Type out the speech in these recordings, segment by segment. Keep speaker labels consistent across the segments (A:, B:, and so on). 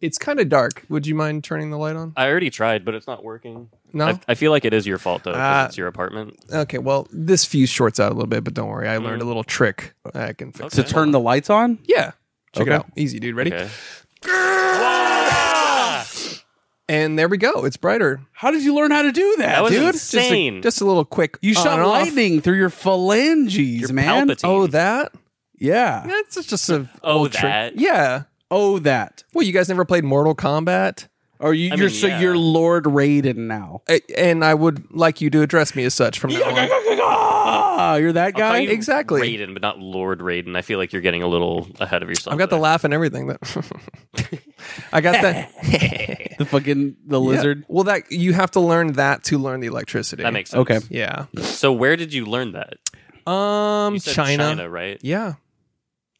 A: It's kind of dark. Would you mind turning the light on?
B: I already tried, but it's not working.
A: No.
B: I, I feel like it is your fault though, 'cause
A: Ah.
B: it's your apartment.
A: okay. Well, this fuse shorts out a little bit, but don't worry. I learned a little trick that I can fix.
B: Mm-hmm. Okay.
A: it.
C: to turn the lights on.
A: Yeah. Check it
C: Okay.
A: out. Easy, dude. Ready?
B: Okay.
A: And there we go. It's brighter.
C: How did you learn how to do that,
B: That was
C: dude?
A: Just a-
B: insane.
A: Just a, little quick.
C: You
A: on
C: shot
A: and off.
C: lightning through your phalanges,
B: Your
C: man.
B: Palpatine.
A: Oh, that?
C: Yeah.
A: That's just a
B: Ah. Oh,
A: old trick.
B: that.
A: Yeah.
C: Oh, that.
A: Well, you guys never played Mortal Kombat,
C: Or you,
B: I
C: you're
B: mean,
C: so
B: yeah.
C: you're Lord Raiden now.
A: A- and I would like you to address me as such from now on.
C: You're that
B: I'll call
C: guy.
B: you
A: Exactly.
B: Raiden, but not Lord Raiden. I feel like you're getting a little ahead of yourself.
A: I've got the
B: there.
A: laugh and everything. That I got that.
C: The fucking the lizard.
A: Yeah. Well, that you have to learn that to learn the electricity.
B: That makes sense.
C: Okay.
A: Yeah.
B: So where did you learn that?
A: Um,
B: You said
A: China.
B: right?
A: Yeah.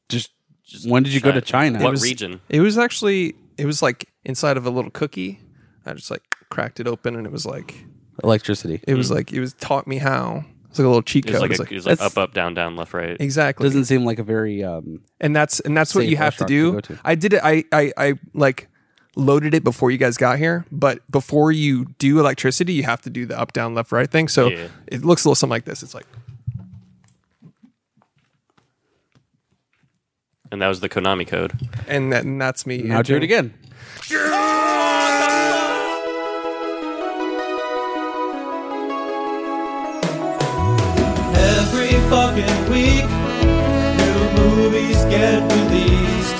C: Just, when did you go to China?
B: What
A: was-
B: region?
A: It was actually it was like inside of a little cookie. I just like cracked it open and it was like
C: Electricity.
A: it was like it was taught me how. It's like a little cheat
B: Hmm. It
A: code.
B: was
A: It's like,
B: like, a, it was like
A: that's-
B: up, up, down, down, left, right.
A: Exactly.
C: Doesn't seem like a very um
A: and that's and that's what
C: Safe
A: you have to
C: restaurant to
A: do.
C: go to.
A: I did it. I, I I like loaded it before you guys got here, but before you do electricity, you have to do the up, down, left, right thing. So
B: Yeah.
A: it looks a little something like this. It's like
B: And that was the Konami code.
A: and, that, and that's me.
C: now do it
A: entering-
C: again.
D: Every fucking week, new movies get released.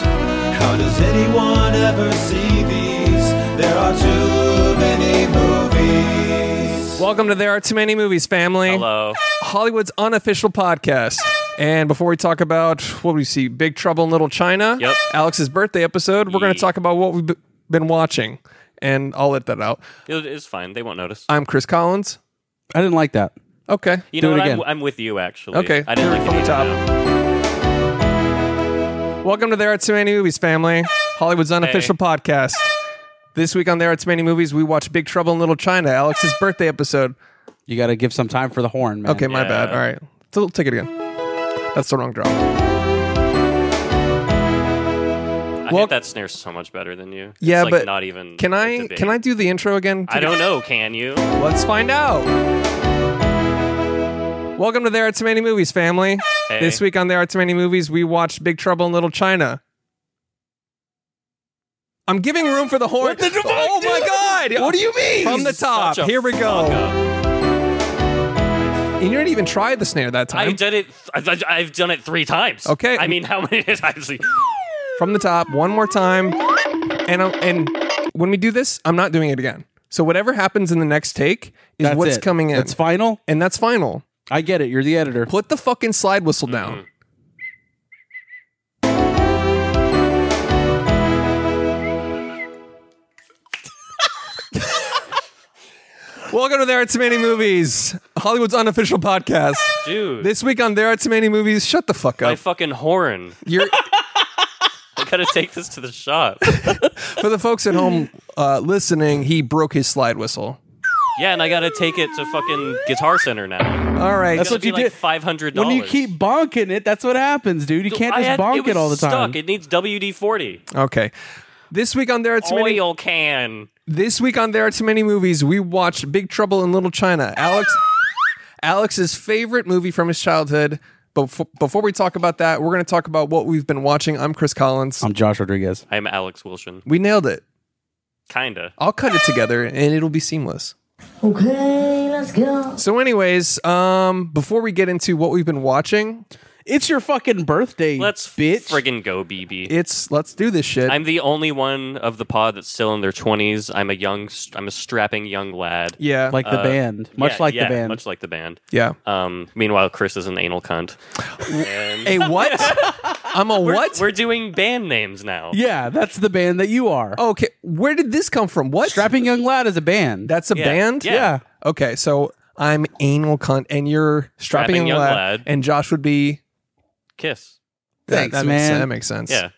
D: How does anyone ever see these? There are too many movies.
A: Welcome to There Are Too Many Movies, family.
B: Hello.
A: Hollywood's unofficial podcast. And before we talk about what we see, Big Trouble in Little China,
B: Yep.
A: Alex's birthday episode, we're going to
B: Yeah.
A: talk about what we've b- been watching. And I'll let that out.
B: It is fine. They won't notice.
A: I'm Chris Collins.
C: I didn't like that.
A: Okay.
B: you
C: do
B: know
C: it
B: what? I'm,
C: again.
B: I'm with you actually.
A: Okay.
B: I didn't
A: Do it
B: like
A: from
B: it
A: the
B: either.
A: Welcome to There Are Too Many Movies, family. Hollywood's unofficial podcast. This week on There Are Too Many Movies, we watch Big Trouble in Little China, Alex's birthday episode.
C: You got to give some time for the horn, man.
A: Okay, my
B: Yeah.
A: bad. All right. So we'll take it again. That's the wrong drop.
B: I
A: Well-
B: hit that snare so much better than you. It's
A: Yeah,
B: like
A: but
B: not even.
A: Can
B: a
A: I
B: debate.
A: can I do the intro again?
B: I don't know. Can you?
A: Let's find out. Welcome to There Are Too Many Movies, family.
B: Hey.
A: This week on There Are Too Many Movies, we watched Big Trouble in Little China. I'm giving room for the horn.
C: What the fuck,
A: oh my
C: dude?
A: god!
C: What do you mean?
A: From the top.
B: Such a
A: Here we
B: fuck
A: go.
B: up.
A: And you didn't even try the snare that time.
B: I did it. I've, I've done it three times.
A: Okay.
B: I mean, how many times?
A: From the top, one more time. And I'm, and when we do this, I'm not doing it again. So whatever happens in the next take is
C: That's
A: what's
C: it.
A: coming in.
C: That's final.
A: and that's final.
C: I get it. You're the editor.
A: Put the fucking slide whistle down.
C: Mm-hmm.
A: Welcome to There Are Too Many Movies, Hollywood's unofficial podcast.
B: Dude,
A: This week on There Are Too Many Movies, shut the fuck
B: my
A: up.
B: fucking horn.
A: You're,
B: I gotta take this to the shop.
A: for the folks at home uh, listening, he broke his slide whistle.
B: Yeah, and I gotta take it to fucking Guitar Center now.
A: All right.
B: That's
C: what
B: what
C: you
B: you like
C: did.
B: Five hundred
C: When
B: dollars.
C: you keep bonking it, that's what happens, dude. You can't just bonk it, all the time.
B: Stuck. It needs WD forty
A: okay. This week on There Are Too Many
B: oil can.
A: This week on There Are Too Many Movies, we watched Big Trouble in Little China. Alex, Alex's favorite movie from his childhood. Before, before we talk about that, we're going to talk about what we've been watching. I'm Chris Collins.
C: I'm Josh Rodriguez.
B: I'm Alex Wilson.
A: we nailed it.
B: Kinda.
A: I'll cut it together and it'll be seamless.
E: Okay, let's go.
A: So, anyways, um, before we get into what we've been watching,
C: It's your fucking birthday,
B: Let's
C: bitch.
B: friggin' go, BB.
A: it's let's do this shit.
B: I'm the only one of the pod that's still in their 20s. I'm a young, I'm a strapping young lad.
A: yeah,
C: like the
B: Uh,
C: band, much
B: Yeah,
C: like
B: yeah,
C: the band.
B: Much like the band.
A: yeah.
B: Um, meanwhile, Chris is an anal cunt. And
A: A what? I'm a what?
B: We're doing band names now.
C: yeah, that's the band that you are.
A: okay, where did this come from? What?
C: Strapping Young Lad is a band.
A: That's a
B: Yeah.
A: band?
B: Yeah.
C: yeah.
A: Okay, so I'm anal cunt, and you're strapping,
B: Strapping
A: young
B: young
A: lad,
B: lad.
A: and Josh would be.
B: Kiss.
C: Thanks,
A: that, that Makes,
C: man.
A: sen- that makes sense.
B: Yeah,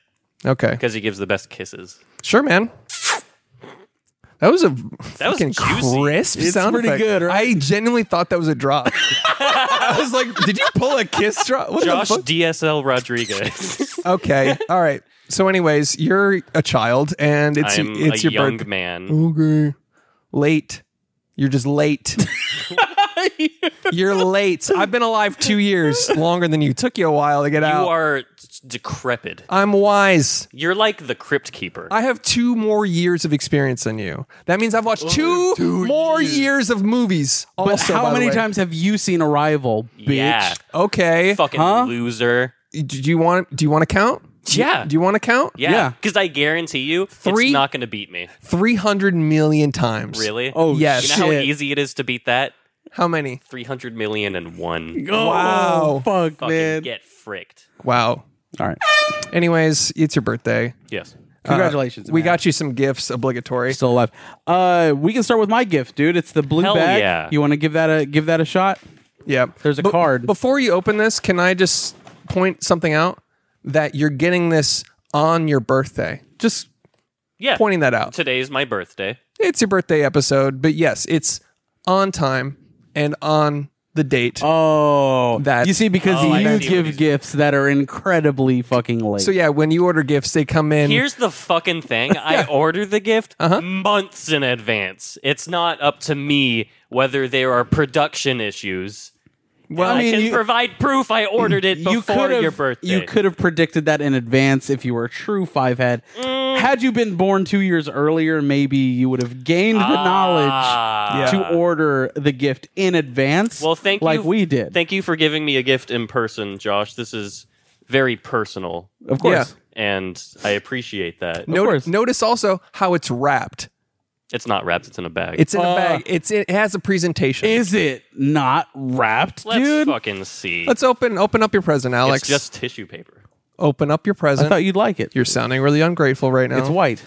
A: Okay.
B: because he gives the best kisses.
A: Sure, man. That was a
B: That was
A: fucking
B: juicy.
A: crisp
C: It's
A: sound
C: pretty
A: effect.
C: good, right?
A: I genuinely thought that was a drop. I was like, "Did you pull a kiss drop?" What
B: Josh
A: the fuck?
B: DSL Rodriguez.
A: Okay, all right. So, anyways, you're a child, and it's
B: I'm
A: it's
B: a
A: your
B: young
A: birthday.
B: man.
A: Okay. Late. You're just late. You're late. I've been alive two years longer than you. Took you a while to get
B: You
A: out.
B: are s- decrepit.
A: I'm wise.
B: You're like the crypt keeper.
A: I have two more years of experience than you. That means I've watched two more years. of movies.
C: But
A: Also, by
C: how
A: the
C: many
A: way.
C: times have you seen Arrival, bitch?
B: Yeah.
A: Okay.
B: Fucking
C: Huh?
B: loser.
A: Do you want? Do you want to count?
B: Yeah.
A: Do you want to count?
B: Yeah.
C: Yeah.
B: Because I guarantee you,
A: Three-
B: it's not going to beat me.
A: Three hundred million times.
B: Really?
C: Oh,
A: Yes.
B: You
C: shit.
B: know how
A: shit.
B: easy it is to beat that?
A: How many?
B: 300 million and one.
C: Oh,
A: Wow. Ah,
C: Fuck,
B: Fucking
C: man.
B: get fricked.
A: Wow.
C: All right. Uh,
A: Anyways, it's your birthday. Uh,
B: Yes.
C: Congratulations.
A: We
C: man.
A: got you some gifts, obligatory.
C: still alive. Uh, we can start with my gift, dude. It's the blue
B: Hell
C: bag.
B: yeah.
C: You want to give that a give that a shot?
A: Yep.
C: There's a card.
A: Before you open this, can I just point something out that you're getting this on your birthday? Just
B: Yeah.
A: pointing that out.
B: Today's my
C: Mm.
B: birthday.
A: It's your birthday episode, but yes, it's on time and on the date.
C: Oh,
A: That-
C: you see, because
B: Oh, I
C: you
B: see what he's-
C: give gifts that are incredibly fucking late.
A: so yeah, when you order gifts, they come in.
B: Here's the fucking thing. I order the gift
C: Uh-huh.
B: months in advance. It's not up to me whether there are production issues. Well,
A: Well,
B: I,
C: I mean,
B: can
C: you-
B: provide proof I ordered it before
C: could've-
B: your birthday.
C: You could have predicted that in advance if you were a true five head.
B: Mm.
C: Had you been born two years earlier, maybe you would have gained the
B: Ah.
C: knowledge to order the gift in advance.
B: Well, thank
C: like
B: you.
C: we did.
B: Thank you for giving me a gift in person, Josh. This is very personal,
C: of course.
B: and I appreciate that.
A: Noti-
C: course.
A: notice also how it's wrapped.
B: It's not wrapped; it's in a bag.
A: It's in a
C: Uh,
A: bag. It's it has a presentation.
C: Is it not wrapped,
B: Let's
C: dude?
B: fucking see.
A: Let's open open up your present, Alex.
B: it's just tissue paper.
A: open up your
C: I
A: present.
C: thought you'd like it.
A: You're sounding really ungrateful right now.
C: It's white.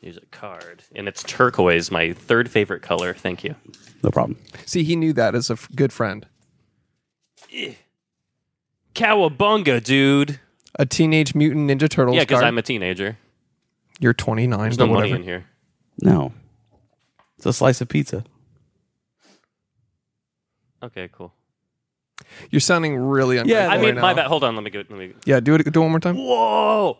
B: Here's a card, and it's turquoise, my third favorite color. Thank you.
C: No problem.
A: See, he knew that as a f- good friend.
B: Cowabunga, dude.
A: A Teenage Mutant Ninja Turtles
B: Yeah, because
A: card.
B: I'm a teenager.
A: You're 29.
B: There's
A: but
B: no money
A: whatever.
B: in here.
C: No, it's a slice of pizza.
B: Okay, cool.
A: You're sounding really ungrateful.
B: I
A: right
B: mean, my
A: now.
B: bad. Hold on. Let me go. Let me.
A: Yeah, do it. Do it one more time.
B: Whoa.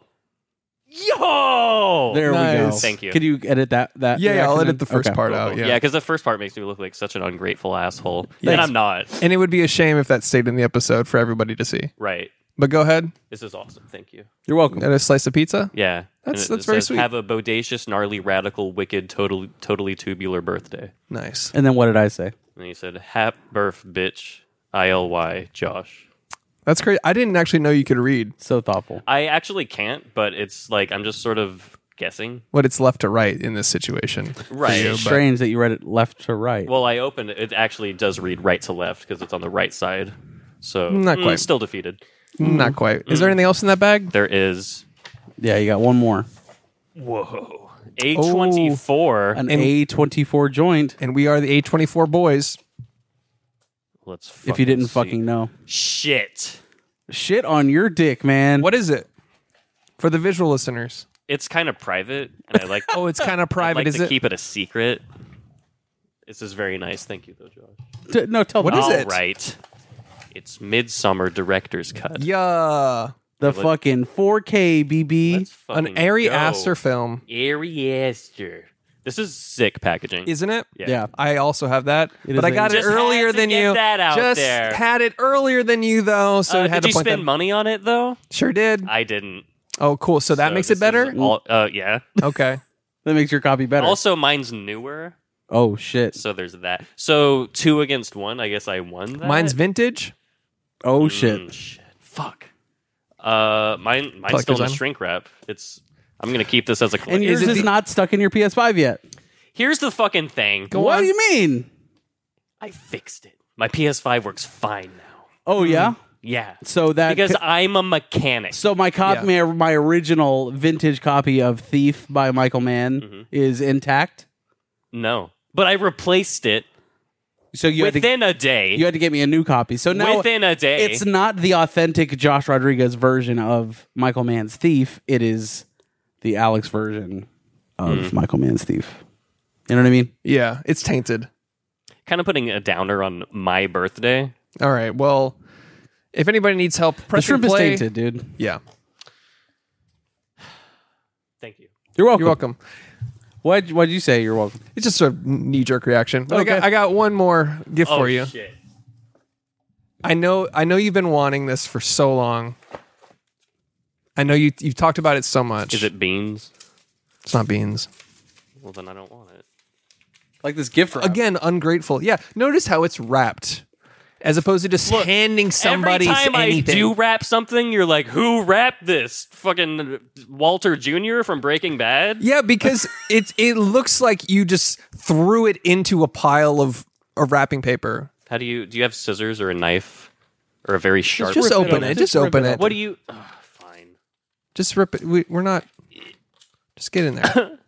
B: Yo.
C: There we go.
A: Nice.
B: Thank you.
C: Could you edit that? That
A: Yeah, yeah, I'll
C: reaction
A: edit the
C: in?
A: first
C: Okay.
A: part
B: Cool,
A: out.
B: cool.
A: Yeah.
B: Yeah, because the first part makes me look like such an ungrateful asshole, and
A: Thanks.
B: I'm not.
A: and it would be a shame if that stayed in the episode for everybody to see.
B: Right.
A: But go ahead.
B: This is awesome. Thank you.
C: You're welcome.
A: And a slice of pizza.
B: Yeah. And
A: That's-
B: it
A: that's very
B: says,
A: sweet.
B: Have a bodacious, gnarly, radical, wicked, totally, totally tubular birthday.
A: Nice.
C: And then what did I say?
B: And he said, "Hap birth, bitch." I L Y, Josh.
A: That's great. I didn't actually know you could read
C: So thoughtful.
B: I actually can't, but it's like I'm just sort of guessing.
A: what it's left to right in this situation. for
B: Right.
A: you, but-
C: Strange that you read it left to right.
B: Well, I opened it. It actually does read right to left because it's on the right side. So
A: Not
B: mm,
A: quite.
B: still defeated.
A: Not quite. Is there
B: Mm.
A: anything else in that bag?
B: There is
C: yeah, you got one more.
B: whoa a twenty
A: Oh.
B: four.
C: An A24 joint.
A: And we are the A24 boys.
B: Let's fucking
C: If you didn't
B: see.
C: fucking know.
B: shit.
C: Shit on your dick, man.
A: What is it? For the visual listeners.
B: It's kind of private, and I like.
A: Oh, it's kind of
B: I'd
A: private,
B: like
A: is
B: to
A: it?
B: keep it a secret. This is very nice. Thank you, though, Josh.
C: T- no, tell
A: What
C: me.
A: is
B: All
A: it?
B: right. It's Midsummer Director's Cut.
A: yeah.
C: The fucking 4K BB.
B: Let's
A: An
B: fucking
A: Ari
B: go.
A: Aster film,
B: Ari Aster. This is sick packaging.
A: isn't it?
C: yeah.
A: I also have that,
C: It
A: but
C: is
A: I
C: a-
A: got it
B: Just had
A: earlier
B: to
A: than
B: get
A: you.
B: that out
A: Just
B: there.
A: had it earlier than you though, so
B: Uh,
A: I had
B: did you
A: to point
B: spend
A: that.
B: money on it though?
A: Sure did.
B: I didn't.
A: Oh, cool. So that
B: So
A: makes
B: this
A: it
B: is
A: better.
B: all- uh, yeah.
A: okay.
C: That makes your copy better.
B: also, mine's newer,
C: oh, shit.
B: so there's that. So two against one. I guess I won. That?
A: Mine's vintage.
C: Oh,
B: Mm,
C: shit.
B: shit. Fuck. Uh, mine. Mine's still
A: Collector's
B: in a
A: item.
B: shrink wrap. It's. I'm gonna keep this as a.
C: And
B: collection.
C: yours
A: it
C: is,
A: the-
C: not stuck in your PS5 yet.
B: Here's the fucking thing.
C: what do you mean?
B: I fixed it. My PS5 works fine now.
C: Oh, yeah?
B: Yeah.
C: So that.
B: because
C: co-
B: I'm a mechanic.
C: so my copy, my, my original vintage copy of Thief by Michael Mann is intact.
B: no. But I replaced it
C: So you had to
B: within a day.
C: You had to get me a new copy. So now
B: within a day.
C: it's not the authentic Josh Rodriguez version of Michael Mann's Thief. It is the Alex version of Michael Mann's Thief. You know what I mean?
A: Yeah, it's tainted.
B: kind of putting a downer on my birthday.
A: All right. Well, If anybody needs help,
C: The
A: press
C: shrimp is
A: play.
C: tainted, dude.
A: Yeah,
B: Thank you.
C: You're welcome.
A: you're welcome.
C: Why'd, why'd you say you're welcome?
A: It's just a knee jerk reaction. But I, got,
C: Okay.
A: I got one more gift
B: Oh
A: for you.
B: shit!
A: I know I know you've been wanting this for so long. I know you you've talked about it so much.
B: Is it beans?
A: It's not beans.
B: Well, then I don't want it.
C: Like this gift wrap.
A: Again, ungrateful. Yeah. Notice how it's wrapped, as opposed to just
B: Look,
A: handing somebody
B: Every time
A: anything.
B: I do wrap something, you're like, "Who wrapped this? Fucking Walter Jr. from Breaking Bad."
A: Yeah, because it it looks like you just threw it into a pile of, of wrapping paper.
B: How do you do? You have scissors or a knife or a very sharp?
A: Just
C: rip it
A: open
C: up.
A: it. Just
C: Just rip
A: open
C: it
A: it.
C: up.
B: what do you? Ugh, fine.
A: Just rip it. We, we're not. Just get in there.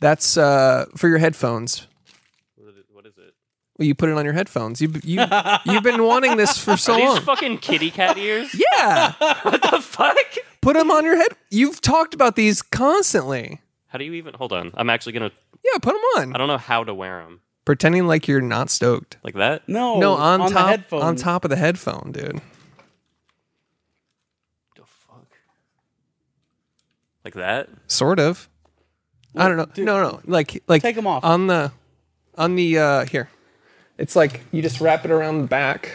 A: That's uh, for your headphones.
B: What is it?
A: Well, you put it on your headphones. You you you've been wanting this for so
B: Are these
A: long.
B: fucking kitty cat ears?
A: yeah,
B: what the fuck?
A: put them on your head. You've talked about these constantly.
B: How do you even? Hold on. I'm actually gonna.
A: Yeah, put them
B: I
A: on.
B: don't know how to wear them
A: Pretending like you're not stoked.
B: like that.
C: No,
A: no, on,
C: Oh, the
A: top
C: headphones.
A: on top of the headphone, dude.
B: The fuck? Like that?
A: Sort of. I don't know. No, no. Like like
C: Take 'em off.
A: on the on the uh here. It's like you just wrap it around the back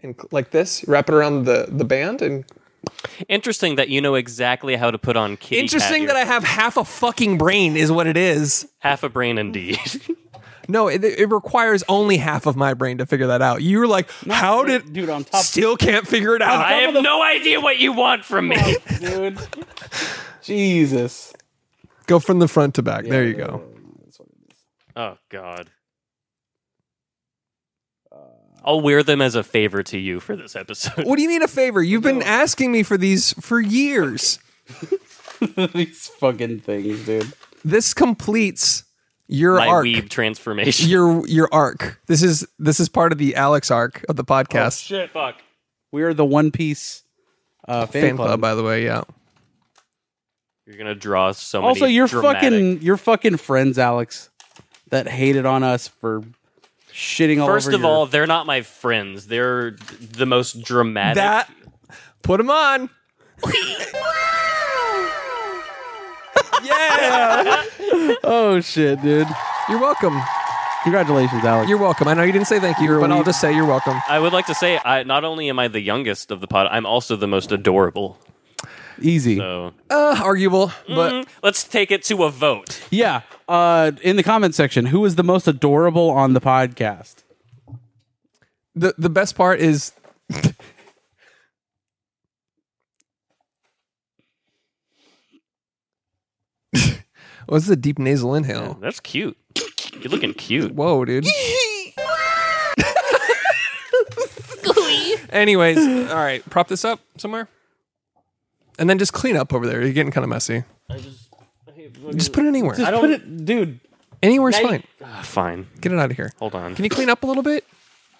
A: and cl- like this, wrap it around the the band and
B: Interesting that you know exactly how to put on kitty.
A: Interesting that I have half a fucking brain is what it is.
B: half a brain indeed.
A: No, it, it requires only half of my brain to figure that out. You were like, "How
C: right,
A: did
C: dude, on top-
A: still can't figure it out."
B: I have no idea what you want from me.
C: dude. Jesus.
A: go from the front to back. there you go.
B: Oh God. I'll wear them as a favor to you for this episode.
A: What do you mean a favor? You've been asking me for these for years.
C: These fucking things, dude.
A: This completes your
B: My
A: arc.
B: weeb transformation.
A: your your arc. This is this is part of the Alex arc of the podcast
B: Shit, fuck.
C: We are the One Piece uh, fan,
A: fan
C: club.
A: club, by the way. Yeah,
B: You're gonna draw so many.
C: also, you're
B: dramatic-
C: fucking your fucking friends, Alex, that hated on us for shitting all
B: First
C: over
B: of
C: your-
B: all, they're not my friends. They're the most dramatic.
A: that put him on. yeah,
C: Oh shit, dude!
A: you're welcome.
C: Congratulations, Alex.
A: You're welcome. I know you didn't say thank you,
C: You're
A: but I'll
C: weak.
A: just say you're welcome.
B: I would like to say, I, not only am I the youngest of the pod, I'm also the most adorable.
C: Easy.
B: So mm,
A: Uh, arguable, but
B: let's take it to a vote.
C: Yeah. Uh, in the comment section, who is the most adorable on the podcast?
A: the the best part is. What's the deep nasal inhale?
B: That's cute. You're looking cute.
A: Whoa, dude. Anyways, all right, prop this up somewhere. And then just clean up over there. You're getting kind of messy. Just put it anywhere.
C: Just put it, dude.
A: Anywhere's fine.
B: Ah, fine.
A: Get it out of here.
B: Hold on.
A: Can you clean up a little bit?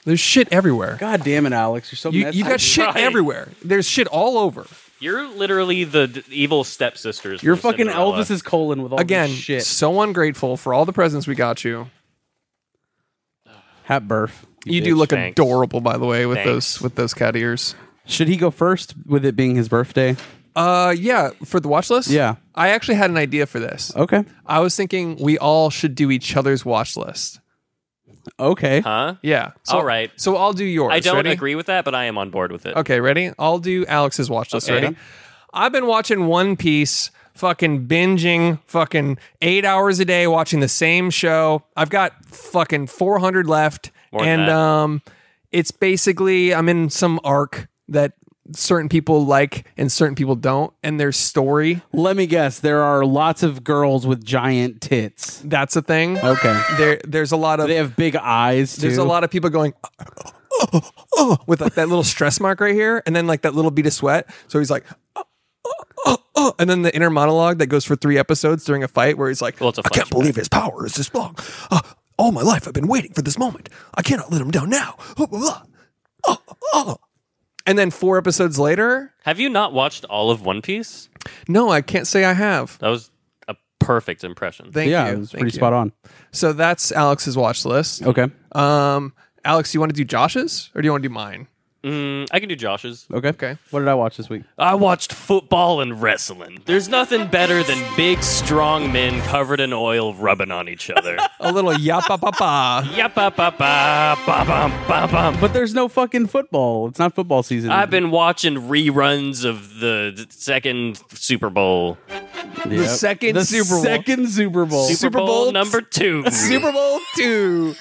A: There's shit everywhere.
C: God damn it, Alex! You're so
A: You,
C: messy.
A: you got shit
B: trying.
A: everywhere. There's shit all over.
B: You're literally the d- evil stepsisters.
C: You're
B: from
C: fucking
B: Cinderella.
C: Elvis's colon with all
A: Again,
C: this shit.
A: so ungrateful for all the presents we got you.
C: Hat birth.
A: You do look
B: Thanks.
A: adorable, by the way, with
B: Thanks.
A: those with those cat ears.
C: Should he go first with it being his birthday?
A: Uh, yeah, for the watch list.
C: Yeah.
A: I actually had an idea for this.
C: Okay.
A: I was thinking we all should do each other's watch list.
C: Okay.
B: Huh?
A: Yeah. So,
B: All right.
A: So I'll do yours.
B: I don't
A: Ready?
B: agree with that, but I am on board with it.
A: Okay, ready? I'll do Alex's watch list.
C: Okay.
A: Ready? I've been watching One Piece, fucking binging, fucking eight hours a day, watching the same show. I've got fucking 400 left.
B: More than
A: and
B: that.
A: um, it's basically, I'm in some arc that certain people like and certain people don't. And their story,
C: Let me guess. There are lots of girls with giant tits.
A: that's a thing.
C: Okay.
A: There, there's a lot of
C: They have big eyes too.
A: there's a lot of people going "Oh, oh, oh," with like that little stress mark right here and then like that little bead of sweat so he's like "Oh, oh, oh, oh," and then the inner monologue that goes for three episodes during a fight where he's like
B: Well, it's a
A: i can't
B: flashback.
A: believe his power is this long Uh, all my life i've been waiting for this moment i cannot let him down now Oh, oh, oh, oh." and then four episodes later
B: Have you not watched all of One Piece?
A: no i can't say i have
B: That was a perfect impression.
A: thank
C: Yeah,
A: you
C: it was
A: Thank
C: pretty
A: you.
C: spot on.
A: so that's alex's watch list
C: Okay.
A: Um, Alex, you want to do Josh's or do you want to do mine?
B: Mm, I can do Josh's.
C: Okay.
A: Okay.
C: What did I watch this week?
B: I watched football and wrestling. There's nothing better than big, strong men covered in oil rubbing on each other.
A: A little yappa papa.
B: Yep, ba ba ba ba bum, ba bum.
C: But there's no fucking football. It's not football season.
B: I've been watching reruns of the second Super Bowl,
A: The second
C: the
A: Super Bowl.
C: Second Super Bowl.
B: Super, Bowl,
A: Bowl
B: number two.
A: Super Bowl two.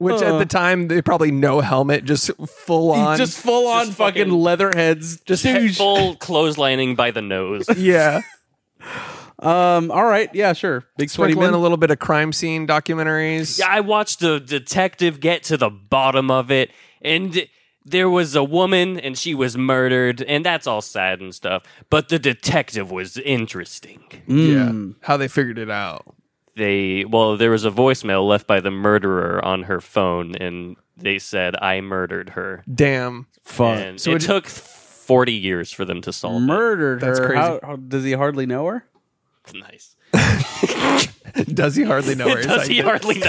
A: Which at the time they probably no helmet, just full on.
C: just full on
B: Just
C: fucking,
B: fucking-
C: leatherheads. Just
B: full clotheslining by the nose.
A: yeah.
C: um. All right. Yeah. Sure. Big sweaty
A: Sprinkle in
C: men.
A: a little bit of crime scene documentaries.
B: Yeah, I watched the detective get to the bottom of it, and there was a woman, and she was murdered, and that's all sad and stuff. But the detective was interesting.
A: Yeah. How they figured it out.
B: They well, there was a voicemail left by the murderer on her phone, and they said, "I murdered her."
A: Damn.
C: Fuck.
B: And
A: So
B: it,
A: it-
B: took forty years for them to solve. it.
C: Murdered
A: That's
C: her.
A: crazy.
C: How, how- does he hardly know her?
B: Nice.
A: Does he hardly know her? It's
B: Does
A: like
B: he
A: the-
B: hardly know?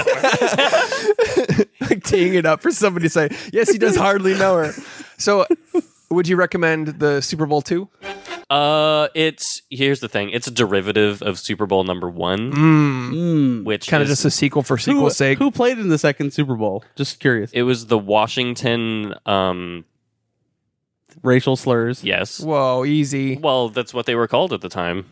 B: her?
A: like teeing it up for somebody to say, yes, he does hardly know her. So, would you recommend the Super Bowl two?
B: uh, it's here's the thing. It's a derivative of Super Bowl number one,
C: Mm.
B: which
A: Kind of
B: is-
A: just a sequel for
C: Who,
A: sequel's sake.
C: who played in the second Super Bowl? Just curious.
B: it was the Washington. Um,
C: Racial slurs.
B: yes.
A: Whoa, easy.
B: Well, that's what they were called at the time.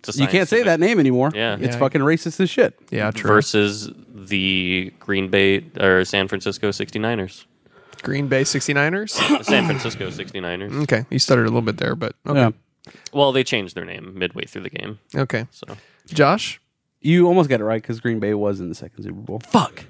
B: It's a
C: You can't say
B: scientific-
C: that name anymore.
B: Yeah.
C: It's
A: Yeah.
C: fucking racist as shit.
A: Yeah, true.
B: Versus the Green Bay or San Francisco 69ers.
A: Green Bay 69ers.
B: The San Francisco 69ers.
A: Okay, you stuttered a little bit there, but okay.
C: Yeah.
B: Well, they changed their name midway through the game.
A: Okay.
B: So
A: Josh?
C: You almost got it right because Green Bay was in the second Super Bowl.
A: Fuck.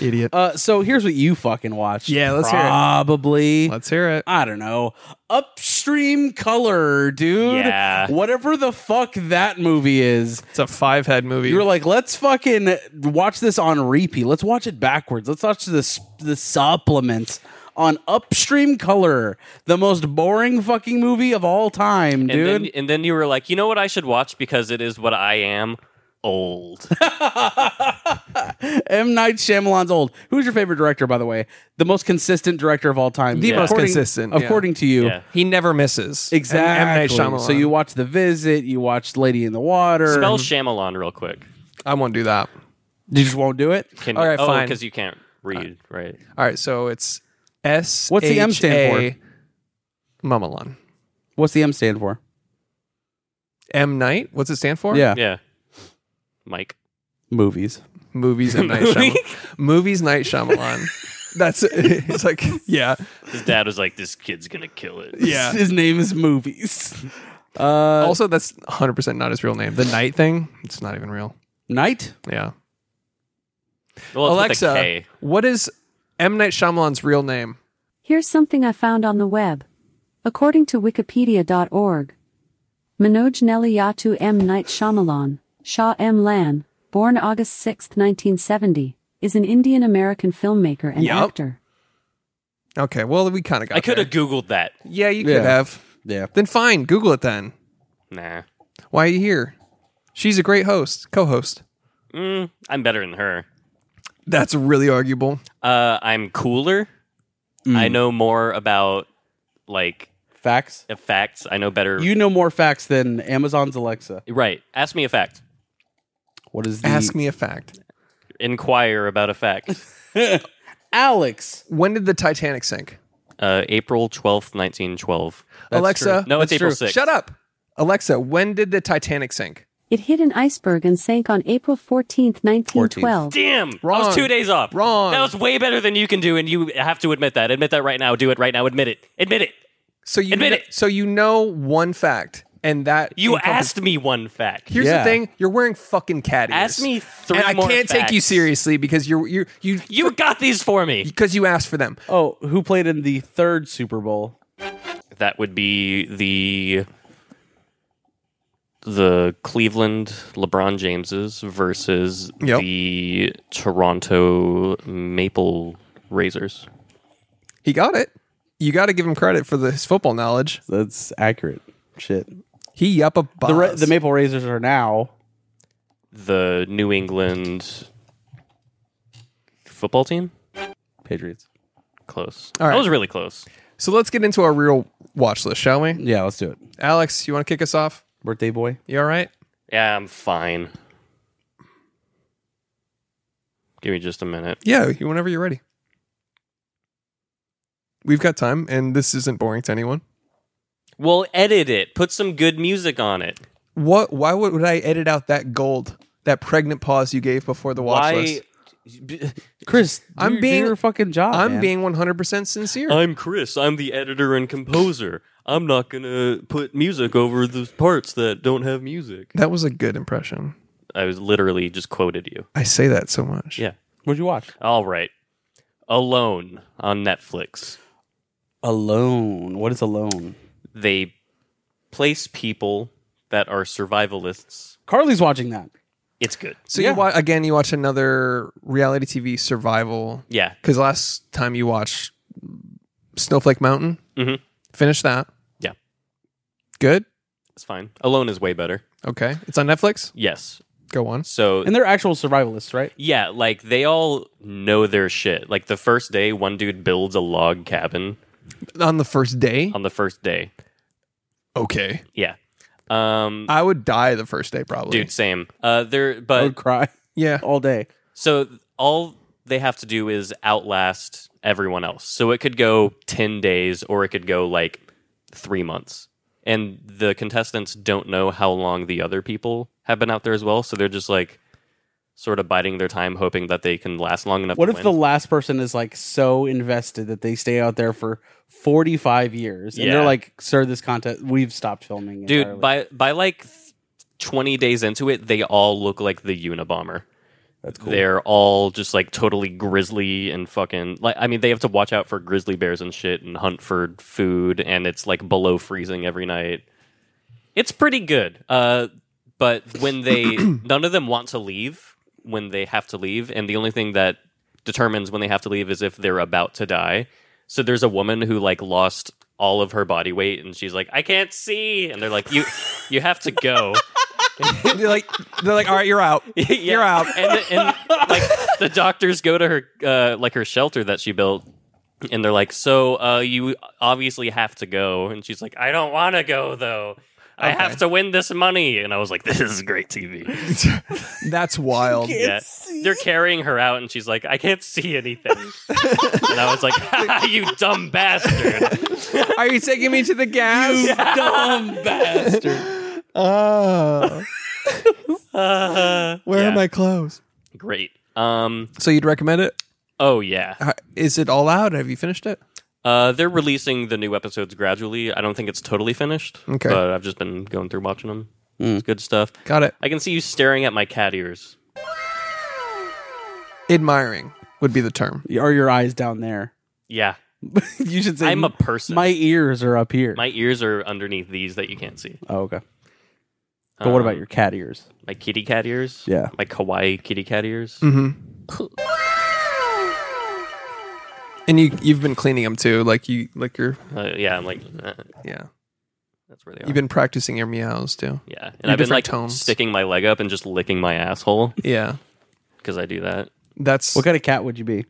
A: Idiot.
C: Uh, so here's what you fucking watched.
A: Yeah, let's hear it.
C: Probably.
A: Let's hear it.
C: I don't know. Upstream Color, dude.
B: Yeah.
C: Whatever the fuck that movie is.
A: It's a five head movie.
C: You were like, let's fucking watch this on repeat. Let's watch it backwards. Let's watch the the supplements on Upstream Color, the most boring fucking movie of all time,
B: and
C: dude.
B: then and then you were like, you know what I should watch because it is what I am old.
C: M Night Shyamalan's old. Who's your favorite director, by the way? The most consistent director of all time.
A: The Yeah. most
C: According-
A: consistent, yeah.
C: according to you.
B: yeah.
A: he never misses. And M. Night
C: Exactly.
A: Shyamalan.
C: So you watch The Visit, you watch Lady in the Water.
B: Spell Shyamalan real quick.
A: I won't do that.
C: you just won't do it.
B: Can
A: All right,
B: oh,
A: fine. Uh,
B: because you can't read, right?
A: All right, so it's S.
C: What's the M stand
A: for? Mumalon.
C: What's the M stand for?
A: M Night. What's it stand for?
C: Yeah,
B: Yeah. Mike.
C: movies.
A: movies and night Shyamalan. movies night Shyamalan. That's it's like yeah
B: His dad was like, This kid's gonna kill it.
A: yeah.
C: his name is movies. Uh,
A: Also, that's 100 percent not his real name. The night thing, it's not even real.
C: Night.
A: Yeah.
C: Oh,
B: Well, it's with a
A: Alexa,
B: K.
A: what is M Night Shyamalan's real name?
F: Here's something I found on the web. According to Wikipedia.org, Manoj Neliyatu M. Night Shyamalan, Shah M. Lan, born August 6, 1970, is an Indian American filmmaker and
A: Yup.
F: actor.
A: Okay, well we kind of got.
B: I could
A: there.
B: have Googled that.
A: Yeah, you could
C: Yeah.
A: have.
C: Yeah.
A: Then fine, Google it then.
B: Nah.
A: Why are you here? She's a great host, co-host.
B: Mm, I'm better than her.
A: That's really arguable.
B: Uh, I'm cooler.
A: Mm.
B: I know more about like
C: Facts.
B: effects. I know better.
C: You know more facts than Amazon's Alexa.
B: right. Ask me a fact.
C: What is the
A: Ask me a fact.
B: Inquire about a fact.
C: Alex?
A: When did the Titanic sink?
B: Uh, April twelfth, nineteen twelve.
A: Alexa,
B: No, it's
C: That's
B: April
C: true.
B: sixth.
A: shut up. Alexa, when did the Titanic sink?
F: It hit an iceberg and sank on April 14, 1912.
B: Damn. I
A: Wrong.
B: was two days off.
A: Wrong.
B: That was way better than you can do, and you have to admit that. Admit that right now. Do it right now. Admit it. Admit it.
A: So you
B: Admit
A: kn-
B: it.
A: So you know one fact, and that
B: You
A: encompasses-
B: asked me one fact.
A: Here's
C: Yeah.
A: the thing: you're wearing fucking cat ears.
B: Ask me three
A: and I
B: more
A: can't take you
B: facts.
A: seriously because you're you you
B: you got these for me.
A: because you asked for them.
C: Oh, who played in the third Super Bowl?
B: That would be the the Cleveland LeBron Jameses versus
A: Yep.
B: the Toronto Maple Razors.
A: He got it. You got to give him credit for the, his football knowledge.
C: That's accurate. Shit.
A: He up a
C: The, Ra- the Maple Razors are now
B: The New England football team?
C: Patriots.
B: Close.
A: All right.
B: That was really close.
A: So let's get into our real watch list, shall we?
C: Yeah, let's do it.
A: Alex, you want to kick us off?
C: Birthday boy.
A: You all right?
B: Yeah, I'm fine. Give me just a minute.
A: Yeah, you- whenever you're ready. We've got time, and this isn't boring to anyone.
B: Well, edit it. Put some good music on it.
A: What? Why would, would I edit out that gold, that pregnant pause you gave before the watch
B: Why?
A: list?
C: Chris, do
A: I'm
C: your- do
A: being-
C: your fucking job.
B: Oh,
A: I'm
C: man.
A: being 100% sincere.
B: I'm Chris. I'm the editor and composer. I'm not gonna put music over the parts that don't have music.
A: that was a good impression.
B: I was literally just quoted you.
A: I say that so much.
B: Yeah.
C: What'd you watch?
B: All right. Alone on Netflix.
C: Alone. What is alone?
B: They place people that are survivalists.
C: Carly's watching that.
B: It's good.
A: So
C: Yeah.
A: you wa- again, you watch another reality TV survival
B: Yeah.
A: because last time you watched Snowflake Mountain,
B: Mhm.
A: finish that.
B: Yeah.
A: Good.
B: It's fine. Alone is way better.
A: Okay. It's on Netflix.
B: Yes.
A: Go on.
B: So
C: And they're actual survivalists, right?
B: Yeah, like they all know their shit. Like the first day, one dude builds a log cabin
A: On the first day.
B: on the first day.
A: Okay.
B: Yeah. Um
A: I would die the first day probably.
B: dude, same. Uh they're
C: I
B: but
C: would cry
A: Yeah.
C: all day.
B: so all they have to do is outlast everyone else. So it could go 10 days or it could go like 3 months. And the contestants don't know how long the other people have been out there as well, so they're just like sort of biding their time hoping that they can last long enough
C: What
B: to
C: if
B: win.
C: the last person is like so invested that they stay out there for 45 years and they're
B: Yeah.
C: like, sir, this content, we've stopped filming.
B: dude
C: entirely."
B: by by like th- 20 days into it they all look like the unibomber
C: that's cool.
B: they're all just like totally grizzly and fucking like i mean they have to watch out for grizzly bears and shit and hunt for food and it's like below freezing every night it's pretty good uh but when they none of them want to leave when they have to leave and the only thing that determines when they have to leave is if they're about to die so there's a woman who like lost all of her body weight and she's like i can't see and they're like you you have to go
A: they're like they're like, all right, you're out.
B: Yeah.
A: You're out.
B: And, the, and like the doctors go to her uh, like her shelter that she built, and they're like, "So uh, you obviously have to go," and she's like, "I don't want to go though." I have to win this money, and I was like, "This is great TV."
A: That's wild.
B: Yeah. They're carrying her out, and she's like, "I can't see anything," and I was like, "Ha, "You dumb bastard!"
A: Are you taking me to the gas?
C: dumb bastard.
A: Oh.
B: Uh,
A: Where are
B: yeah,
A: my clothes?
B: Great. Um.
A: So you'd recommend it?
B: Oh yeah.
A: Uh, Is it all out? Have you finished it?
B: Uh, they're releasing the new episodes gradually. I don't think it's totally finished.
A: Okay.
B: But I've just been going through watching them.
C: Hmm.
B: It's good stuff.
A: Got it.
B: I can see you staring at my cat ears.
A: Admiring would be the term.
C: Are your eyes down there?
B: Yeah.
C: you should say,
B: I'm a person.
C: My ears are up here.
B: My ears are underneath these that you can't see.
C: oh, okay. But what
B: Um,
C: about your cat ears?
B: my kitty cat ears?
C: Yeah.
B: My kawaii kitty cat ears?
A: Mm-hmm. And you you've been cleaning them too, like you like you're
B: Uh, yeah, I'm like eh,
A: yeah.
B: that's where they are.
A: You've been practicing your meows too.
B: yeah. And
A: your
B: I've been like
A: different tones.
B: sticking my leg up and just licking my asshole
A: Yeah.
B: because I do that.
A: That's
C: What kind of cat would you be?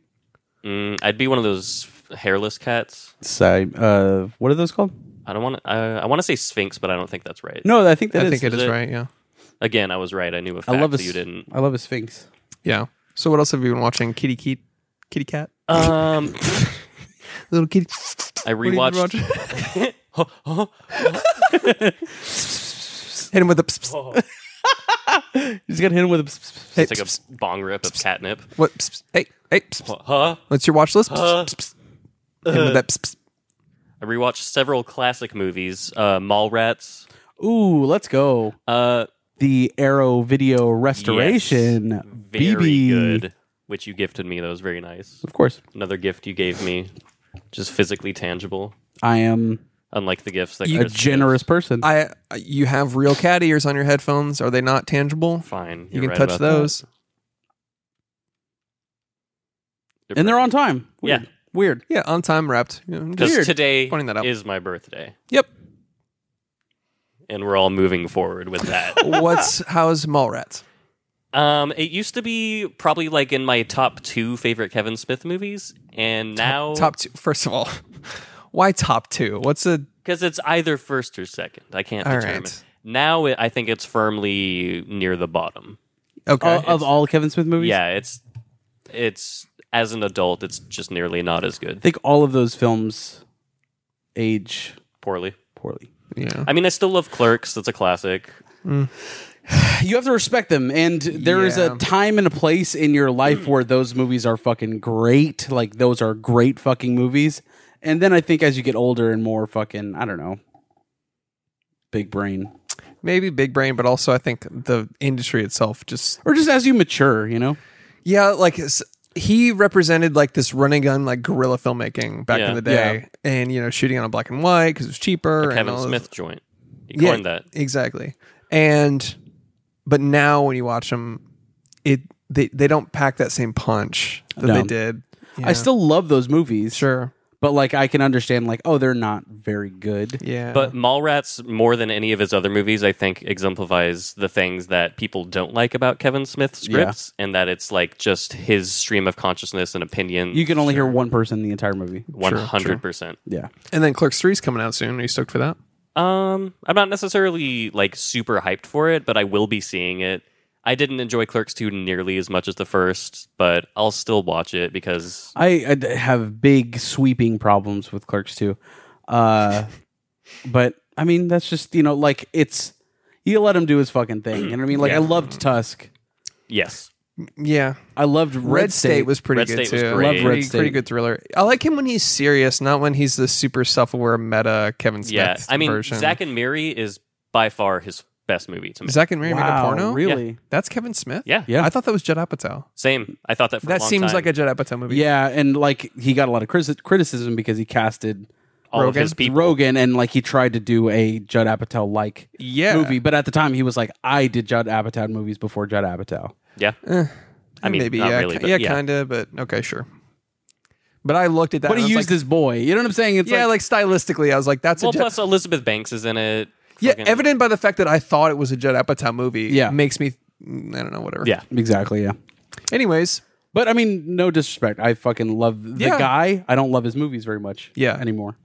B: Mm, I'd be one of those hairless cats.
C: Say, uh, what are those called?
B: I don't want to. Uh, I want to say sphinx, but I don't think that's right.
C: No, I think that
A: I
C: is-
A: think it
B: is
A: is
B: it?
A: right, yeah.
B: Again, I was right. I knew a
C: I
B: fact
C: love a
B: that you
C: s-
B: didn't.
C: I love a sphinx.
A: Yeah. So what else have you been watching? Kitty Keat Kitty Cat?
B: Um,
A: Little kitty
B: I
A: What have you been
B: rewatched.
A: watching? Hit him with the pss, pss.
C: He's gonna hit him with a. pss- pss- pss.
A: Hey,
B: It's like Oh, a bong rip of catnip.
A: What? Psst, psst. Hey, hey. Psst, psst.
B: Huh?
A: What's your watch list? Psst,
B: Huh?
A: psst, psst. Hit with that. Psst, psst.
B: I rewatched several classic movies. Uh, Mallrats.
C: Ooh, let's go.
B: Uh,
C: The Arrow Video Restoration.
B: yes, very
C: BB.
B: good. Which you gifted me. That was very nice.
C: Of course,
B: Another gift you gave me, just physically tangible.
C: I am
B: Unlike the gifts that
A: You-
C: a
B: Chris
C: generous person.
A: I you have real cat ears on your headphones. Are they not tangible?
B: gives. Fine.
A: You
B: you're
A: can
B: right
A: touch
B: about that.
A: those.
C: and they're on time. Weird.
B: Yeah.
C: Weird.
A: Yeah, on time wrapped. Yeah, I'm just-
B: Because today
A: Pointing that out.
B: is my birthday,
A: yep.
B: and we're all moving forward with that.
A: What's how's Mallrats?
B: Um, it used to be probably like in my top two favorite Kevin Smith movies, and now
A: Top two. First of all, why top two? What's a
B: because it's either first or second. I can't
A: All
B: determine.
A: right.
B: Now it, I think it's firmly near the bottom.
A: okay?
C: All-
B: Uh,
C: of all Kevin Smith movies?
B: Yeah, it's it's as an adult, it's just nearly not as
C: I
B: good.
C: think all of those films age
B: Poorly.
C: poorly.
A: yeah.
B: I mean, I still love Clerks. That's a classic.
C: You have to respect them, and there is
A: Yeah.
C: a time and a place in your
B: Mm.
C: life where those movies are fucking great. Like those are great fucking movies. And then I think as you get older and more fucking, I don't know, big brain,
A: Maybe big brain, but also I think the industry itself just
C: or just as you mature, you know.
A: Yeah, like s- he represented like this run and gun like guerrilla filmmaking back
B: Yeah.
A: in the day, and you know shooting on a black and white because it was cheaper. and
B: Kevin
A: all this-
B: Smith joint. He
A: yeah,
B: coined that.
A: exactly. And but now when you watch them, it they they don't pack that same punch that
C: No.
A: they did.
C: I still love those movies,
A: sure,
C: but like I can understand, like oh, they're not very good.
A: yeah,
B: But Mallrats, more than any of his other movies, I think exemplifies the things that people don't like about Kevin Smith scripts, and that it's like just his stream of consciousness and opinion.
C: You can only hear one person in the entire movie.
B: one hundred percent.
C: Yeah,
A: and then Clerks Three's coming out soon. Are you stoked for that?
B: Um, I'm not necessarily like super hyped for it, but I will be seeing it. I didn't enjoy Clerks 2 nearly as much as the first, but I'll still watch it because
C: I, I d- have big sweeping problems with Clerks too, uh, but I mean that's just you know like it's you let him do his fucking thing. You know what I mean? Like I loved Tusk.
B: yes,
A: Yeah,
C: I loved
A: Red,
C: Red,
A: State, was pretty
B: Red
A: good
B: State was
A: too.
B: great. Love
A: pretty,
B: Red
A: pretty
C: State.
A: good thriller. I like him when he's serious, not when he's the super self-aware meta Kevin Smith.
B: yeah. I mean,
A: version.
B: Zack and Miri is by far his best movie to me.
A: Zack and Mary made a
C: Wow,
A: porno.
C: really?
A: That's Kevin Smith.
B: Yeah.
C: Yeah.
A: I thought that was Judd Apatow.
B: Same. I thought that for a
A: That
B: long
A: seems
B: time.
A: like a Judd Apatow movie.
C: Yeah, and like he got a lot of criti- criticism because he casted
B: all
A: Rogen.
B: of his people.
C: Rogan and like he tried to do a Judd Apatow like
A: yeah.
C: movie, but at the time he was like, I did Judd Apatow movies before Judd Apatow.
B: Yeah. I mean,
A: maybe
B: not
A: yeah,
B: really,
A: ki-
B: but
A: yeah,
B: yeah.
A: kind of, but okay, sure. But I looked at that,
C: But
A: and
C: he
A: I was
C: used
A: like,
C: his boy. You know what I'm saying? It's
A: yeah, like,
C: like,
A: stylistically, I was like, that's
B: Well,
A: a Judd.
B: plus Elizabeth Banks is in it.
A: yeah,
B: Fucking-
A: evident by the fact that I thought it was a Judd Apatow movie.
C: Yeah.
A: makes me. mm, I don't know, whatever.
B: Yeah.
C: exactly, yeah.
A: Anyways,
C: But I mean, no disrespect. I fucking love the
A: Yeah.
C: guy. I don't love his movies very much.
A: Yeah.
C: anymore.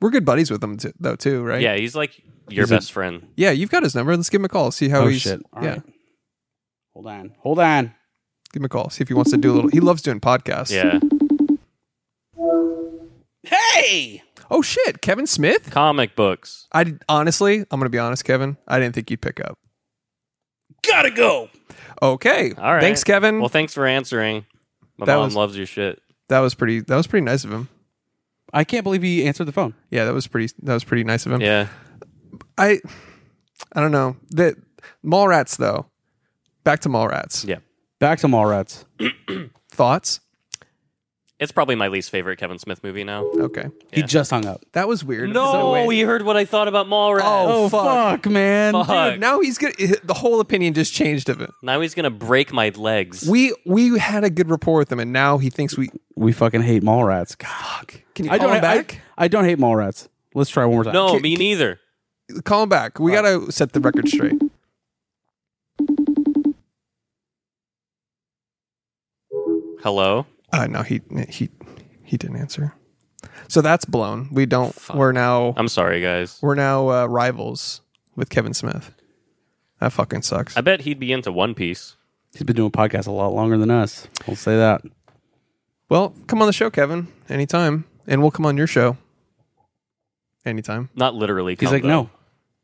A: we're good buddies with him t- though too, right?
B: Yeah, he's like your
C: a-
B: best friend.
A: Yeah, you've got his number. Let's give him a call. See how
C: Oh,
A: he's.
C: shit. All
A: yeah,
C: right. Hold on, hold on.
A: give him a call. See if he wants to do a little. He loves doing podcasts.
B: Yeah.
C: Hey,
A: Oh shit, Kevin Smith.
B: Comic books.
A: I did- honestly, I'm gonna be honest, Kevin. I didn't think you'd pick up.
C: gotta go.
A: Okay.
B: All right.
A: Thanks, Kevin.
B: Well, thanks for answering. My
A: That
B: mom
A: was-
B: loves your shit.
A: that was pretty. That was pretty nice of him.
C: I can't believe he answered the phone.
A: Yeah, that was pretty. That was pretty nice of him.
B: Yeah.
A: I, I don't know that Mallrats though. Back to Mallrats.
B: Yeah.
C: Back to Mallrats.
A: Thoughts?
B: It's probably my least favorite Kevin Smith movie now.
A: Okay,
C: He just hung up.
A: that was weird. So
B: No,
A: weird.
B: he heard what I thought about Mallrats.
A: Oh, fuck.
C: man.
B: Fuck.
A: now he's gonna. The whole opinion just changed of it.
B: Now he's gonna break my legs.
A: We we had a good rapport with him, and now he thinks we.
C: We fucking hate Mallrats. God.
A: Fuck. Can you
C: I
A: call
C: don't
A: him back?
C: I, I don't hate Mallrats. Let's try one more time.
B: no, me neither.
A: call him back. We gotta set the record straight.
B: Hello.
A: Uh, no, he he he didn't answer. So that's blown. We don't. We're now
B: I'm sorry, guys.
A: we're now uh, rivals with Kevin Smith. That fucking sucks.
B: I bet he'd be into One Piece.
C: He's been doing podcasts a lot longer than us. I'll say that.
A: Well, come on the show, Kevin, anytime, and we'll come on your show anytime.
B: Not literally.
C: He's
B: come,
C: like,
B: though.
C: no.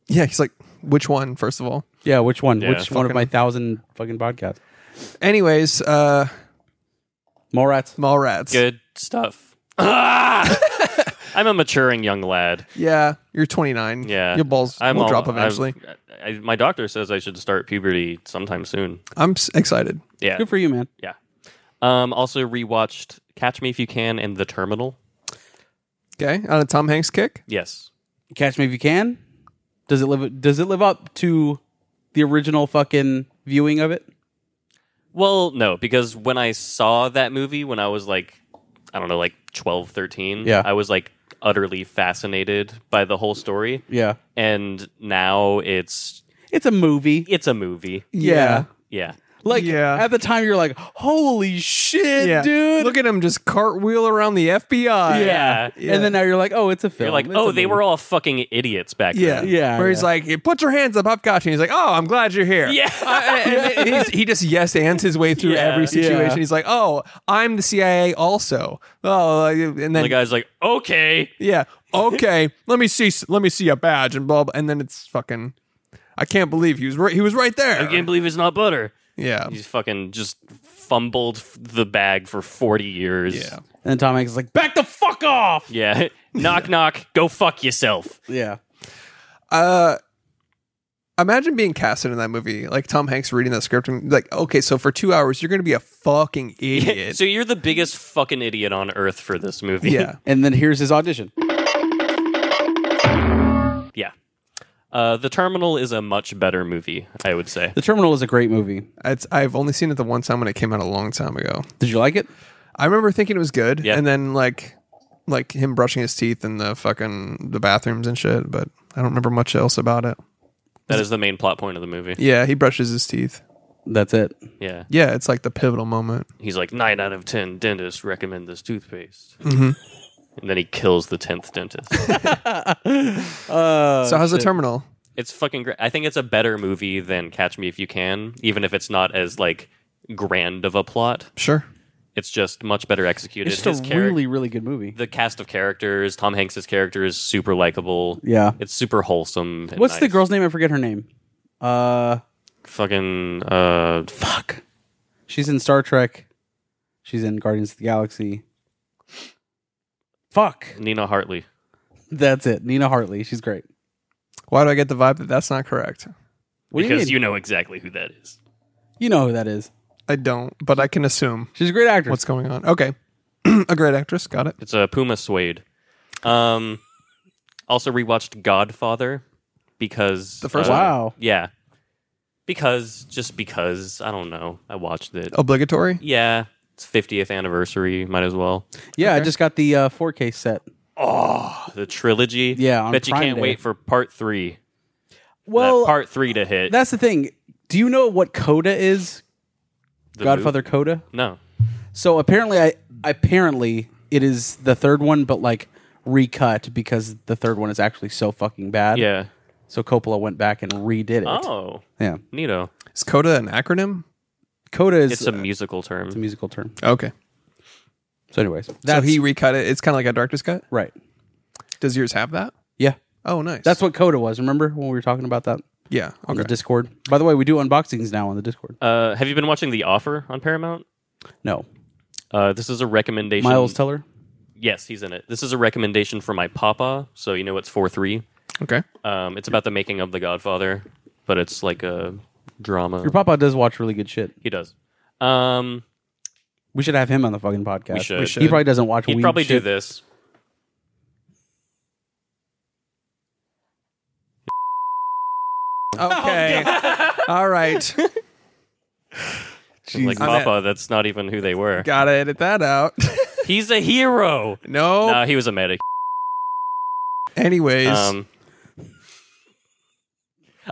A: Yeah, he's like, which one, first of all?
C: Yeah, which one?
B: Yeah,
C: which one of
A: fucking-
C: my thousand fucking podcasts?
A: Anyways, uh,
C: Mallrats.
A: Mallrats.
B: Good stuff. Ah! I'm a maturing young lad.
A: Yeah, you're 29.
B: Yeah.
A: Your balls
B: I'm
A: will
B: all-
A: drop
B: I've-
A: eventually.
B: I, my doctor says I should start puberty sometime soon.
A: I'm s- excited.
B: Yeah.
C: Good for you, man.
B: Yeah. Um, also rewatched Catch Me If You Can and The Terminal.
A: Okay, on a Tom Hanks kick.
B: Yes.
C: Catch me if you can. Does it live? Does it live up to the original fucking viewing of it?
B: Well, no, because when I saw that movie when I was like, I don't know, like 12, 13,
C: Yeah.
B: I was like utterly fascinated by the whole story.
C: Yeah,
B: And now it's
C: it's a movie.
B: it's a movie.
C: Yeah.
B: Yeah.
C: Like
A: Yeah.
C: at the time, you're like, "Holy shit, dude!"
A: Look at him just cartwheel around the FBI.
B: Yeah.
A: Yeah.
C: And then now you're like, "Oh, it's a film."
B: You're like,
C: It's
B: oh,
C: a
B: they
C: movie."
B: were all fucking idiots back
A: Yeah,
B: then.
C: Yeah,
A: Where he's
C: yeah.
A: like, "Put your hands up, I've got you." And he's like, "Oh, I'm glad you're here."
B: Yeah.
A: Uh, and and he's, he just yes ands his way through
B: Yeah.
A: every situation.
C: Yeah.
A: He's like, "Oh, I'm the CIA, also." Oh, uh, and then
B: And the guy's like, okay.
A: yeah, okay, let me see, let me see a badge and blah, blah. And then it's fucking, I can't believe he was right, he was right there.
B: I can't believe it's not butter.
A: yeah,
B: He's fucking just fumbled f- the bag for 40 years.
A: yeah.
C: and then Tom Hanks is like, "Back the fuck off."
B: Yeah. knock, knock. Go fuck yourself.
C: Yeah.
A: Uh, imagine being casted in that movie, like Tom Hanks reading that script and like, okay, so for two hours you're gonna be a fucking idiot.
B: so you're the biggest fucking idiot on earth for this movie.
A: yeah.
C: And then here's his audition.
B: yeah. Uh, the Terminal is a much better movie, I would say.
C: The Terminal is a great movie.
A: It's, I've only seen it the one time when it came out a long time ago.
C: Did you like it?
A: I remember thinking it was good,
B: Yeah.
A: and then like, like him brushing his teeth in the fucking the bathrooms and shit. But I don't remember much else about it.
B: That is the main plot point of the movie.
A: Yeah, he brushes his teeth.
C: That's it.
B: Yeah.
A: Yeah, it's like the pivotal moment.
B: He's like, nine out of 10 dentists recommend this toothpaste. Mm-hmm. And then he kills the 10th dentist.
C: Oh,
A: so how's the terminal?
B: It's fucking great. I think it's a better movie than Catch Me If You Can, even if it's not as like grand of a plot.
A: Sure.
B: It's just much better executed.
C: It's just a
B: His charac-
C: really, really good movie.
B: the cast of characters, Tom Hanks's character is super likable.
C: yeah.
B: It's super wholesome. and
C: What's the
B: nice.
C: girl's name? I forget her name. Uh,
B: fucking uh
C: fuck. She's in Star Trek. She's in Guardians of the Galaxy. Fuck.
B: Nina Hartley?
C: That's it. Nina Hartley. She's great.
A: Why do I get the vibe that that's not correct?
C: What do you
B: because
C: mean?
B: you know exactly who that is.
C: You know who that is.
A: I don't, but I can assume
C: She's a great actress.
A: what's going on. Okay, a great actress. Got it.
B: It's a Puma Suede. Um, also rewatched Godfather because
A: The first
B: uh,
A: one?
C: wow.
B: yeah, because just because I don't know, I watched it.
C: Oh.
A: Obligatory.
B: Yeah, it's 50th anniversary. Might as well.
C: Yeah, I just got the uh, 4K set.
B: The trilogy.
C: Oh. Yeah, on
B: bet you
C: Prime
B: can't
C: Day.
B: wait for part three.
C: Well,
B: that part three to hit.
C: that's the thing. Do you know what Coda is?
B: The
C: Godfather
B: movie.
C: Coda.
B: No.
C: So apparently, I apparently it is the third one, but like recut because the third one is actually so fucking bad.
B: Yeah.
C: So Coppola went back and redid it.
B: Oh,
C: Yeah.
B: Nito.
A: Is Coda an acronym?
C: Coda is
B: It's a musical term.
C: it's a musical term.
A: Okay.
C: So, anyways,
A: So
C: that's
A: he recut it. It's kind of like a director's cut.
C: right.
A: Does yours have that?
C: Yeah,
A: Oh, nice.
C: that's what Coda was. Remember when we were talking about that
A: yeah.
C: on
A: Okay.
C: the Discord? By the way, we do unboxings now on the Discord.
B: uh, have you been watching The Offer on Paramount?
C: No,
B: Uh, this is a recommendation.
C: Miles Teller.
B: Yes, he's in it. This is a recommendation for my papa. So you know it's four three.
A: Okay.
B: Um, it's about the making of The Godfather, but it's like a drama.
C: Your papa does watch really good shit.
B: he does. Um,
C: We should have him on the fucking podcast.
B: We should. We should.
C: He probably doesn't watch.
B: he'd
C: weeb
B: probably do
C: shit.
B: this.
A: Okay. Oh, All right.
B: Like
A: I'm at-
B: Papa, that's not even who they were.
A: Gotta edit that out.
B: He's a hero.
C: Oh.
A: no.
B: No, he was a medic.
A: Anyways.
B: Um,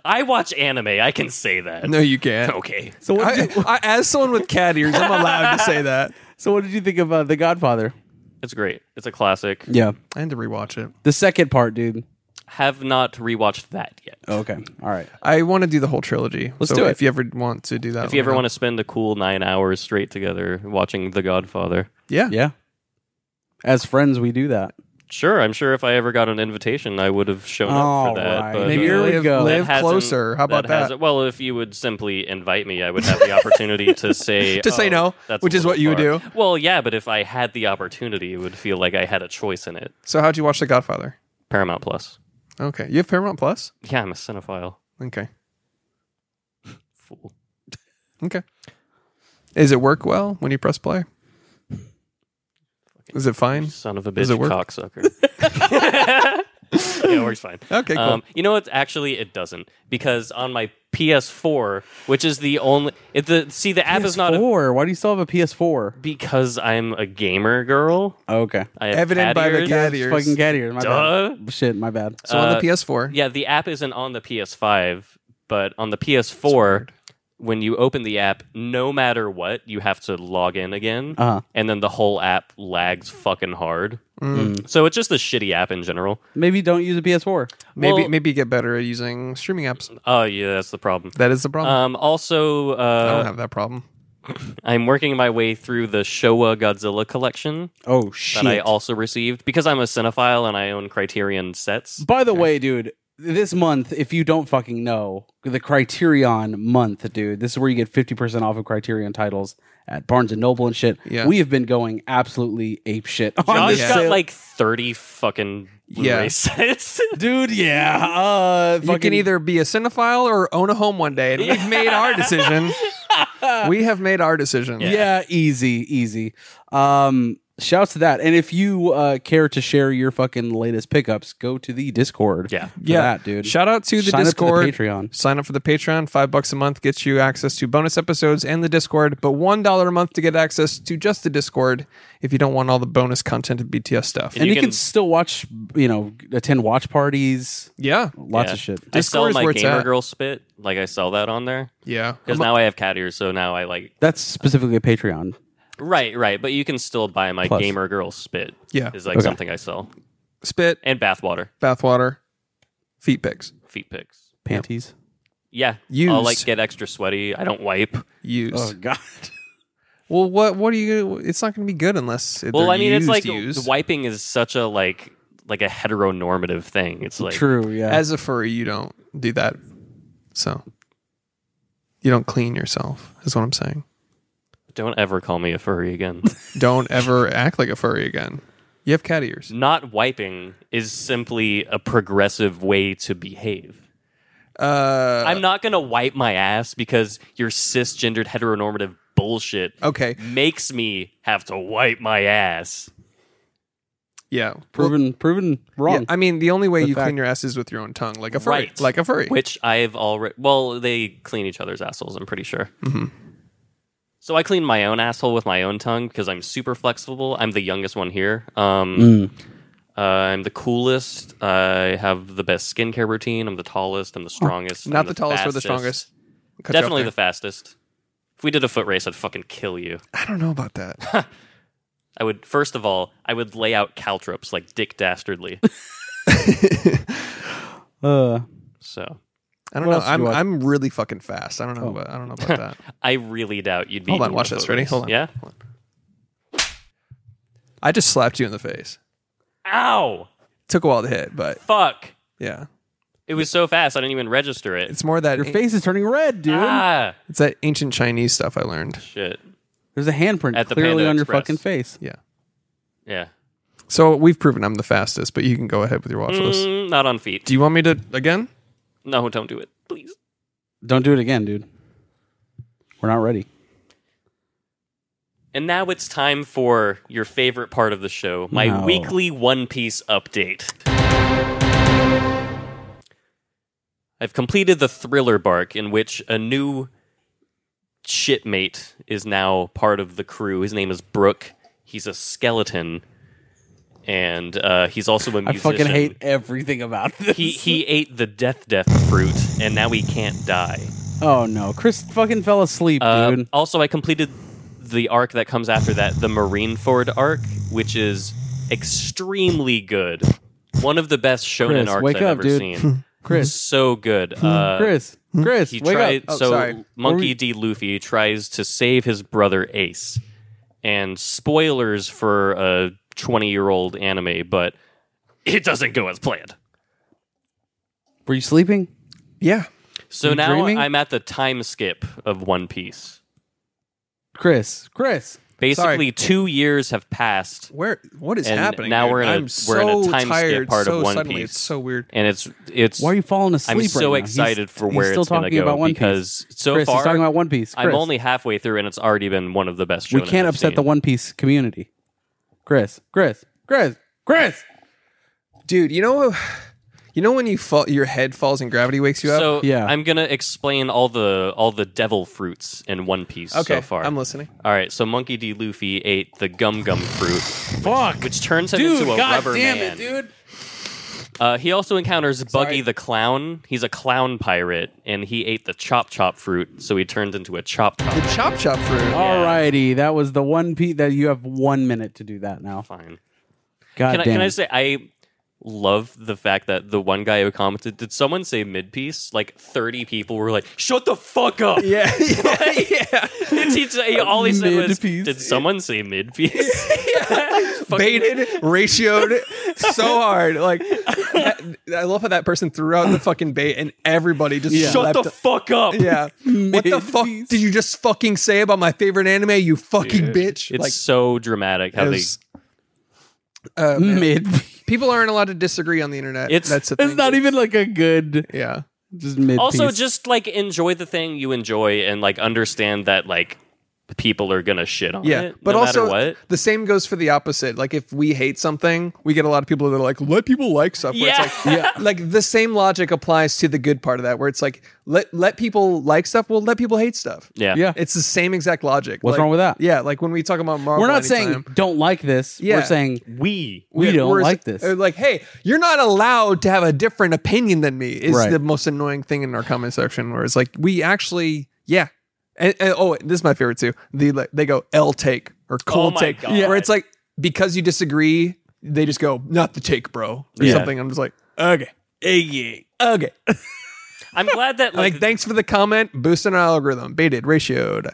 B: I watch anime. I can say that.
A: no, you can't.
B: Okay.
C: So what?
A: I,
C: Did you,
A: I, as someone with cat ears, I'm allowed to say that.
C: so what did you think of uh, the Godfather?
B: It's great. It's a classic.
C: Yeah,
A: I had to rewatch it.
C: the second part, dude.
B: Have not rewatched that yet.
C: Okay, all right.
A: I want to do the whole trilogy.
C: Let's
A: so
C: do it.
A: If you ever want to do that,
B: If you ever want to spend a cool nine hours straight together watching The Godfather,
A: to, yeah.
C: Yeah. As friends, we do that.
B: sure. I'm sure if I ever got an invitation, I would have shown
C: All
B: up for that.
C: right.
B: But
A: Oh, Maybe
C: Here we
A: live,
C: go.
B: that
A: live
B: hasn't-
A: closer. How about that?
B: hasn't- Well, if you would simply invite me, I would have the opportunity to say
A: To say
B: "Oh,
A: no,"
B: that's
A: which
B: a
A: is what
B: little
A: you
B: far."
A: do.
B: Well, yeah, but if I had the opportunity, it would feel like I had a choice in it.
A: So, how'd you watch The Godfather?
B: Paramount Plus.
A: Okay, you have Paramount Plus.
B: Yeah, I'm a cinephile.
A: Okay.
B: Fool.
A: Okay. Does it work well when you press play? Is it fine?
B: Son of a bitch,
A: Does it work?
B: cocksucker. yeah, it works fine.
A: Okay, cool.
B: Um, you know what? Actually, it doesn't because on my PS4, which is the only, it, the see the app is not a,
C: Four. Why do you still have a PS4?
B: because I'm a gamer girl.
C: Oh, okay.
B: I have
A: Evident
B: cat
A: by the
B: ears.
A: cat
C: It's
A: ears.
C: fucking cat ears. My
B: Duh.
C: bad. Shit, my bad.
A: so on
B: uh,
A: the PS4.
B: Yeah, the app isn't on the PS5, but on the PS4, when you open the app, no matter what, you have to log in again,
C: Uh-huh.
B: and then the whole app lags fucking hard.
A: Mm.
B: So it's just a shitty app in general.
C: Maybe don't use a PS4.
A: Maybe
B: Well-
A: maybe get better at using streaming apps.
B: Oh yeah, that's the problem.
A: That is the problem.
B: Um, also,
A: I don't
B: uh,
A: have that problem.
B: I'm working my way through the Showa Godzilla collection
C: Oh
B: that
C: shit!
B: I also received because I'm a cinephile and I own Criterion sets.
C: By the way, dude, this month, if you don't fucking know, the Criterion month, dude, this is where you get 50% off of Criterion titles at Barnes and Noble and shit.
A: Yeah.
C: We have been going absolutely ape shit on
B: Josh
C: this
A: the
B: got
C: sale.
B: like 30 fucking Blu-ray
A: Yeah.
B: sets.
C: dude, yeah. Uh,
A: You can either be a cinephile or own a home one day, and we've made our decision. we have made our decision.
C: Yeah. easy, easy. Um, shouts to that. And if you uh, care to share your fucking latest pickups, go to the Discord.
B: Yeah.
C: for
A: Yeah.
C: that, dude.
A: Shout out to the
C: Sign up to the
A: Discord.
C: Patreon.
A: Sign up for the Patreon. Five bucks a month gets you access to bonus episodes and the Discord, but one dollar a month to get access to just the Discord if you don't want all the bonus content of BTS stuff.
C: and
B: You
C: you can,
B: can-
C: still watch, you know, attend watch parties,
A: yeah.
C: lots
B: Yeah.
C: of shit.
B: I sell
A: Discord is
B: my
A: where it's
B: gamer
A: at.
B: girl spit. Like I sell that on there
A: Yeah.
B: because now I have cat ears, so now I like
C: That's specifically a Patreon.
B: right, right. But you can still buy my
C: Plus.
B: gamer girl spit.
A: Yeah.
B: is like
C: Okay.
B: something I sell
A: Spit,
B: and bathwater,
A: bathwater, feet pics.
B: feet picks.
C: Panties.
B: Yeah, I'll
A: Used.
B: like get extra sweaty. I don't wipe.
A: Used.
C: God.
A: Well, what what are you? It's not going to be good unless it,
B: Well, I mean, it's like
A: used.
B: wiping is such a like like a heteronormative thing. It's like
C: True. Yeah.
A: As a furry, you don't do that, so you don't clean yourself. Is what I'm saying.
B: don't ever call me a furry again.
A: Don't ever act like a furry again. You have cat ears.
B: Not wiping is simply a progressive way to behave.
A: Uh,
B: I'm not gonna wipe my ass because your cisgendered heteronormative bullshit
A: okay.
B: makes me have to wipe my ass.
A: Yeah.
C: proven, proven wrong.
A: Yeah, I mean, the only way
C: The
A: you
C: fact-
A: clean your ass is with your own tongue, like a furry,
B: Right.
A: like a furry.
B: Which I've already. Well, they clean each other's assholes. I'm pretty sure.
A: Mm-hmm.
B: So I clean my own asshole with my own tongue because I'm super flexible. I'm the youngest one here. Um, uh, I'm the coolest. I have the best skincare routine. I'm the tallest. I'm the strongest.
A: Not
B: I'm
A: the, tallest or the
B: fastest.
A: strongest. Cut you off
B: Definitely
A: there.
B: the fastest. If we did a foot race, I'd fucking kill you.
A: I don't know about that.
B: I would first of all, I would lay out caltrops like Dick Dastardly.
C: uh,
B: so
A: I don't know.
C: What else did you Oh.
A: I'm
C: watch?
A: I'm really fucking fast. I don't know. About, I don't know about that.
B: I really doubt you'd be.
A: Hold on,
B: in a
A: watch this.
B: foot
A: Ready?
B: race.
A: Hold on.
B: Yeah.
A: I just slapped you in the face.
B: Ow!
A: Took a while to hit, but
B: Fuck.
A: yeah,
B: It was so fast, I didn't even register it.
A: it's more that
C: your face is turning red, dude.
B: ah,
A: It's that ancient Chinese stuff I learned.
B: shit.
C: There's a handprint
B: At the
C: clearly
B: Panda
C: on your
B: Express.
C: fucking face.
A: Yeah.
B: Yeah.
A: So we've proven I'm the fastest, but you can go ahead with your watch list.
B: Mm, not on feet.
A: Do you want me to again?
B: No, don't do it, please.
C: Don't do it again, dude. We're not ready.
B: And now it's time for your favorite part of the show, my
C: No.
B: weekly One Piece update. I've completed the thriller bark in which a new shipmate is now part of the crew. His name is Brooke. He's a skeleton. And uh, he's also a
C: I
B: musician.
C: fucking hate everything about this.
B: he he ate the death death fruit and now he can't die.
C: oh no, Chris fucking fell asleep,
B: Uh,
C: dude.
B: also, I completed the arc that comes after that, the Marineford arc, which is extremely good. One of the best shonen
C: Chris,
B: arcs
C: wake
B: I've
C: up,
B: ever
C: dude.
B: seen.
C: Chris, Hmm,
B: so good. Uh,
C: Chris, Chris,
B: he
C: wake
B: tried
C: up. Oh,
B: so
A: sorry.
B: monkey
C: Were we-
B: d luffy tries to save his brother ace and spoilers for a 20 year old anime but it doesn't go as planned
C: Were you sleeping?
A: Yeah.
B: so
C: You
B: now
C: dreaming?
B: i'm at the time skip of one piece
C: Chris, Chris.
B: Basically, two years have passed,
A: Where? What is
B: And
A: happening?
B: now
A: dude?
B: we're in a-
A: I'm
B: we're in a
A: so
B: time skip
A: tired
B: part of
A: so
B: One
A: suddenly.
B: Piece.
A: It's so weird.
B: and it's it's.
C: Why are you falling asleep?
B: I'm so
C: right now? He's-
B: excited for
C: he's
B: where
C: still
B: it's going to
C: talking
B: go
C: about One Piece.
B: because so
C: Chris,
B: far
C: he's talking about One Piece.
B: I'm
C: Chris.
B: only halfway through, and it's already been one of the best.
C: We
B: shonen
C: can't
B: I've
C: upset the
B: seen.
C: One Piece community. Chris, Chris, Chris, Chris.
A: dude you know you know when you fall your head falls and gravity wakes you up
B: So
C: Yeah.
B: I'm gonna explain all the all the devil fruits in One Piece
A: okay
B: so far.
A: i'm listening
B: All right, so Monkey D. Luffy ate the gum gum fruit,
C: Fuck.
B: which turns him
C: Dude,
B: into a
C: god
B: rubber
C: damn
B: man.
C: it, dude.
B: Uh, he also encounters Buggy the clown. He's a clown pirate, and he ate the chop chop fruit, so he turned into a chop chop.
A: The chop chop fruit.
C: Alrighty, that was the one pe that you have one minute to do that now.
B: Fine.
C: God
B: Can I,
C: damn.
B: can I
C: it.
B: just say I love the fact that the one guy who commented, did someone say mid piece? Like thirty people were like, "Shut the fuck up!"
A: Yeah, yeah, yeah.
B: It's- it's- he- all he said was,
C: Mid-piece.
B: "Did someone say mid piece?"
A: Baited, ratioed so hard. Like, that- I love how that person threw out the fucking bait, and everybody just
C: Yeah.
B: Shut
A: leapt-
B: the fuck up!
A: Yeah. what the fuck did you just fucking say about my favorite anime? You fucking bitch.
B: It's
A: like,
B: so dramatic how
A: it
B: they.
A: was- uh, man,
C: mid.
A: people aren't allowed to disagree on the internet.
B: It's-
A: That's the
C: It's
A: thing.
C: not even like a good
A: Yeah.
C: just mid.
B: Also,
C: piece.
B: just like enjoy the thing you enjoy, and like understand that like people are gonna shit on
A: Yeah,
B: it,
A: but
B: no
A: also
B: matter what.
A: the same goes for the opposite. Like if we hate something, we get a lot of people that are like, "Let people like stuff." Where it's like,
B: Yeah.
A: like the same logic applies to the good part of that, where it's like, let let people like stuff. Well, let people hate stuff.
B: Yeah,
C: Yeah.
A: it's the same exact logic.
C: What's
A: Like-
C: wrong with that?
A: Yeah, like when we talk about Marvel,
C: we're not saying
A: anytime,
C: don't like this.
A: Yeah.
C: We're saying
B: we
C: we
A: we're-
C: don't
A: we're-
C: like this.
A: uh, Like, hey, you're not allowed to have a different opinion than me. Is
C: Right.
A: the most annoying thing in our comment section, where it's like we actually, yeah. And, and- oh, this is my favorite too. The like, they go L take or cold
B: Oh my
A: take,
B: God.
A: where it's like because you disagree, they just go not the take, bro, or
C: Yeah.
A: something. I'm just like, okay, okay, okay.
B: I'm glad that like,
A: Like, thanks for the comment, boosting our algorithm, baited, ratioed.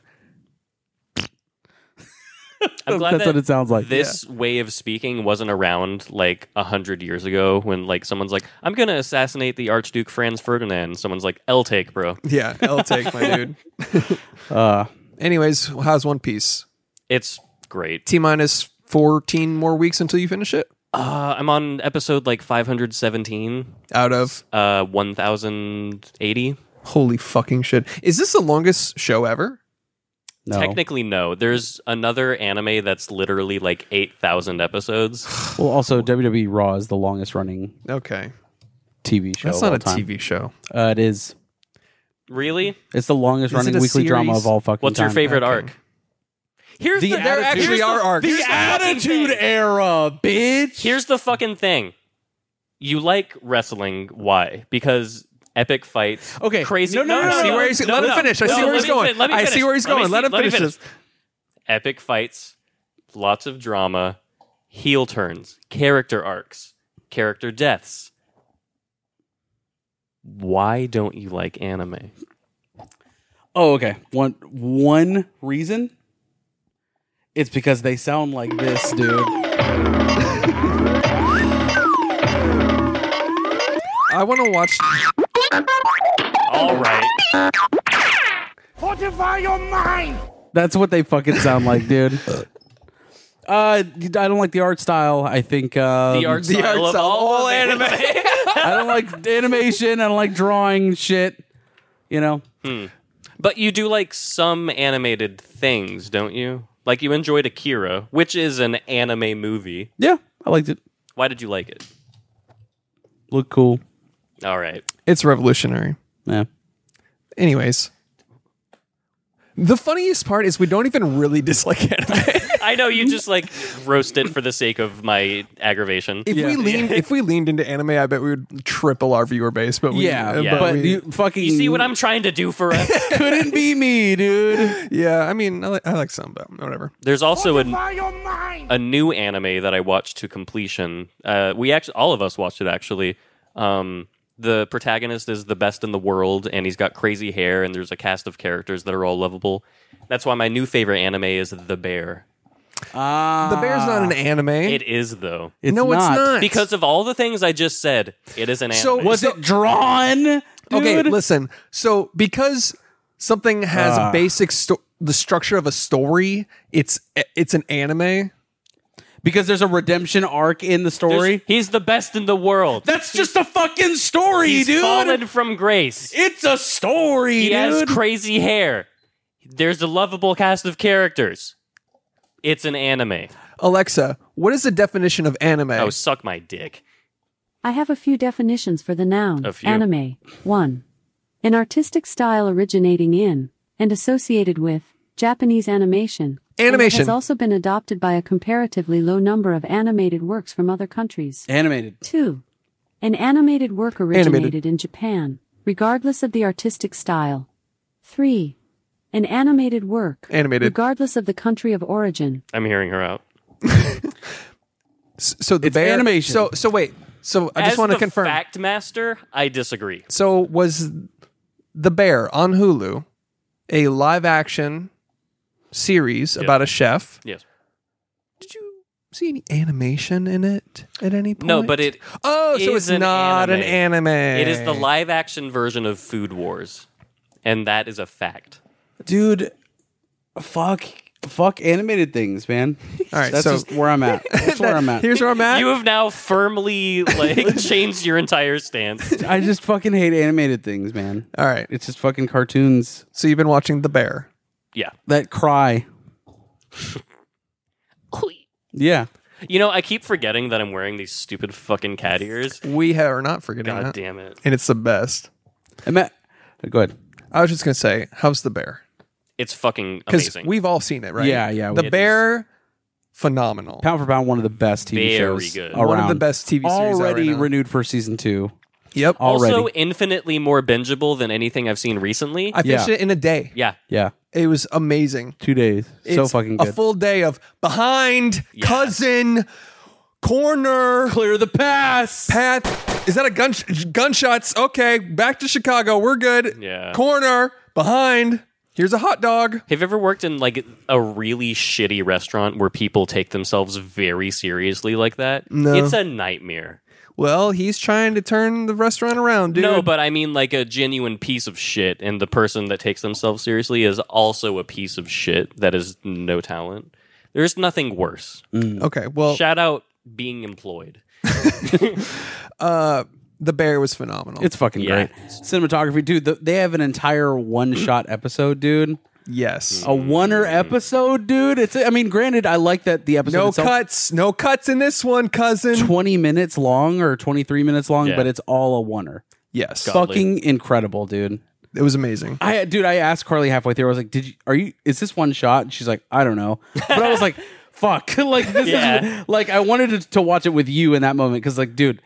B: I'm glad
C: That's
B: that
C: what it sounds like.
B: this way of speaking wasn't around like a hundred years ago when like someone's like, I'm gonna assassinate the Archduke Franz Ferdinand. Someone's like, L take, bro.
A: Yeah, L take, my dude.
C: Uh,
A: Anyways, how's One Piece?
B: It's great.
A: T minus fourteen more weeks until you finish it.
B: Uh, I'm on episode like 517,
A: Out of
B: uh, 1080.
A: Holy fucking shit. Is this the longest show ever?
C: no.
B: Technically, no. There's another anime that's literally like 8,000 episodes.
C: Well, also WWE Raw is the longest running
A: Okay.
C: TV show.
A: That's
C: of
A: not
C: all
A: a
C: time.
A: TV show.
C: Uh, it is.
B: really?
C: It's the longest
A: Is
C: running
A: it a
C: weekly drama
A: series?
C: of all fucking.
B: What's your
C: time.
B: favorite
A: okay.
B: arc? Here's
A: The
B: the,
A: there
B: attitude-
A: actually
B: here's
A: are arcs.
B: here's fucking thing.
C: Era, bitch.
B: Here's the fucking thing. You like wrestling. Why? Because epic fights.
C: Okay.
B: Crazy.
C: No, no, no, no,
A: I see
C: no.
A: where he's let him finish. I
B: No,
A: see where
B: let
A: he's
B: me
A: going.
B: fin- let me
A: I see
B: finish.
A: where he's
B: Let me
A: going. Let
B: see-
A: him
B: let me
A: finish this.
B: Epic fights. Lots of drama. Heel turns. Character arcs. Character deaths. Why don't you like anime?
C: Oh, okay. One one reason. It's because they sound like this, dude.
A: I want to watch
B: All right.
C: That's what they fucking sound like, dude. Uh, I don't like the art style. I think um,
B: The art
A: the
B: style
A: art
B: of
A: style, all
B: all of
A: anime.
C: I don't like animation. I don't like drawing shit. You know,
B: But you do like some animated things, don't you? Like you enjoyed Akira, which is an anime movie.
C: yeah, I liked it.
B: Why did you like it?
C: Looked cool.
B: All right.
A: It's revolutionary.
C: Yeah.
A: Anyways. The funniest part is we don't even really dislike anime.
B: I know you just like roast it for the sake of my aggravation.
A: if we leaned if we leaned into anime, I bet we would triple our viewer base, but we
C: Yeah,
A: uh,
B: Yeah.
C: but
A: we-
C: you fucking
B: You see what I'm trying to do for us?
C: couldn't be me, dude.
A: yeah, I mean, I, li- I like some, but whatever.
B: There's also an, a new anime that I watched to completion. Uh, we actually, all of us watched it actually. Um, the protagonist is the best in the world, and he's got crazy hair, and there's a cast of characters that are all lovable. That's why my new favorite anime is The Bear.
C: Ah,
A: The Bear's not an anime.
B: It is though,
C: Uh, it's
A: no, it's not.
B: because of all the things I just said. It is an anime.
A: So
C: Was it drawn? Dude?
A: Okay, listen. So because something has
C: Ah.
A: basic sto- the structure of a story, it's it's an anime.
C: because there's a redemption arc in the
B: There's-
C: story.
B: He's the best in the world.
C: That's just a fucking story,
B: he's
C: dude.
B: fallen from grace.
C: It's a story,
B: He
C: dude.
B: has crazy hair. There's a lovable cast of characters. It's an anime.
A: Alexa, what is the definition of anime?
B: Oh, suck my dick.
F: I have a few definitions for the noun
B: A few.
F: anime. 1. An artistic style originating in and associated with Japanese animation. and it
A: Animation.
F: has also been adopted by a comparatively low number of animated works from other countries.
C: Animated.
F: 2. An animated work originated
A: Animated.
F: in Japan, regardless of the artistic style. 3. An animated work,
A: Animated.
F: regardless of the country of origin.
B: I'm hearing her out.
A: S- So the
C: It's
A: bear
C: animation.
A: So so wait. So I
B: As
A: just want to
B: the
A: confirm.
B: Fact master, I disagree.
A: so was the bear on Hulu a live action series about a chef?
B: Yes.
A: Did you see any animation in it at any point?
B: No, but it
A: Oh, so
B: is
A: it's not an
B: anime.
A: anime.
B: It is the live action version of Food Wars, and that is a fact.
C: dude. Fuck, fuck animated things, man.
A: All right,
C: that's
A: so-
C: just where I'm at. That's where I'm at.
A: Here's where I'm at.
B: You have now firmly like changed your entire stance.
C: I just fucking hate animated things, man.
A: All right.
C: It's just fucking cartoons
A: So you've been watching The Bear.
B: Yeah.
C: that cry. Yeah,
B: You know, I keep forgetting that I'm wearing these stupid fucking cat ears.
A: We ha- are not forgetting
B: God
A: that.
B: damn it.
A: And it's the best.
C: I'm at, go ahead.
A: I was just going to say, how's The Bear?
B: It's fucking
A: Because
B: amazing.
A: we've all seen it, right?
C: Yeah, yeah,
A: The
C: it
A: Bear, phenomenal.
C: Pound for pound, one of the best TV
B: Very
C: shows
B: good.
C: around.
A: One of the best TV series out
C: already
A: right now.
C: renewed for season two.
A: Yep.
C: Already,
B: also infinitely more bingeable than anything I've seen recently.
A: I finished
C: Yeah.
A: it in a day.
B: yeah.
C: yeah,
A: It was amazing.
C: two days. so
A: It's
C: fucking good.
A: A full day of behind,
B: Yeah.
A: cousin, corner,
C: Clear the pass.
A: path. Is that a gun? Gunshots. Okay, back to Chicago. We're good.
B: Yeah.
A: Corner behind. Here's a hot dog.
B: Have you ever worked in like a really shitty restaurant where people take themselves very seriously like that?
A: No.
B: It's a nightmare.
A: Well, he's trying to turn the restaurant around, dude.
B: No, but I mean like a genuine piece of shit, and the person that takes themselves seriously is also a piece of shit that is no talent. There's nothing worse.
A: Mm. okay. Well,
B: Shout out being employed.
A: uh, the bear was phenomenal.
C: It's fucking
B: Yeah.
C: great. Cinematography, dude. The, they have an entire one shot episode, dude.
A: yes.
C: A oneer episode, dude. It's. I mean, granted, I like that the episode.
A: no
C: itself-
A: cuts. No cuts in this one, cousin.
C: Twenty minutes long or twenty three minutes long,
B: Yeah.
C: but it's all a oneer.
A: yes.
B: Godly.
C: Fucking incredible, dude.
A: It was amazing.
C: I dude, I asked Carly halfway through. I was like, "Did you? Are you? Is this one shot?" And she's like, "I don't know." But I was like, "Fuck!" like this
B: Yeah.
C: is like I wanted to, to watch it with you in that moment because like, dude,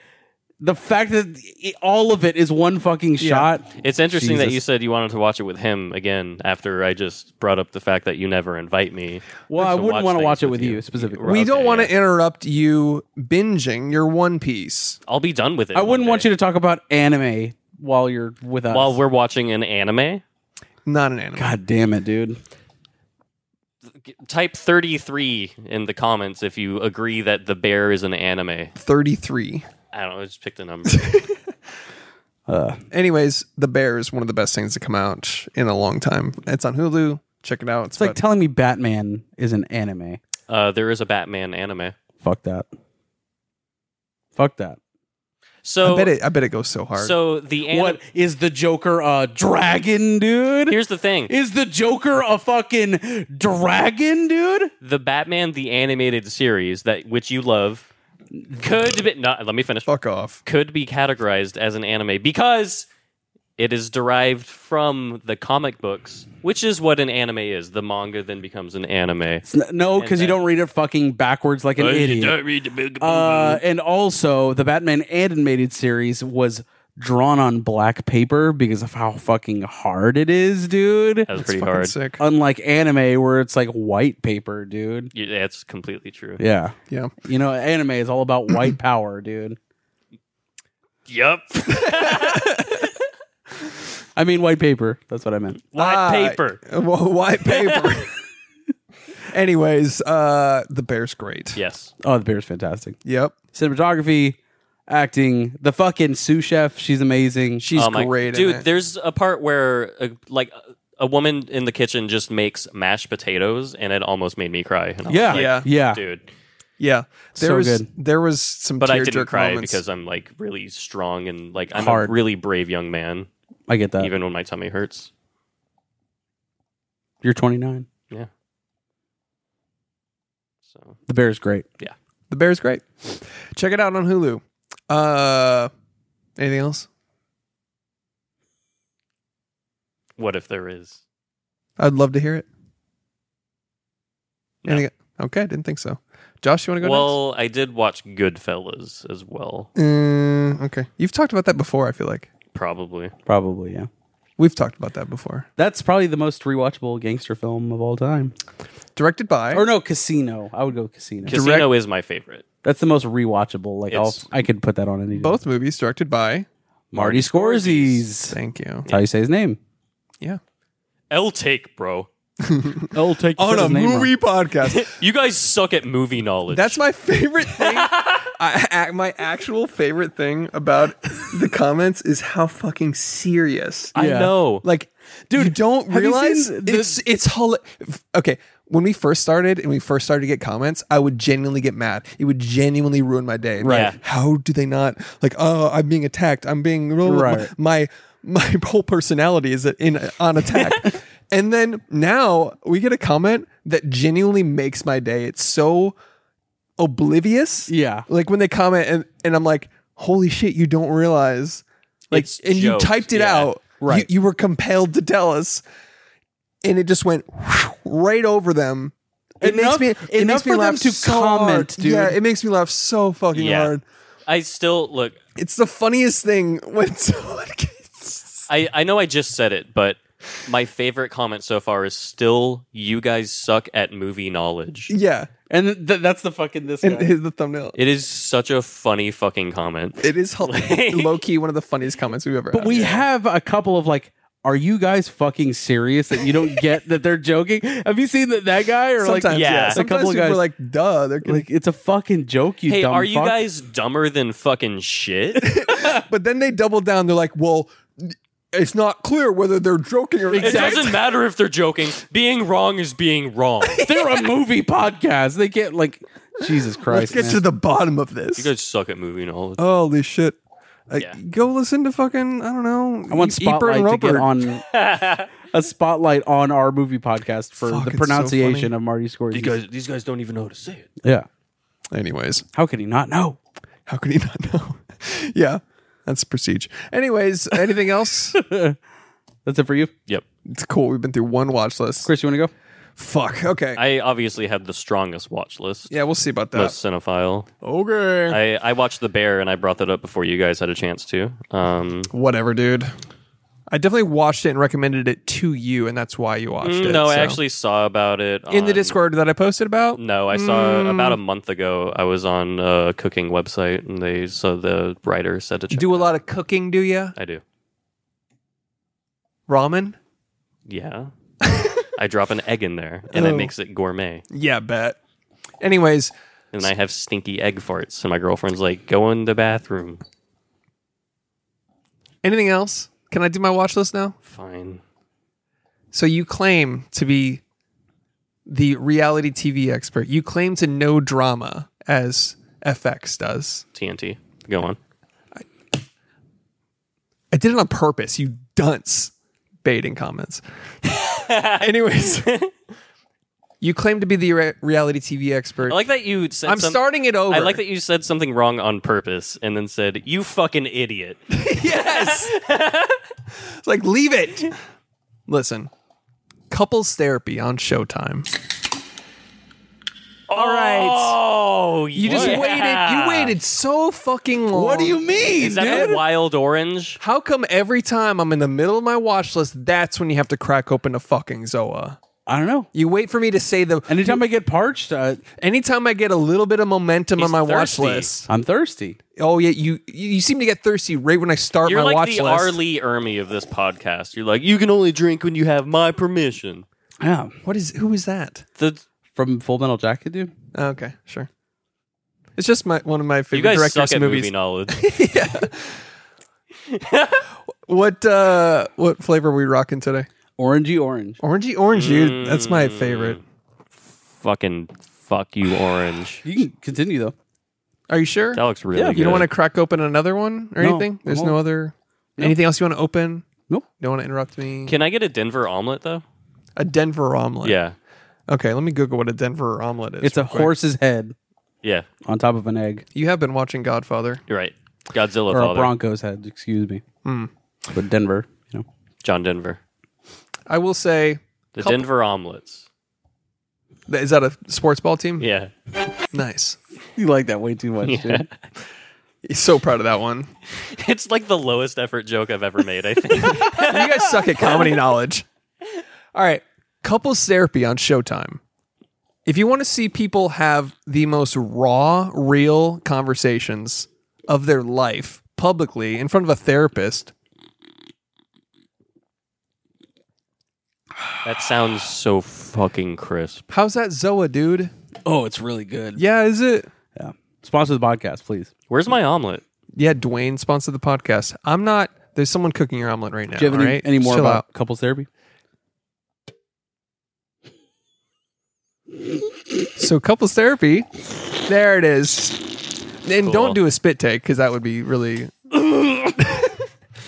C: the fact that it, all of it is one fucking shot.
B: It's interesting that
C: Jesus.
B: you said you wanted to watch it with him again after I just brought up the fact that you never invite me.
C: Well, I wouldn't want to
B: things
C: watch it with you, specifically.
A: we
B: Okay,
A: don't want to
B: yeah.
A: interrupt you binging your One Piece.
B: I'll be done with it.
C: I wouldn't want you
B: to
C: to talk about anime while you're with us.
B: while we're watching an anime.
A: Not an anime.
C: God damn it, dude.
B: Type 33 in the comments if you agree that the bear is an anime.
A: 33.
B: I don't know, I just picked a number.
C: Uh,
A: Anyways, The Bear is one of the best things to come out in a long time. It's on Hulu. Check it out. It's,
C: It's like
A: about-
C: telling me Batman is an anime.
B: uh, there is a Batman anime.
C: Fuck that. Fuck that.
B: So
A: I bet it I bet it goes so hard.
B: So the anim-
C: What is the Joker a dragon, dude?
B: Here's the thing:
C: Is the Joker a fucking dragon, dude?
B: the Batman the animated series that which you love could be not. Let me finish.
A: Fuck off.
B: Could be categorized as an anime because it is derived from the comic books, which is what an anime is. The manga then becomes an anime.
C: No, because
B: And
C: you
B: that-
C: don't read it fucking backwards like an idiot.
B: Oh, read the big
C: Uh, and also, the Batman animated series was drawn on black paper because of how fucking hard it is, dude.
B: That was
A: It's
B: pretty
A: fucking
B: hard.
A: sick.
C: Unlike anime, where it's like white paper, dude.
B: Yeah, that's completely true.
C: Yeah.
A: yeah.
C: You know, anime is all about white power, dude.
B: Yup.
C: I mean, white paper. That's what I meant.
B: White
A: Ah,
B: paper.
A: uh, well, white paper. Anyways, uh The Bear's great.
B: Yes.
C: Oh, the beer's fantastic.
A: Yep.
C: cinematography, acting, the fucking sous chef. She's amazing. She's
A: She's
B: Oh my-
A: great. in
B: dude.
A: it.
B: There's a part where uh, like a woman in the kitchen just makes mashed potatoes, and it almost made me cry. And I was
C: yeah,
B: like,
A: Yeah.
C: yeah.
B: dude.
A: yeah. There
C: so
A: was
C: good.
A: there was some
B: But I didn't
A: tear-jerk
B: cry
A: moments.
B: because I'm like really strong and like I'm
C: Hard.
B: a really brave young man,
C: I get
A: Uh,
C: that.
B: even when my tummy hurts.
C: You're 29.
B: Yeah. So
C: The bear's great.
A: The Bear's great. Check it out on Hulu. Uh anything else?
B: what if there is?
A: I'd love to hear it.
B: No.
A: Anything- Okay, I didn't think so. Josh, you want to go
B: well, I did watch Goodfellas as well,
A: next? Mm, okay. You've talked about that before, I feel like.
B: probably.
C: Probably, yeah.
A: We've talked about that before.
C: That's probably the most rewatchable gangster film of all time.
A: Directed by
C: Or no, Casino. I would go Casino.
B: Casino is my favorite.
C: That's the most rewatchable. Like I'll,
B: It's-
C: I could put that on any. day.
A: both movies directed by
C: Marty Scorsese's. That's
A: Thank you.
C: how you say his name.
A: Yeah.
B: L take, bro.
C: I'll take
A: On a movie podcast.
B: You guys suck at movie knowledge.
A: That's my favorite thing. I, ac- my actual favorite thing about the comments is how fucking serious.
B: I
C: Yeah.
B: know.
A: Like, dude, don't
C: have you
A: realize
C: seen the-
A: it's it's hol- okay. When we first started and we first started to get comments, I would genuinely get mad. It would genuinely ruin my day.
B: Right. Yeah.
A: How do they not like? Oh, I'm being attacked. I'm being
C: Right.
A: My my whole personality is in on attack. and then now we get a comment that genuinely makes my day. It's so oblivious.
C: Yeah.
A: Like when they comment and, and I'm like, holy shit, you don't realize. Like
B: It's
A: and
B: jokes,
A: you typed it
B: yeah.
A: out.
C: Right.
A: You, you were compelled to tell us. And it just went right over them. It
C: Enough-
A: makes me it
C: enough
A: makes me
C: for them
A: laugh
C: to
A: so
C: comment,
A: hard.
C: dude.
A: Yeah, it makes me laugh so fucking
B: Yeah.
A: hard.
B: I still look.
A: It's the funniest thing when someone gets
B: I, I know I just said it, but my favorite comment so far is still you guys suck at movie knowledge.
A: Yeah.
C: And th- that's the fucking this
A: And
C: guy.
A: here's the thumbnail.
B: It is such a funny fucking comment.
A: it is low key one of the funniest comments we've ever
C: but
A: had.
C: we have a couple of like, are you guys fucking serious that you don't get that they're joking? Have you seen that that guy or
A: sometimes
C: like
B: yeah.
A: yeah.
B: a
C: couple
A: Sometimes
C: of
A: people
C: guys-
A: are like, duh, they're
C: like it's a fucking joke? You
B: hey,
C: dumb
B: are you
C: fuck.
B: guys dumber than fucking shit?
A: But then they double down. They're like, well, it's not clear whether they're joking or
B: It doesn't matter if they're joking. Being wrong is being wrong.
C: They're a movie podcast. They get like Jesus
A: Let's
C: Christ.
A: get to
C: man.
A: the bottom of
B: You
A: this.
B: guys suck at movie knowledge.
A: Holy shit. Like,
B: Yeah.
A: Go listen to fucking, I don't know.
C: I want
A: E- Eper and
C: spotlight to get
A: Roper.
C: on a spotlight on our movie podcast for
A: Fuck,
C: the
A: it's so
C: pronunciation
A: funny.
C: of Marty Scorsese.
B: You guys, these guys don't even know how to say it.
C: yeah.
A: Anyways,
C: How could he not know?
A: how could he not know? yeah, that's prestige. Anyways, anything else?
C: That's it for you,
B: Yep.
A: it's cool. We've been through one watch list.
C: Chris. You want to go?
A: Fuck. Okay.
B: I obviously had the strongest watch list.
A: yeah, Oh. we'll see about that.
B: Most cinephile.
A: Okay.
B: I, I watched The Bear and I brought that up before you guys had a chance to. Um,
A: Whatever, dude. I definitely watched it and recommended it to you, and that's why you watched it.
B: Mm, no, I
A: so.
B: actually saw about it
A: in the
B: on-
A: Discord Mm. that I posted about.
B: No, I saw about a month ago. I was on a cooking website and they so the writer said to check.
A: Do a lot of cooking, do you?
B: I do.
A: Ramen?
B: Yeah. I drop an egg in there and
A: Oh.
B: it makes it gourmet.
A: Yeah, bet. Anyways,
B: And I have stinky egg farts and my girlfriend's like, "Go in the bathroom."
A: anything else? Can I do my watch list now?
B: Fine.
A: So you claim to be the reality TV expert. You claim to know drama as FX does.
B: TNT. Go on.
A: I did it on purpose, you dunce. Baiting comments. Anyways, you claim to be the re- reality TV expert.
B: I like that you said
A: I'm
B: some-
A: starting it over.
B: I like that you said something wrong on purpose and then said, "You fucking idiot."
A: yes. it's like leave it. Listen, couples therapy on Showtime. All right,
B: Oh,
A: you just
B: yeah.
A: waited. You waited so fucking long.
C: What do you mean,
B: Is that
C: dude?
B: a wild orange?
A: How come every time I'm in the middle of my watch list, that's when you have to crack open a fucking Zoa?
C: I don't know.
A: You wait for me to say the.
C: Anytime I get parched, uh,
A: Anytime I get a little bit of momentum
B: He's
A: on my
B: thirsty.
A: watch list,
C: I'm thirsty.
A: oh yeah, you you seem to get thirsty right when I start
B: You're
A: my
B: like
A: watch
B: the
A: list.
B: Arlie Ermy of this podcast. You're like, you can only drink when you have my permission.
C: Yeah,
A: what is who is that? Oh,
B: The
C: from Full Metal Jacket, dude.
A: Okay, sure. It's just my one of my
B: you
A: favorite
B: guys
A: directors'
B: suck at
A: movies.
B: movie knowledge.
A: What uh what flavor are we rocking today?
C: Orangey orange.
A: Orangey orange,
B: Mm.
A: dude. That's my favorite.
B: Fucking fuck you, orange.
C: You can continue though.
A: Are you sure?
B: That looks really.
C: Yeah,
B: good.
A: you don't want to crack open another one or
C: No,
A: anything? There's
C: I'm
A: no
C: all-
A: other anything else you want to open?
C: Nope.
A: Don't want to interrupt me.
B: Can I get a Denver omelet though?
A: a Denver omelet.
B: Yeah,
A: Okay, let me Google what a Denver omelet is.
C: It's a
A: real quick.
C: horse's head
B: yeah.
C: on top of an egg,
A: You have been watching Godfather.
B: You're right. Godzilla
C: or a
B: father,
C: Broncos head. Excuse me. But Denver, you know.
B: John Denver.
A: I will say
B: The
A: Couple-
B: Denver omelets.
A: Is that a sports ball team?
B: Yeah.
A: Nice.
C: You like that way too much, dude.
A: He's so proud of that one.
B: It's like the lowest effort joke I've ever made, I think.
A: You guys suck at comedy knowledge. All right. Couples therapy on Showtime. If you want to see people have the most raw, real conversations of their life publicly in front of a therapist,
B: that sounds so fucking crisp.
A: how's that Zoa, dude?
C: Oh, it's really good.
A: Yeah, is it?
C: Yeah. Sponsor the podcast, please.
B: Where's my omelet?
A: Yeah, Dwayne sponsored the podcast. I'm not. There's someone cooking your omelet right now.
C: Do you have
A: all
C: any,
A: right?
C: any more
A: Chill
C: about
A: out.
C: couples therapy?
A: So couples therapy. There it is. And
B: Cool.
A: don't do a spit take because that would be really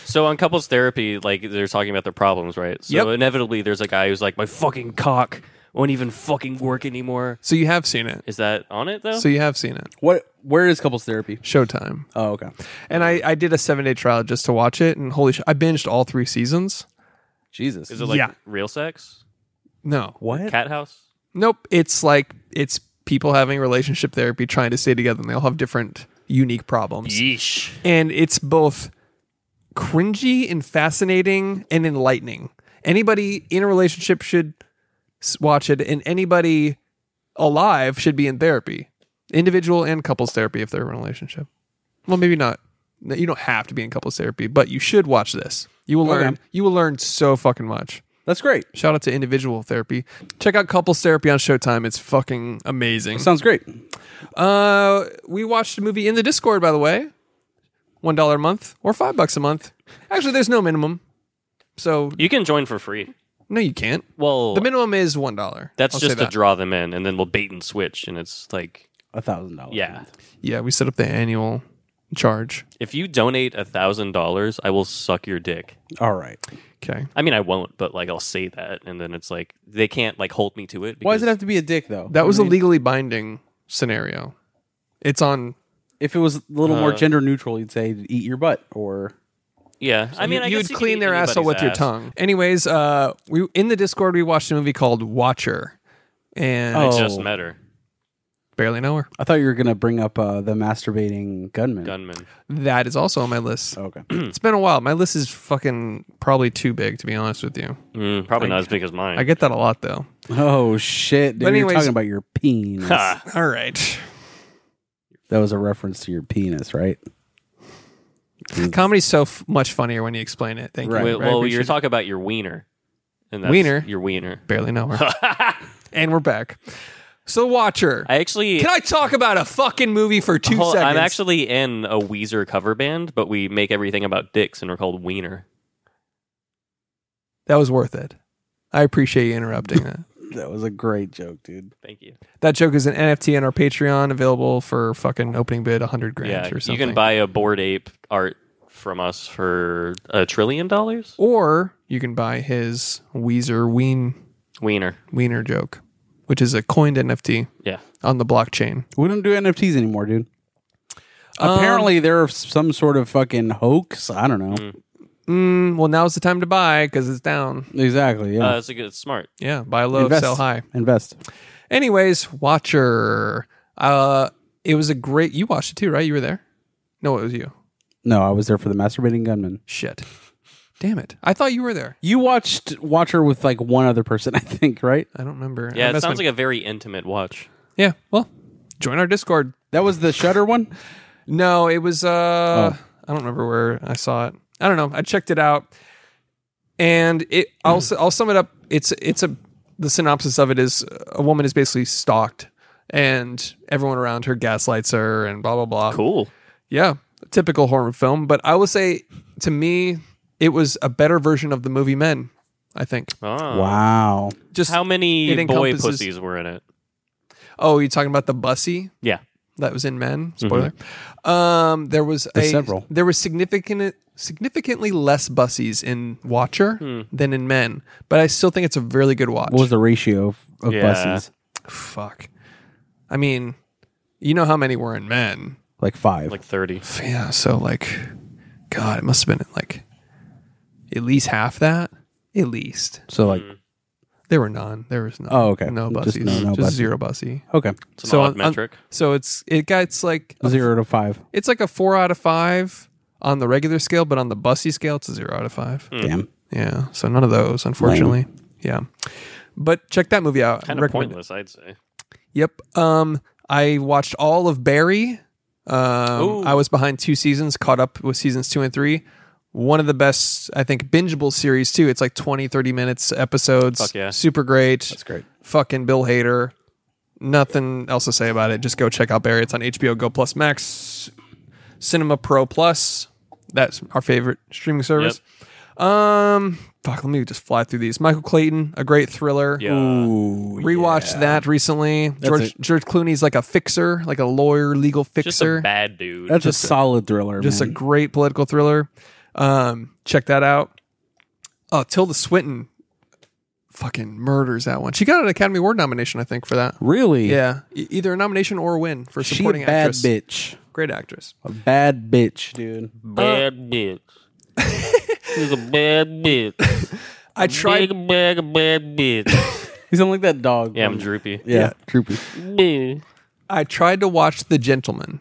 B: So on couples therapy, like they're talking about their problems, right? So
A: Yep.
B: inevitably there's a guy who's like, My fucking cock won't even fucking work anymore.
A: So you have seen it.
B: Is that on it though?
A: So you have seen it.
C: What? Where is couples therapy?
A: Showtime.
C: Oh, okay.
A: And I, I did a seven day trial just to watch it. And holy shit, I binged all three seasons.
C: Jesus.
B: Is it like
A: Yeah.
B: real sex?
A: No.
C: what?
B: Cat house?
A: Nope. It's like, it's people having relationship therapy trying to stay together and they all have different unique problems.
B: Yeesh.
A: And it's both cringy and fascinating and enlightening. Anybody in a relationship should s- watch it, and anybody alive should be in therapy, individual and couples therapy if they're in a relationship. Well, maybe not. No, You don't have to be in couples therapy, but you should watch this. You will
C: Okay.
A: learn. You will learn so fucking much.
C: That's great.
A: Shout out to individual therapy. Check out couples therapy on Showtime. It's fucking amazing.
C: Sounds great.
A: Uh, we watched a movie in the Discord, by the way. One dollar a month or five bucks a month. Actually, there's no minimum, so
B: You can join for free.
A: no, you can't.
B: Well
A: The minimum is one dollar.
B: that's
A: I'll say
B: just to
A: that.
B: draw them in and then we'll bait and switch and it's like
C: A thousand dollars.
B: Yeah.
A: Yeah, we set up the annual charge.
B: If you donate a thousand dollars, I will suck your dick.
C: All right.
A: Okay,
B: I mean, I won't, but like I'll say that, and then it's like they can't like hold me to it.
C: Why does it
B: because-
C: have to be a dick though?
A: that was
C: I
A: a
C: mean,
A: legally binding scenario. It's on.
C: If it was a little more
B: Uh,
C: gender neutral, you'd say eat your butt or
B: Yeah, I mean, I
A: you
B: guess
A: would
B: could
A: clean
B: eat
A: their asshole
B: anybody's
A: with your
B: ass.
A: tongue. Anyways, uh, we in the Discord we watched a movie called Watcher, and
B: I
C: Oh.
B: just met her,
A: barely know her.
C: I thought you were gonna bring up uh, the masturbating gunman. Oh,
B: gunman.
A: That is also on my list.
C: Okay.
A: It's been a while. My list is fucking probably too big to be honest with you.
B: Mm, probably not as big as mine.
A: I get that a lot though.
C: oh shit! Dude,
A: But
C: you're
A: anyways-
C: talking about your penis.
B: Ha.
A: All right.
C: That was a reference to your penis, right?
A: Comedy's so f- much funnier when you explain it. Thank
C: Right.
A: you.
B: Wait, well,
A: I
B: you're
A: appreciate it.
B: talking about your wiener, and that's
A: Wiener?
B: your wiener.
A: barely know her. and we're back. So Watcher.
B: I actually,
A: Can I talk about a fucking movie for 2
B: hold-
A: seconds?
B: I'm actually in a Weezer cover band, but we make everything about dicks, and we're called Wiener.
A: That was worth it. I appreciate you interrupting that.
C: That was a great joke, dude.
B: Thank you.
A: That joke is an NFT on our Patreon available for fucking opening bid 100 grand
B: Yeah,
A: or
B: you
A: something.
B: can buy a board ape art from us for a trillion dollars.
A: or you can buy his Weezer Ween
B: Wiener.
A: Wiener joke, which is a coined NFT
B: Yeah.
A: on the blockchain.
C: We don't do NFTs anymore, dude. Apparently, there are some sort of fucking hoax. I don't know.
A: Mm, well, now's the time to buy cuz it's down.
C: Exactly.
A: Hmm.
C: Yeah.
B: Uh, it's a good. It's smart.
A: Yeah, buy low,
C: Invest.
A: sell high.
C: Invest.
A: Anyways, Watcher. Uh it was a great you watched it too, right? You were there? No, it was you.
C: No, I was there for the masturbating gunman.
A: Shit. Damn it. I thought you were there.
C: You watched Watcher with like one other person, I think, right?
A: I don't remember.
B: Yeah, it sounds like a very intimate watch.
A: Yeah, well, join our Discord.
C: That was the Shutter one.
A: No, it was uh I don't remember where I saw it. I don't know. I checked it out. And it I'll s- I'll sum it up. It's it's a the synopsis of it is a woman is basically stalked and everyone around her gaslights her and blah blah blah.
B: Cool.
A: Yeah, a typical horror film. But I will say, to me, it was a better version of the movie Men. I think.
B: Oh.
C: Wow.
A: Just
B: How many
A: It
B: boy
A: encompasses-
B: pussies were in it?
A: oh, you're talking about the bussy
B: Yeah.
A: that was in Men. Spoiler. Um, there was a,
C: Mm-hmm. There's several.
A: There was significant significantly less bussies in Watcher than in Men, but I still think it's a really good watch.
C: Hmm. What was the ratio of, of
B: Yeah.
C: buses?
A: Fuck. I mean, you know how many were in Men.
C: Like five.
B: Like 30.
A: Yeah, so like, God, it
B: mm.
A: must have been like at least half that, at least.
C: so like
A: There were none. There was none.
C: Oh, okay.
A: No bussies.
C: Just
A: Just,
C: no- no bussies.
A: zero bussy.
C: Okay.
B: It's an odd
A: on- on-
B: metric.
A: so it's it gets like a-
C: Zero to five.
A: it's like a four out of five on the regular scale, but on the bussy scale, it's a zero out of five.
C: Damn.
A: Yeah. So none of those, unfortunately. Yeah. But check that movie out.
B: Kind of
A: Recommend it.
B: pointless, I'd say.
A: Yep. Um, I watched all of Barry.
B: Ooh.
A: Um, I was behind two seasons, caught up with seasons two and three. One of the best, I think, bingeable series too. It's like 20, 30 minutes episodes.
B: Fuck yeah.
A: Super great. That's
C: great.
A: Fucking Bill Hader. Nothing else to say about it. Just go check out Barry. It's on HBO Go Plus Max, Cinema Pro Plus. That's our favorite streaming service. Um, fuck, let me just fly through these. Michael Clayton, a great thriller
B: Yeah.
C: Ooh.
A: rewatched that recently. George
C: a-
A: George Clooney's like a fixer, like a lawyer, legal
B: Just
A: fixer.
B: a bad dude.
C: That's a solid thriller.
A: Just a
C: man.
A: great political thriller. Um, check that out. Oh, Tilda Swinton fucking murders that one. She got an Academy Award nomination, I think, for that.
C: really.
A: Yeah, E- either a nomination or a win for
C: She a
A: supporting
C: bad
A: actress.
C: bitch.
A: Great actress.
C: A bad bitch, dude.
B: bad bitch. She's a bad bitch.
A: I tried.
B: Big bag of bad bitch.
C: He's sound like that dog.
B: yeah, I'm
C: from-
B: droopy.
C: yeah, droopy.
B: Boo.
A: I tried to watch The Gentleman.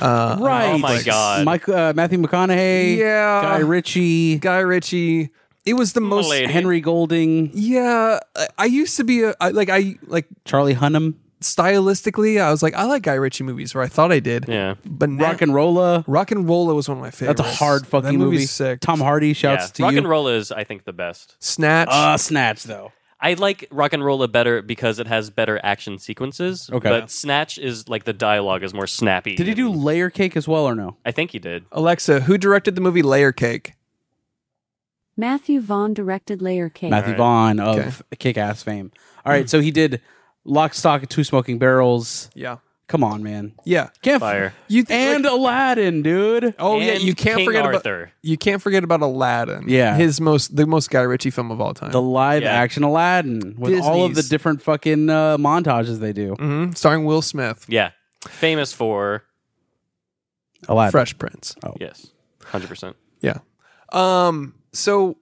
A: Uh,
C: Right.
B: Oh my God.
C: Mike, uh, Matthew McConaughey.
A: Yeah.
C: Guy Ritchie.
A: Guy Ritchie. It was the most.
B: lady.
C: Henry Golding.
A: Yeah, I, I used to be a I, like I like
C: Charlie Hunnam.
A: stylistically, I was like, I like Guy Ritchie movies, or I thought I did.
B: Yeah.
A: But now,
C: Rock and Rolla.
A: Rock and Rolla was one of my favorites.
C: That's a hard fucking
A: that movie's
C: movie.
A: Sick.
C: Tom Hardy shouts
B: yeah.
C: to
B: rock
C: you.
B: and roll is, I think, the best.
A: Snatch.
C: Uh, Snatch though.
B: I like Rock and Rolla better because it has better action sequences.
C: Okay.
B: But Snatch is like the dialogue is more snappy.
C: Did he do Layer Cake as well or no?
B: I think he did.
A: Alexa, who directed the movie Layer Cake?
F: Matthew Vaughn directed Layer Cake.
C: Matthew Vaughn of Kick Ass fame. All right, so he did Lock, Stock, and Two Smoking Barrels.
A: Yeah,
C: Come on, man.
A: yeah.
C: Can't f-
B: Fire.
A: You
C: and
A: like-
C: Aladdin, dude.
A: oh yeah,
B: and
A: you can't
B: King
A: forget
B: Arthur.
A: about you can't forget about Aladdin.
C: Yeah.
A: his most the most Guy Ritchie film of all time.
C: The live
B: Yeah.
C: action Aladdin with all of the
A: Disney's.
C: different fucking uh, montages they do.
A: Mhm, starring Will Smith,
B: Yeah. Famous for
C: Aladdin.
A: Fresh Prince.
B: yes, hundred percent.
A: Yeah. Um. So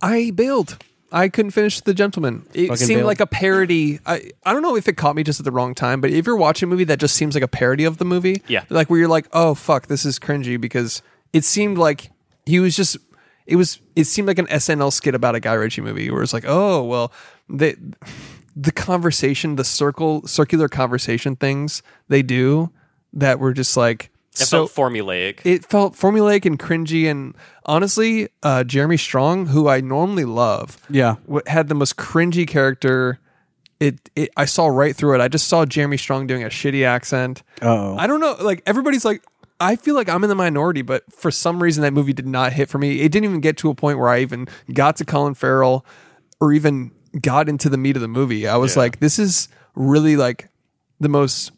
A: I bailed. I couldn't finish The Gentleman. It
C: Fucking
A: seemed
C: bailed.
A: like a parody. I, I don't know if it caught me just at the wrong time, but if you're watching a movie that just seems like a parody of the movie,
B: Yeah.
A: like where you're like, oh fuck, this is cringy because it seemed like he was just. It was. It seemed like an SNL skit about a Guy Ritchie movie, where it's like, oh well, they, the conversation, the circle, circular conversation things they do that were just like
B: It
A: so
B: felt formulaic.
A: it felt formulaic and cringy and honestly uh, jeremy strong who i normally love
C: Yeah.
A: w- had the most cringy character it, it i saw right through it i just saw jeremy strong doing a shitty accent
C: Oh.
A: i don't know like everybody's like i feel like i'm in the minority but for some reason that movie did not hit for me it didn't even get to a point where i even got to colin farrell or even got into the meat of the movie i was like this is really like the most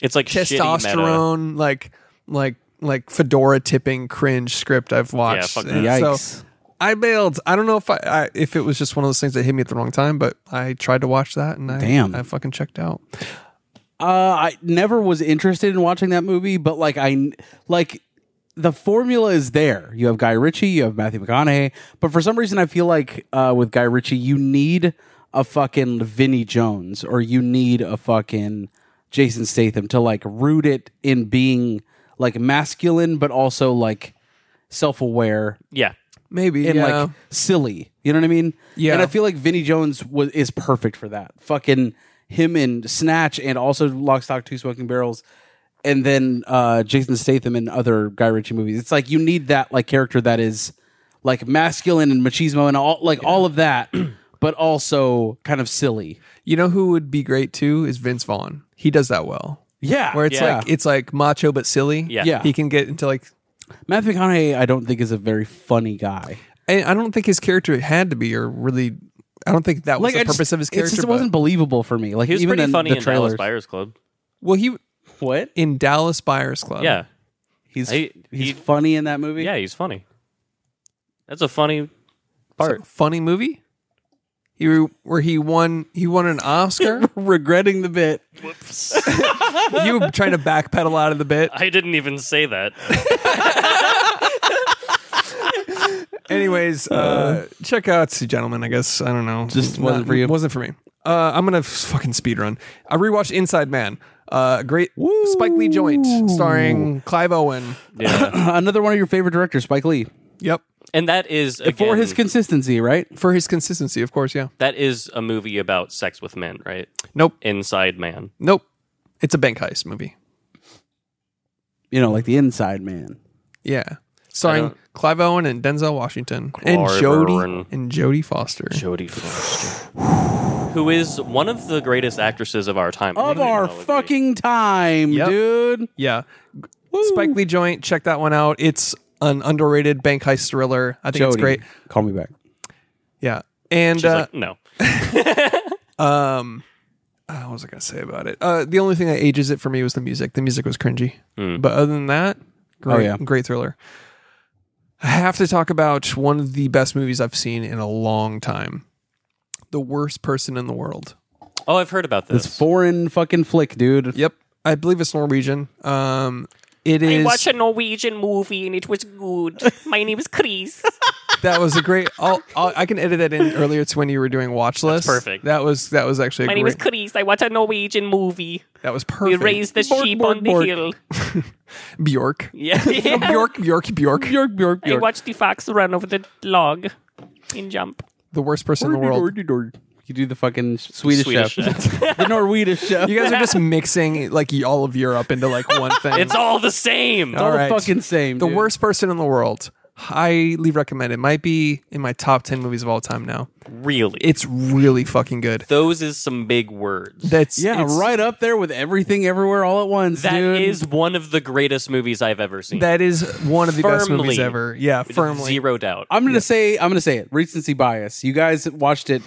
B: it's like shitty meta.
A: testosterone, like like like fedora tipping cringe script I've watched.
B: fuck
A: And
C: Yikes.
A: So I bailed. I don't know if I, I if it was just one of those things that hit me at the wrong time, but I tried to watch that and I
C: Damn.
A: I fucking checked out.
C: Uh, I never was interested in watching that movie, but like I like the formula is there. You have Guy Ritchie, you have Matthew McConaughey, but for some reason I feel like uh, with Guy Ritchie you need a fucking Vinnie Jones or you need a fucking Jason Statham to like root it in being like masculine but also like self-aware
B: Yeah.
A: Maybe
C: and
A: yeah.
C: like silly. You know what I mean?
A: Yeah.
C: And I feel like Vinnie Jones was is perfect for that. Fucking him and Snatch and also Lock, Stock, Two Smoking Barrels, and then uh, Jason Statham and other Guy Ritchie movies. It's like you need that like character that is like masculine and machismo and all like all of that, but also kind of silly.
A: you know who would be great too is Vince Vaughn. He does that well.
C: Yeah.
A: Where it's
B: Yeah.
A: like it's like macho but silly.
B: Yeah.
C: Yeah.
A: He can get into like
C: Matthew McConaughey, I don't think is a very funny guy.
A: I, I don't think his character had to be or really I don't think that was the
C: I
A: purpose
C: just-
A: of his character.
C: It just
A: but-
C: wasn't believable for me. Like
B: He was
C: even
B: pretty
C: in
B: funny
C: the
B: in
C: trailers.
B: Dallas Buyers Club.
A: well he
C: What?
A: in Dallas Buyers Club.
B: Yeah.
C: He's
B: He-
C: he's
B: he-
C: funny in that movie.
B: Yeah, he's funny. That's a funny part.
A: funny movie. He re- where he won he won an Oscar.
C: regretting the bit.
A: you were trying to backpedal out of the bit.
B: I didn't even say that.
A: Anyways, uh, check out See Gentlemen. I guess I don't know.
C: Just wasn't for you?
A: Wasn't for me. Uh, I'm gonna f- fucking speed run. I rewatched Inside Man. Uh, great Spike Lee joint starring Clive Owen.
B: Yeah.
C: Another one of your favorite directors, Spike Lee,
A: Yep.
B: and that is again,
C: for his consistency, right?
A: For his consistency, of course. Yeah.
B: that is a movie about sex with men, right?
A: Nope.
B: Inside Man.
A: Nope. It's a bank heist movie.
C: You know, like the Inside Man.
A: Yeah. Starring
B: don't-
A: Clive Owen and Denzel Washington and
B: Clive
A: Jodie
B: Owen.
A: and Jodie Foster.
B: Jodie Foster, who is one of the greatest actresses of our time. I
C: Of
B: think we
C: our
B: can all agree.
C: fucking time,
A: Yep.
C: dude.
A: yeah. Spike Lee joint. Check that one out. It's an underrated bank heist thriller. I think it's
C: Jodie,
A: great.
C: Call me back.
A: Yeah. And
B: She's
A: uh,
B: like, no,
A: uh, what was I gonna say about it? Uh, the only thing that ages it for me was the music. The music was cringy,
B: Hmm.
A: but other than that,
B: Oh,
A: great,
C: yeah.
A: great thriller. I have to talk about one of the best movies I've seen in a long time. The worst person in the world.
B: oh, I've heard about this.
C: This foreign fucking flick, dude.
A: Yep, I believe it's Norwegian. Um, it is.
B: Norwegian movie and it was good. My name is Chris.
A: that was a great. I'll, I'll, I can edit that in earlier to when you were doing watch list.
B: perfect.
A: That was that was actually a great,
B: Chris. I watch a Norwegian movie.
A: that was perfect.
B: the
C: Bork, sheep bork, on the bork. hill.
A: Bjork.
B: Yeah.
A: Bjork, Bjork, Bjork.
C: Bjork, Bjork, Bjork.
B: watched the fox run over the log in jump.
A: The worst person in the world.
C: You do the fucking Swedish,
B: Swedish
C: chef. the Norwegian chef.
A: You guys are just mixing like all of Europe into like one thing.
B: It's all the same.
A: all
C: all
A: right.
C: the fucking same.
A: the
C: dude.
A: worst person in the world. Highly recommend. It might be in my top ten movies of all time now.
B: Really.
A: It's really fucking good.
B: Those is some big words.
A: That's
C: Yeah,
A: it's-
C: right up there with everything, everywhere, all at once.
B: That
C: dude.
B: is one of the greatest movies I've ever seen.
A: That is one of the best
B: Firmly.
A: movies ever. Yeah, firmly.
B: Zero doubt.
C: I'm gonna say I'm gonna say it. Recency bias. You guys watched it.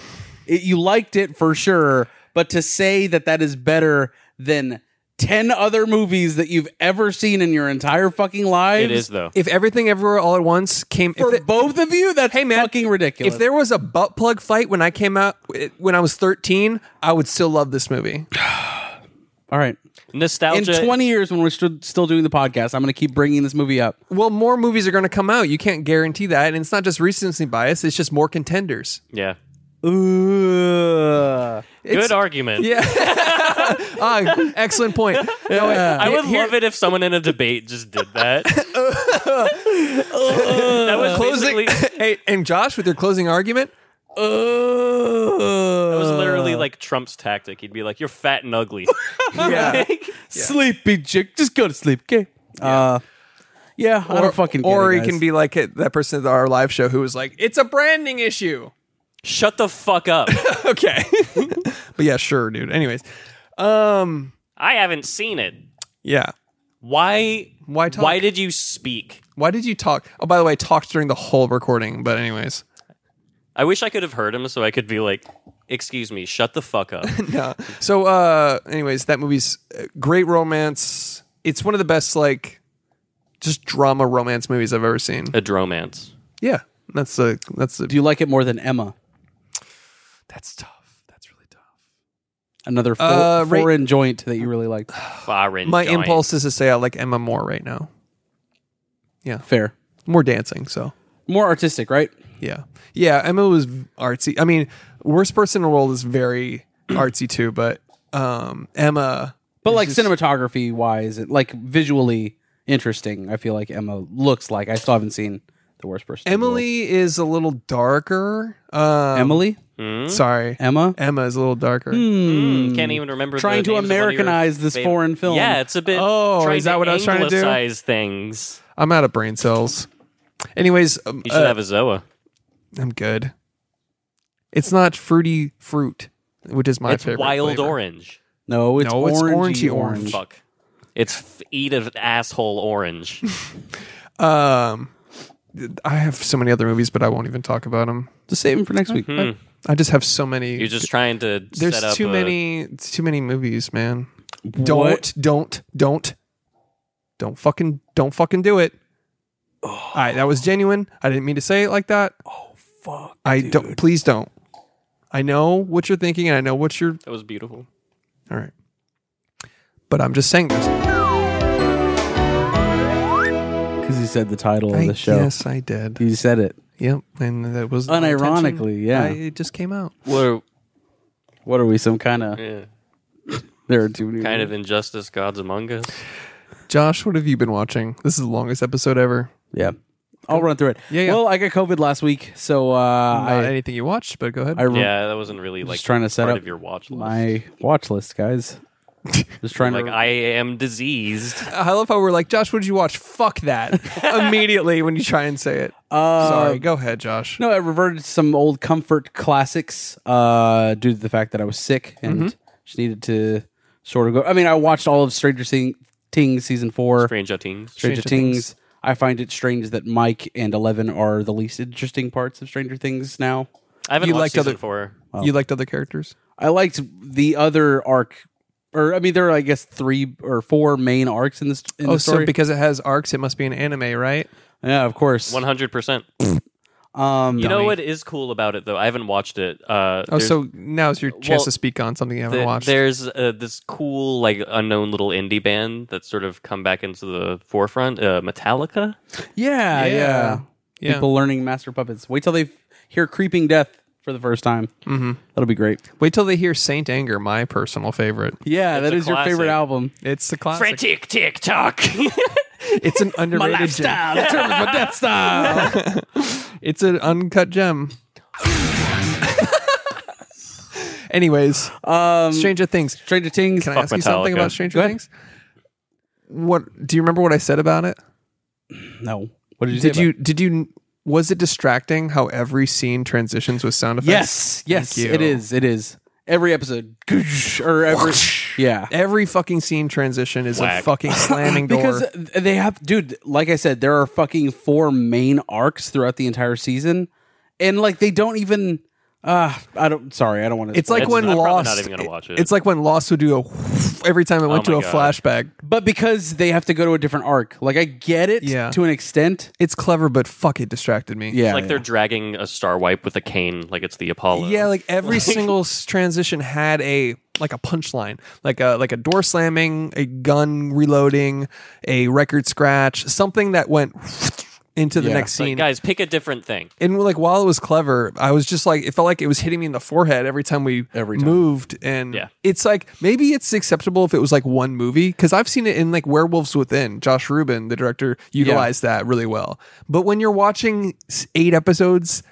C: it. You liked it for sure, but to say that that is better than ten other movies that you've ever seen in your entire fucking lives.
B: it is though.
A: If everything everywhere all at once came,
C: for
A: if, it-
C: both of you. That's
A: Hey, man,
C: fucking ridiculous.
A: if there was a butt plug fight when I came out it- when I was 13, I would still love this movie.
C: all right, in
B: Nostalgia.
C: 20 years when we're st- still doing the podcast, I'm gonna keep bringing this movie up.
A: Well, more movies are going to come out. You can't guarantee that, and it's not just recency bias. It's just more contenders.
B: yeah.
C: Ugh.
B: Good argument.
A: Yeah. ah, excellent point. No, wait.
B: I would love it if someone in a debate just did that. that was
A: Uh, closing.
B: basically
A: hey, and Josh, with your closing argument,
B: that was
A: Uh.
B: literally like Trump's tactic. He'd be like, "You're fat and ugly."
A: yeah.
C: Sleepy chick, just go to sleep. Okay. Uh, yeah, I don't fucking. Get
A: or
C: it,
A: he
C: guys.
A: can be like it- that person at our live show who was like, "It's a branding issue."
B: Shut the fuck up.
A: Okay, but yeah, sure, dude. Anyways, um,
B: I haven't seen it.
A: yeah.
B: Why?
A: Why talk?
B: Why did you speak?
A: Why did you talk? Oh, by the way, I talked during the whole recording. But anyways,
B: I wish I could have heard him so I could be like, "Excuse me, shut the fuck up."
A: yeah. So, uh, anyways, that movie's uh, great romance. It's one of the best like just drama romance movies I've ever seen.
B: a dromance.
A: Yeah, that's the that's the
C: Do you like it more than Emma?
A: that's tough. That's really tough.
C: another fo-
A: Uh, rate-
C: foreign joint that you really liked.
B: Foreign
A: My
B: giant.
A: impulse is to say I like Emma more right now.
C: Fair,
A: More dancing, so
C: more artistic, right?
A: yeah, yeah. Emma was artsy. I mean, worst person in the world is very artsy too, but um, Emma.
C: But like cinematography wise, it, like visually interesting. I feel like Emma looks like I still haven't seen the worst person. in the World.
A: Emily is a little darker. Um,
C: Emily,
B: Hmm?
A: sorry,
C: Emma.
A: Emma is a little darker.
C: Hmm.
A: Hmm.
B: Mm, Can't even remember.
C: Trying
B: the
C: to
B: names of one of your
C: Americanize this
B: fav-
C: foreign film.
B: Yeah, it's a bit.
A: Oh,
B: trying
A: is that
B: to
A: what I was trying to do?
B: Anglicize things.
A: I'm out of brain cells. Anyways, um,
B: You should
A: uh,
B: have a Zoa.
A: I'm good. It's not fruity fruit, which is my
B: It's
A: favorite.
B: wild
A: flavor.
B: orange.
C: No, it's
A: No, it's
C: orangey
A: orangey
C: orange.
B: Fuck. It's f- eat an asshole orange.
A: Um, I have so many other movies, but I won't even talk about them.
C: Just save them for next week.
B: Mm-hmm.
A: I just have so many.
B: You're just trying to set
A: There's
B: up
A: too
B: a-
A: many. It's too many movies, man. Don't, don't, don't, don't fucking, don't fucking do it. All right, that was genuine. I didn't mean to say it like that. Oh fuck! I don't. Please don't. I know what you're thinking, and I know what you're.
B: That was beautiful.
A: All right, but I'm just saying this.
C: Because he said the title of the
A: I-
C: show.
A: Yes, I did.
C: He said it.
A: Yep, and that was
C: Unironically, yeah.
A: I, it just came out.
B: What?
C: What are we? Some kind of
B: Yeah.
C: there are too many.
B: Kind of injustice, gods among us.
A: Mm-hmm. Josh, what have you been watching? This is the longest episode ever.
C: yeah. I'll run through it.
A: Yeah, yeah.
C: Well, I got COVID last week, so uh,
A: Not
C: I
A: anything you watched, but go ahead.
C: I re-
B: Yeah, that wasn't really like
C: trying to set
B: part
C: up
B: of your watch list.
C: my watch list, guys. Just trying
B: like uh,
C: to.
B: I am diseased.
A: I love how we're like, Josh, what did you watch? Fuck that immediately when you try and say it.
C: Uh,
A: Sorry, go ahead, Josh.
C: No, I reverted to some old comfort classics uh, due to the fact that I was sick and just needed to sort of go. I mean, I watched all of Stranger Thing- Things season four.
B: Stranger Things.
C: Stranger,
A: Stranger
C: Things.
A: Things.
C: I find it strange that Mike and Eleven are the least interesting parts of Stranger Things now.
B: I haven't
A: You
B: watched
A: liked
B: season
A: other-
B: four.
A: You liked other characters?
C: I liked the other arc, or I mean, there are I guess three or four main arcs in this. In
A: oh,
C: the story.
A: so because it has arcs, it must be an anime, right?
C: yeah, of course.
B: One hundred percent.
C: Um,
B: You know what is cool about it though? I haven't watched it.
A: Oh,
B: Uh, there's-
A: so now's your chance
B: well,
A: to speak on something you haven't
B: the-
A: watched.
B: There's uh, this cool, like, unknown little indie band that's sort of come back into the forefront. Uh, Metallica.
C: Yeah, yeah,
A: Yeah. Yeah.
C: People learning master puppets. Wait till they f- hear creeping death for the first time. Mm-hmm. That'll be great.
A: Wait till they hear Saint Anger, my personal favorite.
C: Yeah,
B: It's
C: that
B: a
C: is your favorite
B: classic.
C: album.
A: It's the classic.
B: Frantic TikTok.
A: It's an underrated gem.
C: lifestyle determines my death style.
A: It's an uncut gem. Anyways,
C: Um,
A: Stranger Things.
C: Stranger Things.
A: Can I
B: Fuck
A: ask you something
B: Metallica.
A: about
C: Go
A: Stranger
C: ahead.
A: Things? What do you remember what I said about it?
C: No. What did you?
A: Did
C: say
A: you did you was it distracting how every scene transitions with sound
C: about-
A: effects?
C: Yes. Yes.
A: Thank you.
C: It is. It is. Every episode. Or every. Yeah.
A: Every fucking scene transition is a
B: Whack.
A: fucking slamming door.
C: Because they have, dude. Like I said, there are fucking four main arcs throughout the entire season, and like they don't even. Uh, I don't. Sorry, I don't want to.
A: it's like
B: It's-
A: when
B: I'm probably not
A: Lost.
B: even gonna watch it. Oh
A: It's like when Lost would do a every time it went
B: my
A: to a
B: God.
A: flashback.
C: But because they have to go to a different arc, like I get it
A: Yeah.
C: to an extent.
A: It's clever, but fuck, it distracted me.
C: Yeah,
B: like
C: yeah.
B: they're dragging a star wipe with a cane, like it's the Apollo.
A: Yeah, like every single s- transition had a like a punchline, like a like a door slamming, a gun reloading, a record scratch, something that went into the
C: Yeah.
A: next
B: It's like,
A: scene.
B: guys, pick a different thing.
A: and like while it was clever, I was just like it felt like it was hitting me in the forehead every time we
C: Every time.
A: moved. And
B: Yeah.
A: it's like maybe it's acceptable if it was like one movie because I've seen it in like Werewolves Within. Josh Rubin, the director, utilized that really well. But when you're watching s- eight episodes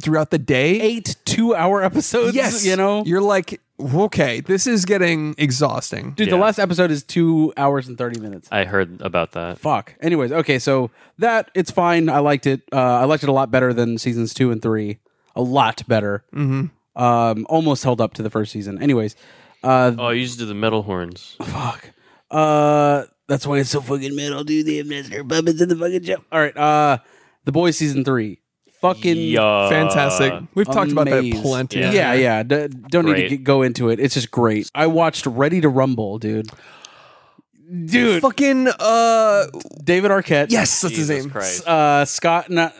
A: throughout the day,
C: eight two-hour episodes.
A: yes,
C: you know,
A: you're like okay, this is getting exhausting.
C: dude. The
B: Yeah.
C: last episode is two hours and thirty minutes.
B: I heard about that.
C: Fuck. Anyways, okay, so that it's fine. I liked it. Uh, I liked it a lot better than seasons two and three. A lot better. Mm-hmm. Um, almost held up to the first season. Anyways, uh,
B: Oh, you just do the metal horns.
C: fuck. Uh, that's why it's so fucking metal, dude. The Master Puppets in the fucking show. All right. Uh, the boys season three. Fucking
B: Yeah.
A: Fantastic. We've talked about that
C: amazed.
A: plenty.
B: Yeah.
C: Yeah, yeah. D- don't need to
B: Great.
C: get, go into it. It's just great. I watched Ready to Rumble, dude. Dude,
A: Fucking uh,
C: David Arquette.
A: yes, that's his
B: Jesus
A: name.
B: Christ.
C: Uh, Scott. Na-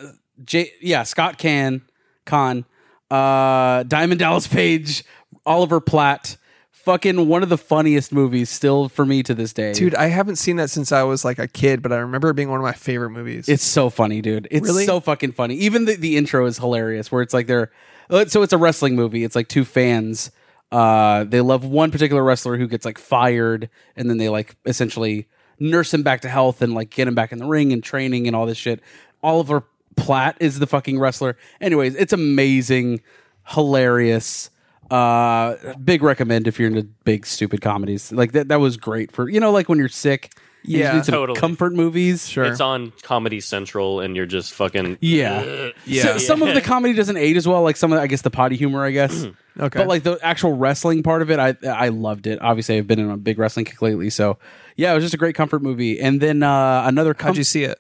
C: J- yeah, Scott Can Con. Uh, Diamond Dallas Page. Oliver Platt. Fucking one of the funniest movies still for me to this day,
A: Dude, I haven't seen that since I was like a kid, but I remember it being one of my favorite movies.
C: It's so funny, dude. It's
A: Really?
C: so fucking funny. Even the, the intro is hilarious, where it's like they're uh, so it's a wrestling movie. It's like two fans. Uh, they love one particular wrestler who gets like fired, and then they like essentially nurse him back to health and like get him back in the ring and training and all this shit. Oliver Platt is the fucking wrestler. Anyways, it's amazing, hilarious. Uh, big recommend if you're into big stupid comedies. Like that, that was great for you know, like when you're sick. and you just
A: Yeah.
C: need some
B: Totally.
C: comfort movies. Sure.
B: It's on Comedy Central, and you're just fucking.
C: Yeah.
A: Yeah.
C: So, Some of the comedy doesn't age as well. Like some of, I guess, the potty humor, I guess.
A: Okay.
C: But like the actual wrestling part of it, I I loved it. Obviously, I've been in a big wrestling kick lately, so yeah, it was just a great comfort movie. And then uh, another
A: How'd
C: com-
A: you see it?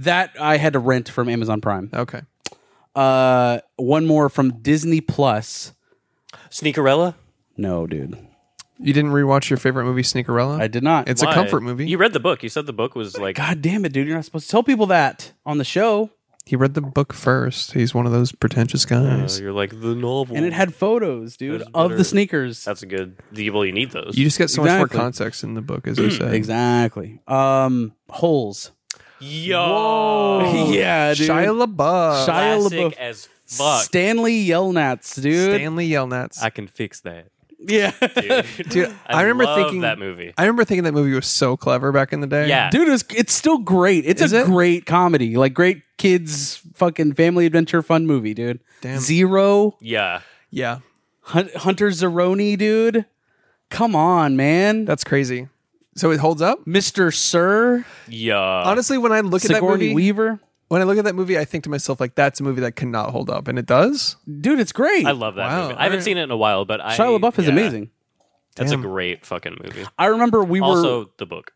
C: that I had to rent from Amazon Prime.
A: Okay.
C: Uh, one more from Disney Plus.
B: Sneakerella.
C: No, dude,
A: You didn't rewatch your favorite movie, Sneakerella?
C: I did not.
A: It's
B: Why?
A: a comfort movie.
B: You read the book. You said the book was like.
C: God damn it, dude! You're not supposed to tell people that on the show.
A: he read the book first. He's one of those pretentious
C: Oh,
B: uh,
A: guys.
B: you're like the novel.
A: Mm.
C: And it had photos, dude,
B: Those
C: of
B: better-
C: the sneakers.
B: That's a good. Well, you need those.
A: you just get so much
C: Mm, Exactly.
A: more context in the book, as I said.
C: Exactly. Um, holes.
B: Yo.
C: yeah, dude.
A: Oh, Shia LaBeouf,
C: Shia-
B: Classic
C: LaBeouf.
B: as fuck.
C: Stanley Yelnats, dude.
A: Stanley Yelnats.
B: I can fix that.
C: yeah,
B: Dude,
A: Dude, I, remember
B: love
A: thinking
B: that movie.
A: I remember thinking that movie was so clever back in the day.
B: Yeah.
C: dude, it's it's still great. It's
A: Is
C: a
A: it?
C: great comedy, like great kids fucking family adventure fun movie, dude.
A: Damn.
C: Zero
B: Yeah.
A: yeah,
C: Hun- Hunter Zeroni, dude. Come on, man.
A: that's crazy. So it holds up.
C: Mr. Sir,
B: Yeah.
A: Honestly, when I look at that
C: Sigourney
A: movie,
C: Weaver.
A: when I look at that movie, I think to myself like, that's a movie that cannot hold up, and it does.
C: Dude, it's great.
B: I love that
A: Wow,
B: movie. I haven't
A: alright.
B: seen it in a while, but I
C: Shia LaBeouf is
B: yeah,
C: amazing.
B: That's
A: Damn.
B: a great fucking movie.
C: I remember we were
B: also, the book.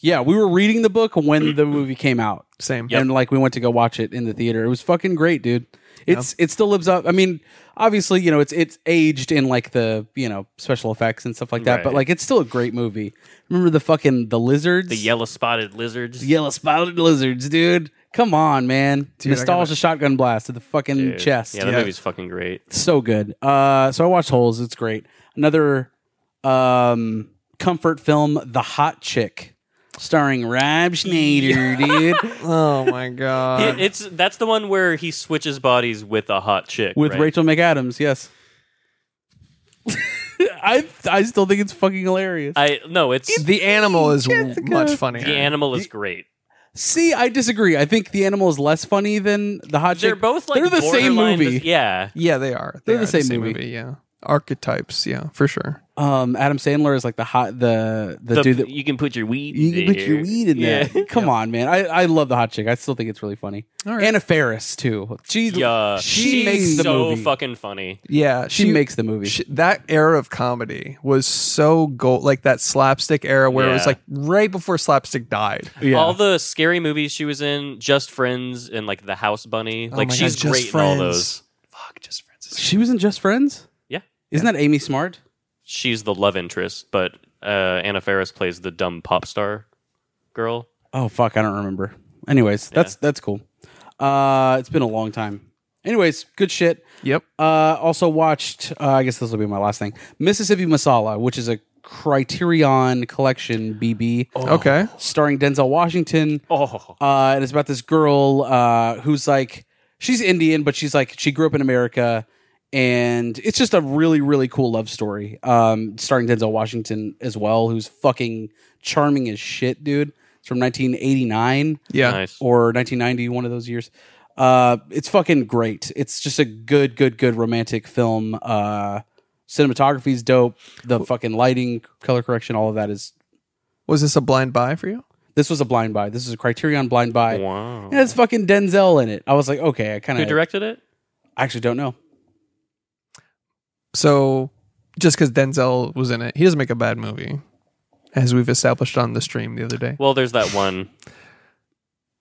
C: yeah, we were reading the book when the movie came out.
A: Same.
C: And like we went to go watch it in the theater. It was fucking great, dude. It's it still lives up. I mean, obviously, you know, it's it's aged in like the, you know, special effects and stuff like that, but
B: Right.
C: like it's still a great movie. Remember the fucking the lizards?
B: The yellow spotted lizards.
C: yellow spotted lizards, dude. Come on, man.
A: Dude, I
C: Nostalgia
A: gotta-
C: shotgun blast to the fucking
B: Dude.
C: chest.
B: Yeah, that
A: Yeah.
B: movie's fucking great.
C: so good. Uh, so I watched Holes. It's great. Another um, comfort film, The Hot Chick, starring Rob Schneider, dude,
A: Oh my god.
C: Uh,
B: It- it's that's the one where he switches bodies with a hot chick
C: with
B: right?
C: Rachel McAdams. Yes, I I still think it's fucking hilarious.
B: I no, it's
A: the animal is much funnier.
B: the animal is great.
C: See, I disagree. I think The Animal is less funny than The Hot
B: They're
C: Chick.
B: both like
C: they're the same
B: borderline
C: movie.
B: dis- yeah,
A: yeah, they are. They
C: They're the
A: are
C: same movie.
A: Yeah, archetypes. Yeah, for sure.
C: um, Adam Sandler is like the hot the the,
B: The-
C: dude that.
B: you can put your weed.
C: You can put your
B: there.
C: weed in there.
B: Yeah.
C: Come on, man. I, I love the hot chick. I still think it's really funny.
A: All right.
C: Anna Ferris too. She
B: Yeah,
C: she
B: she's
C: makes the
B: so
C: movie.
B: fucking funny.
A: Yeah,
C: she, makes the movie.
A: sh- that era of comedy was so gold, like that slapstick era where it was
B: Yeah.
A: like right before slapstick died.
C: yeah.
B: All the scary movies she was in, Just Friends and like The House
C: Oh
B: Bunny, like
A: Oh my
B: she's
A: God, Just
B: great in all
A: Friends.
B: those.
A: Fuck, just friends. is-
C: she was in Just Friends.
B: Yeah,
C: Isn't that Amy Smart?
B: she's the love interest, but uh, Anna Faris plays the dumb pop star girl.
C: Oh fuck, I don't remember. Anyways, that's that's cool. Uh, it's been a long time. Anyways, good shit.
A: Yep.
C: Uh, also watched. Uh, I guess this will be my last thing. Mississippi Masala, which is a Criterion Collection BB,
A: Okay.
C: starring Denzel Washington.
B: Oh,
C: uh, and it's about this girl uh, who's like she's Indian, but she's like she grew up in America, and it's just a really really cool love story, um, starring Denzel Washington as well, who's fucking charming as shit, dude. It's from 1989
A: Yeah.
B: nice.
C: or 1990, one of those years. Uh, it's fucking great. It's just a good, good, good romantic film. Uh, cinematography's dope. The fucking lighting, color correction, all of that is.
A: Was this a blind buy for you?
C: This was a blind buy. This is a Criterion blind buy.
B: Wow.
C: It has fucking Denzel in it. I was like, okay, I kind
B: Who
C: of
B: directed it?
C: actually don't know.
A: So, just because Denzel was in it, he doesn't make a bad movie, as we've established on the stream the other day.
B: Well, there's that one,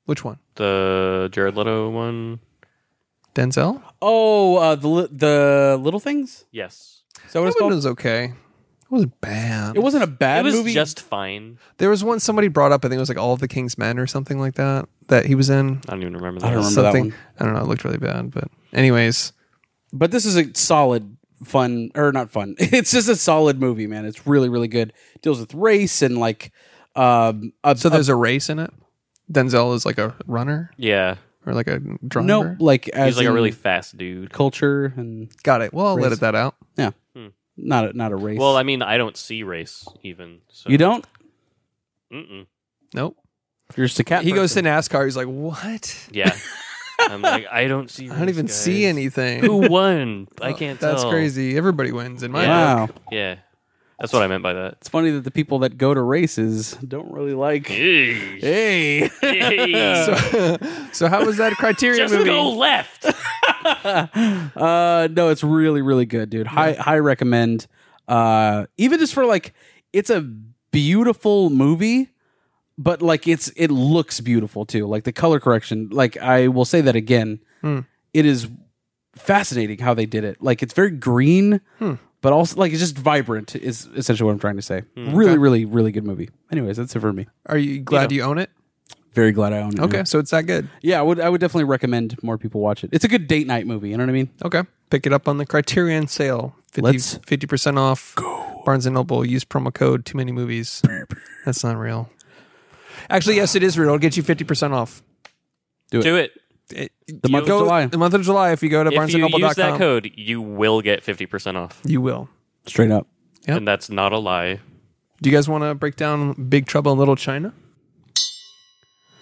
A: Which one?
B: the Jared Leto one.
A: Denzel?
C: Oh, uh, the li- the little things.
B: Yes,
C: Is that what
A: That
C: it's
A: one
C: called?
A: was okay. It wasn't bad.
C: it wasn't a bad
B: it was
C: movie.
B: just fine.
A: There was one somebody brought up. I think it was like All of the King's Men or something like that that he was in.
B: I don't even remember
C: I
B: that.
C: don't remember that
A: something.
C: one.
A: I don't know. It looked really bad, but anyways,
C: But this is a solid, fun or not fun. It's just a solid movie, man. It's really really good. Deals with race and like. Um, a,
A: so there's a race in it. Denzel is like a runner
B: Yeah,
A: or like a
C: a,
A: driver.
C: nope, like as
B: he's like a
C: in
B: really fast dude.
C: culture and
A: Got it. Well, I'll
C: Race.
A: edit that out.
C: yeah,
B: Hmm.
C: not a, not a race.
B: Well, I mean, I don't see race even. So.
C: you don't.
B: Mm-mm.
A: Nope.
C: You're just a cat.
A: He goes to
C: person.
A: NASCAR. He's like, what?
B: Yeah, I'm like, I don't see.
A: I don't
B: race,
A: even see
B: guys.
A: anything.
B: Who won? I
A: Oh,
B: can't tell.
A: That's crazy. Everybody wins in my
B: Yeah.
A: book.
C: Wow,
B: Yeah, that's what I meant by that.
C: it's funny that the people that go to races don't really like. Hey.
A: So, so how was that Criterion
B: Just
A: movie?
B: go left.
C: Uh, no, it's really, really good, dude. High, high recommend. Uh, even just for like, it's a beautiful movie, but like it's it looks beautiful too. Like the color correction. Like I will say that again.
A: Hmm.
C: It is fascinating how they did it. Like it's very green,
A: Hmm.
C: but also like it's just vibrant. Is essentially what I'm trying to say.
B: Hmm.
C: Really,
A: Okay.
C: really, really good movie. Anyways, that's it for me.
A: Are you glad you, own it?
C: Very glad I own it.
A: Okay,
C: man.
A: so it's that good.
C: Yeah, I would I would definitely recommend more people watch it. It's a good date night movie. You know what I mean?
A: Okay, pick it up on the Criterion sale. 50
C: Let's-
A: percent off. Barnes and Noble. Use promo code. Too many movies. That's not real. Actually, yes, it is real. It'll get you fifty percent off.
B: Do it.
A: It-
C: The month of
A: go-
C: July.
A: The month of July. If you go to
B: If you use that
A: barnesandnoble.com,
B: code, you will get 50% off.
A: you will.
C: Straight up.
A: Yep.
B: And that's not a lie.
A: Do you guys want to break down Big Trouble in Little China?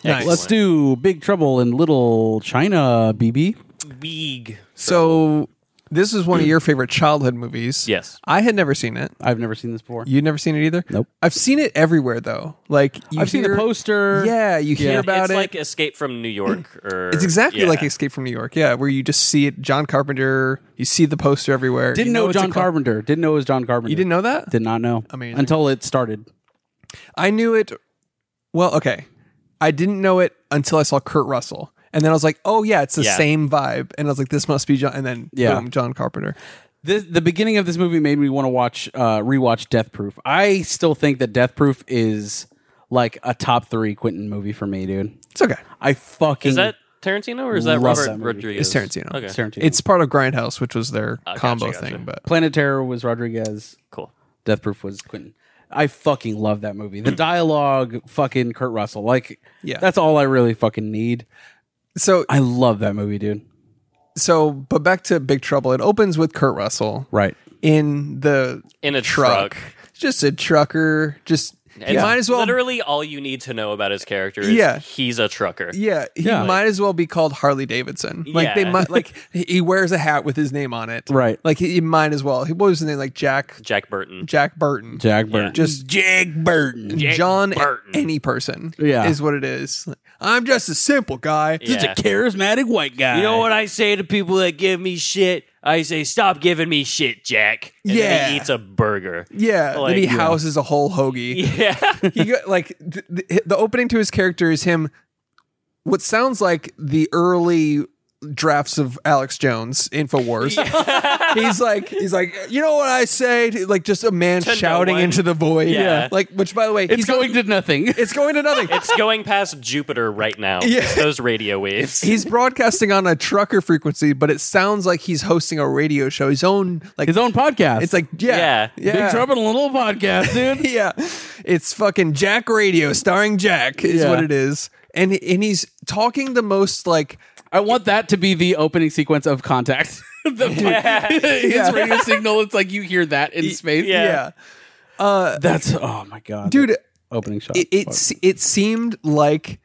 A: Nice.
C: Let's do Big Trouble in Little China, BB.
B: Big.
A: So this is one of your favorite childhood movies.
B: Yes.
A: I had never seen it.
C: I've never seen this before.
A: You'd never seen it either.
C: Nope.
A: I've seen it everywhere though. Like you
C: I've seen the
A: hear-
C: poster.
A: Yeah, you hear
C: Yeah.
A: about
B: it's
A: it.
B: like Escape from New York. Or
A: it's exactly
B: yeah.
A: like Escape from New York. Yeah, where you just see it. John Carpenter. You see the poster everywhere.
C: Didn't
A: You
C: know,
A: it's a
C: John
A: cla-
C: Carpenter. Didn't know it was John Carpenter.
A: You didn't know that?
C: Did not know.
A: Amazing.
C: Until it started.
A: I knew it. Well, okay. I didn't know it until I saw Kurt Russell. And then I was like, oh, yeah, it's the
B: Yeah.
A: same vibe. And I was like, this must be John. And then,
C: Yeah.
A: boom, John Carpenter.
C: This, the beginning of this movie made me want to watch uh, rewatch Death Proof. I still think that Death Proof is like a top three Quentin movie for me, dude.
A: It's okay.
C: I fucking
B: Is that Tarantino or is that
C: Love
B: Robert
C: that movie.
A: It's
B: Rodriguez?
A: Tarantino.
B: Okay.
A: It's
C: Tarantino.
A: It's part of Grindhouse, which was their
B: Uh, gotcha,
A: combo
B: gotcha.
A: thing. But
C: Planet Terror was Rodriguez.
B: Cool.
C: Death Proof was Quentin. I fucking love that movie. The dialogue, fucking Kurt Russell. Like,
A: Yeah.
C: that's all I really fucking need.
A: so,
C: I love that movie, dude.
A: so, but back to Big Trouble. It opens with Kurt Russell
C: Right.
A: in the
B: In a
A: truck.
B: truck.
A: Just a trucker. Just,
B: It's
A: he might as well.
B: Literally, all you need to know about his character is
A: Yeah.
B: he's a trucker.
A: yeah, he
C: Yeah.
A: might as well be called Harley Davidson. Like they
B: Yeah.
A: might like he he wears a hat with his name on it.
C: Right.
A: Like he, he might as well. He what was his name like Jack
B: Jack Burton.
A: Jack Burton.
C: Jack Burton.
A: Just
C: Jack Burton.
B: Jack
A: John a-
B: Burton.
A: any person.
C: Yeah.
A: Is what it is. Like, I'm just a simple guy.
B: Yeah.
C: Just a charismatic white guy.
B: You know what I say to people that give me shit? I say, stop giving me shit, Jack. And then
A: Yeah.
B: he eats a burger.
A: Yeah.
B: Like,
A: and he
B: yeah.
A: houses a whole hoagie.
B: Yeah.
A: he got like th- th- the opening to his character is him what sounds like the early drafts of Alex Jones Infowars. he's like he's like you know what I say To- like just a man
B: To no
A: shouting
B: one.
A: into the void.
B: Yeah.
A: Like which by the way
C: It's
A: he's
C: going to nothing.
A: it's going to nothing.
B: it's going past Jupiter right now.
A: Yeah.
B: It's those radio waves.
A: He's broadcasting on a trucker frequency, but it sounds like he's hosting a radio show, his own like
C: His own podcast.
A: It's like yeah,
B: Yeah.
C: Big Trouble in a Little Podcast, dude.
A: yeah. It's fucking Jack Radio starring Jack is
C: Yeah.
A: what it is. And and he's talking the most like
C: I want that to be the opening sequence of Contact. the, His radio signal. It's like you hear that in space.
B: yeah.
A: yeah.
C: That's oh my god,
A: Dude,
C: Opening shot.
A: it it,
C: Fuck.
A: se- it seemed like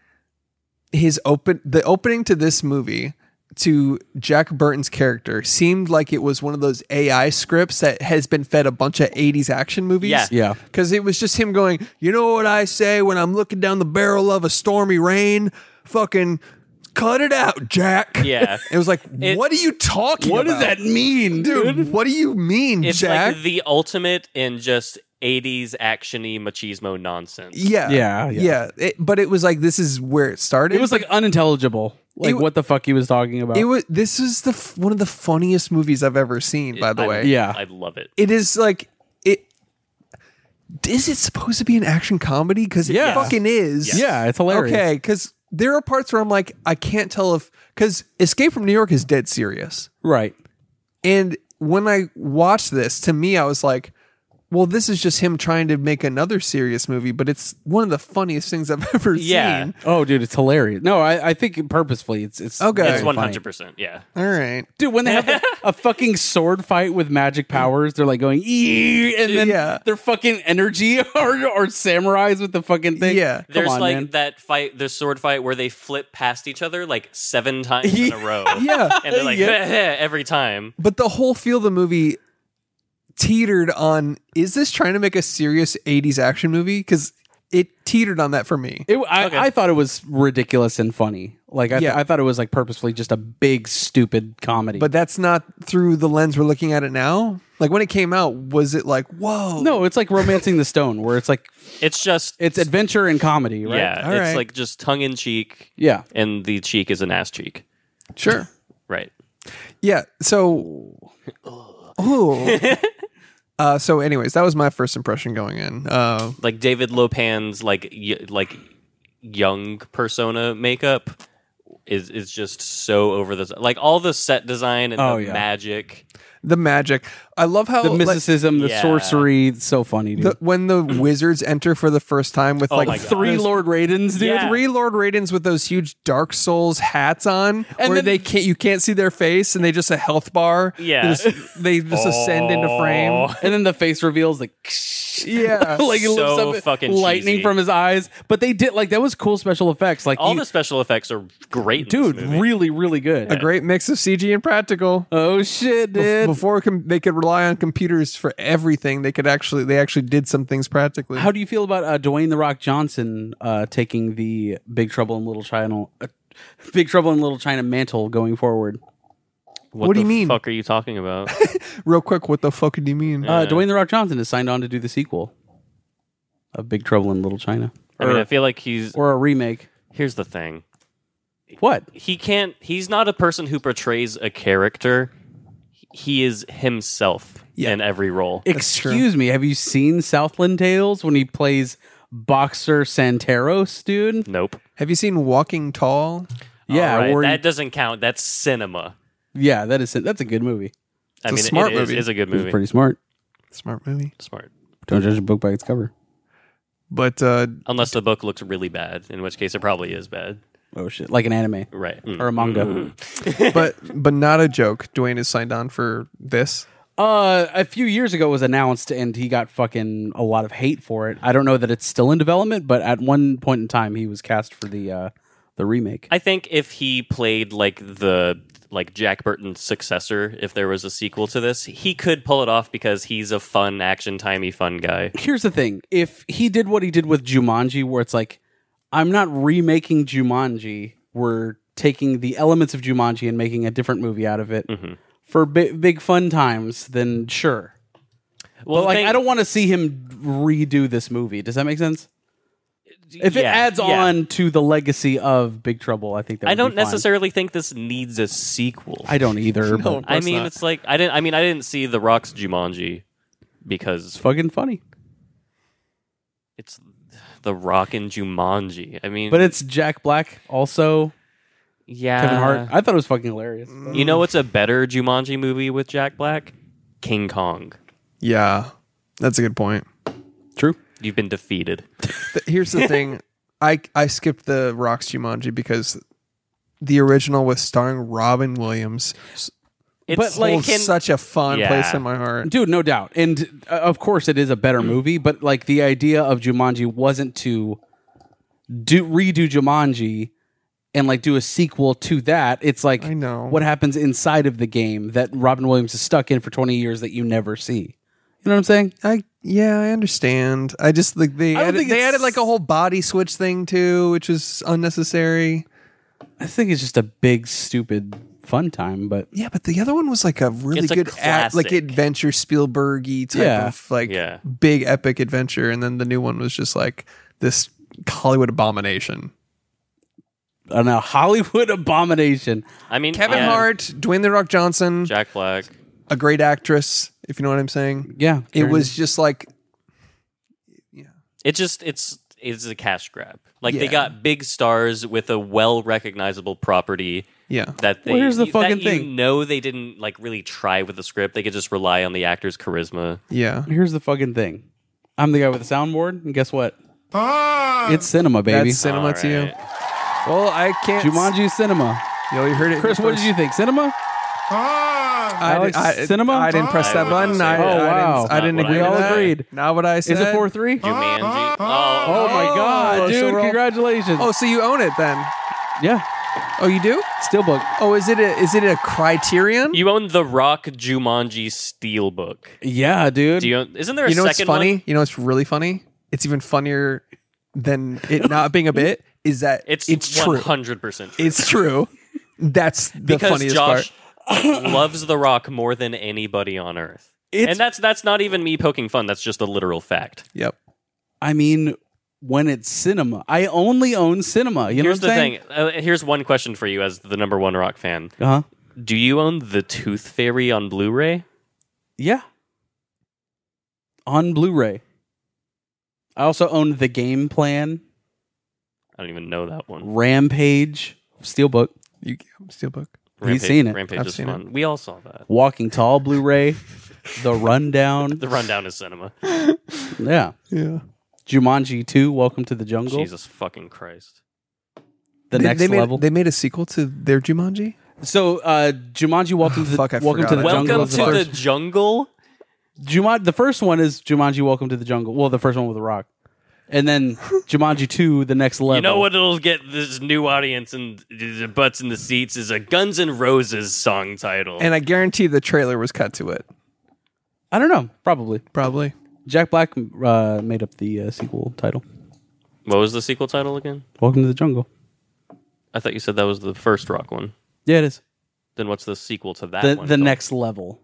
A: his open the opening to this movie to Jack Burton's character seemed like it was one of those AI scripts that has been fed a bunch of 80s action movies.
B: Yeah.
C: Yeah.
A: Cuz it was just him going, "You know what I say when I'm looking down the barrel of a stormy rain? Fucking cut it out, Jack."
B: Yeah.
A: It was like,
B: It-
A: "What are you talking
C: What does
A: about?"
C: that mean, dude?
A: Dude, what do you mean,
B: It's
A: Jack?
B: like the ultimate in just 80s actiony machismo nonsense.
A: yeah.
C: Yeah,
A: Yeah.
C: yeah.
A: It- but it was like this is where it started.
C: It was like unintelligible. Like
A: It w-
C: what the fuck he was talking about.
A: It was. This is the f- one of the funniest movies I've ever seen. By the
B: I-
A: way,
C: Yeah.
B: I love it.
A: it is like it. Is it supposed to be an action comedy? Because it
C: Yeah.
A: fucking is.
C: yeah, it's hilarious.
A: Okay. Because there are parts where I'm like, I can't tell if because Escape from New York is dead serious,
C: Right.
A: and when I watched this, to me, I was like. Well, this is just him trying to make another serious movie, but it's one of the funniest things I've ever
B: Yeah.
A: seen.
C: Oh, dude, it's hilarious. No, I, I think purposefully it's it's
A: Okay.
B: It's
A: Very
C: funny.
B: 100%. Yeah.
A: All right.
C: Dude, when they have the- a fucking sword fight with magic powers, they're like going, "Ee," and then
A: Yeah.
C: their fucking energy or or samurais with the fucking thing.
A: Yeah.
C: Come
B: There's
C: on,
B: like
C: man.
B: that fight, the sword fight where they flip past each other like seven times in a row.
A: Yeah.
B: And they're like,
C: Yeah.
B: every time.
A: but the whole feel of the movie teetered on is this trying to make a serious 80s action movie because it teetered on that for me
C: It, I,
B: Okay.
C: I thought it was ridiculous and funny. Like I, th-
A: Yeah.
C: I thought it was like purposefully just a big stupid comedy.
A: but that's not through the lens we're looking at it now like when it came out was it like whoa
C: no, it's like romancing the stone, where it's like
B: It's just,
C: it's adventure and comedy, right?
B: yeah.
A: All
B: it's
A: right.
B: like just tongue in cheek,
C: Yeah.
B: and the cheek is an ass cheek.
A: sure
B: Right.
A: yeah so oh uh so anyways that was my first impression going in uh
B: like David Lopan's like y- like young persona makeup is is just so over the like all the set design and
C: Oh,
B: the
C: yeah.
B: magic
A: the magic. I love how
C: the
A: like,
C: mysticism, the
B: Oh, Yeah.
C: sorcery. It's so funny, dude.
A: the- when the wizards enter for the first time
C: Oh
A: with
B: my
A: like
B: God.
C: Three
A: those-
C: Lord Raidens, dude.
B: Yeah.
A: Three Lord Raidens with those huge Dark Souls hats on,
C: And
A: where
C: then-
A: they can't you can't see their face, and they just a health bar.
B: Yeah.
A: they just, they just ascend into
C: Oh.
A: frame.
C: And then the face reveals like,
A: Yeah,
C: like it lifts
B: So
C: up
B: fucking
C: lightning
B: cheesy.
C: from his eyes. But they did like that was cool special effects. Like
B: All
C: you-
B: the special effects are great, in this
C: dude,
B: movie.
C: really, really good.
A: a great mix of CG and practical.
C: Oh shit, dude.
A: Before com- they could rely on computers for everything, they could actually they actually did some things practically.
C: How do you feel about uh, Dwayne the Rock Johnson uh, taking the Big Trouble in Little China, uh, Big Trouble in Little China mantle going forward?
B: What,
A: What do
B: the
A: you mean?
B: Fuck, are you talking about?
A: Real quick, what the fuck do you mean?
C: Uh, Dwayne the Rock Johnson has signed on to do the sequel of Big Trouble in Little China,
B: I
C: or,
B: mean, I feel like he's.
C: or a remake.
B: Here's the thing.
C: What?
B: he can't he's not a person who portrays a character he is himself in every role
C: Excuse me. Have you seen Southland Tales when he plays boxer Santeros, dude?
B: nope
A: Have you seen Walking Tall?
C: Yeah,
B: All right,
C: where he-
B: that doesn't count that's cinema
C: yeah, that is that's a good movie.
B: i
A: a
B: mean
A: smart
B: it is,
A: movie.
B: is a good
C: It's
B: movie
C: pretty smart.
A: Smart movie,
B: smart
C: Don't judge a book by its cover.
A: but uh,
B: unless the book looks really bad in which case it probably is bad
C: Oh shit, like an anime
B: right Mm.
C: or a manga.
A: but but not a joke. Dwayne is signed on for this.
C: Uh, a few years ago it was announced, and he got fucking a lot of hate for it. I don't know that it's still in development, but at one point in time, he was cast for the uh, the remake.
B: i think if he played like the like jack burton's successor if there was a sequel to this he could pull it off because he's a fun action timey fun guy
C: Here's the thing: if he did what he did with Jumanji, where it's like, I'm not remaking Jumanji, we're taking the elements of Jumanji and making a different movie out of it
B: Mm-hmm.
C: for bi- big fun times, then sure.
B: well
C: but like,
B: thank-
C: I don't want to see him redo this movie. Does that make sense? If it
B: yeah,
C: adds
B: yeah.
C: on to the legacy of Big Trouble, I think that
B: I
C: would be
B: don't
C: fine.
B: necessarily think this needs a sequel.
C: I don't either.
A: No.
C: but
B: I
A: course
B: mean,
A: not.
B: it's like I didn't. I mean, I didn't see The Rock's Jumanji because
C: it's fucking funny.
B: it's The Rock and Jumanji. I mean,
C: But it's Jack Black, also
B: yeah,
C: Kevin Hart. I thought it was fucking hilarious.
B: You know what's a better Jumanji movie with Jack Black? King Kong.
A: Yeah, that's a good point.
C: True.
B: You've been defeated.
A: Th- Here's the thing. I I skipped the Rocks Jumanji because the original was starring Robin Williams.
B: It's
C: But, like,
A: Holds
B: can-
A: such a fun
B: Yeah.
A: place in my heart.
C: Dude, no doubt. And uh, of course it is a
A: Mm.
C: better movie, but like the idea of Jumanji wasn't to do redo Jumanji and like do a sequel to that. It's like
A: I know.
C: what happens inside of the game that Robin Williams is stuck in for 20 years that you never see. You know what I'm saying?
A: I yeah, I understand. I just like they
C: don't
A: added,
C: think
A: they
C: it's-
A: added like a whole body switch thing too, which was unnecessary.
C: I think it's just a big stupid fun time, but
A: Yeah, but the other one was like a really
B: It's a
A: good at, like
B: classic.
A: adventure Spielberg-y type
C: Yeah.
A: of like
B: Yeah.
A: big epic adventure, and then the new one was just like this Hollywood abomination.
C: on a Hollywood abomination.
B: I mean,
A: Kevin
B: yeah,
A: Hart, Dwayne the Rock Johnson,
B: Jack Black.
A: a great actress, if you know what I'm saying.
C: Yeah.
A: It was just like
B: It just it's it's a cash grab. Like they
A: Yeah.
B: got big stars with a well recognizable property.
A: yeah.
B: that they
C: Well, here's the
B: that
C: fucking
B: you
C: thing.
B: know they didn't like really try with the script they could just rely on the actor's charisma
A: Yeah.
C: Here's the fucking thing. I'm the guy with the soundboard, and guess what? It's cinema, baby.
A: That's cinema
B: All
A: to you.
B: right.
A: Well, I can't
C: Jumanji is cinema.
A: Yo, you heard it.
C: Chris, what did you think? Cinema?
A: I,
C: Alex,
A: did- I-
C: cinema?
A: I didn't press
B: I
A: that
B: would
A: button.
B: say
A: I, I
B: that.
C: Oh, wow.
A: didn't, I didn't
B: Not what
A: agree
B: I
A: with
B: would
A: that.
B: say.
A: Not what I said.
C: Is it 4 3? Oh,
B: Jumanji.
C: my
B: Oh,
A: Oh,
C: God,
A: so
C: dude.
A: we're all-
C: congratulations.
A: Oh, so you own it then?
C: yeah.
A: Oh, you do?
C: Steelbook.
A: Oh, is it a is it a criterion?
B: you own the Rock Jumanji Steelbook.
C: Yeah, dude.
B: Do you? Own, isn't there a
A: You know what's
B: second
A: funny?
B: one?
A: You know what's really funny? It's even funnier than it not being a bit. Is that
B: It's
A: it's
B: one
A: true?
B: hundred percent
A: It's true. That's the
B: because
A: funniest
B: Josh
A: part.
B: loves the Rock more than anybody on earth.
C: It's-
B: and that's that's not even me poking fun. That's just a literal fact.
A: Yep.
C: I mean, when it's cinema, I only own cinema. You know
B: Here's
C: what
B: the
C: I'm saying?
B: thing. Uh, here's one question for you, as the number one rock fan:
C: Uh huh.
B: Do you own the Tooth Fairy on Blu-ray?
C: Yeah. On Blu ray. I also own The Game Plan,
B: I don't even know that one.
C: Rampage, Steelbook.
A: You Steelbook.
C: He's seen it.
B: Rampage
A: I've
B: is
A: seen
B: fun. We all saw that.
C: Walking Tall Blu-ray, The Rundown.
B: The rundown is cinema.
C: Yeah.
A: Yeah.
C: Jumanji 2, Welcome to the Jungle.
B: Jesus fucking Christ.
C: The
A: They-
C: next
A: they made,
C: level.
A: They made a sequel to their Jumanji.
C: so uh Jumanji Welcome to the
A: Ah, Fuck, I
C: Welcome
A: forgot
C: to the
A: it.
C: Jungle.
B: Welcome
C: is
B: to the
C: first-
B: jungle.
C: Jumanji the first one is Jumanji Welcome to the Jungle. Well, the first one with the rock. And then Jumanji 2, The Next Level.
B: You know what'll get this new audience and the butts in the seats is a Guns N' Roses song title.
A: And I guarantee the trailer was cut to it.
C: I don't know, probably.
A: Probably.
C: Jack Black uh, made up the uh, sequel title.
B: what was the sequel title again?
C: Welcome to the Jungle.
B: I thought you said that was the first rock one.
C: Yeah, it is.
B: Then what's the sequel to that
C: The,
B: one? Oh,
C: the
B: called?
C: next level.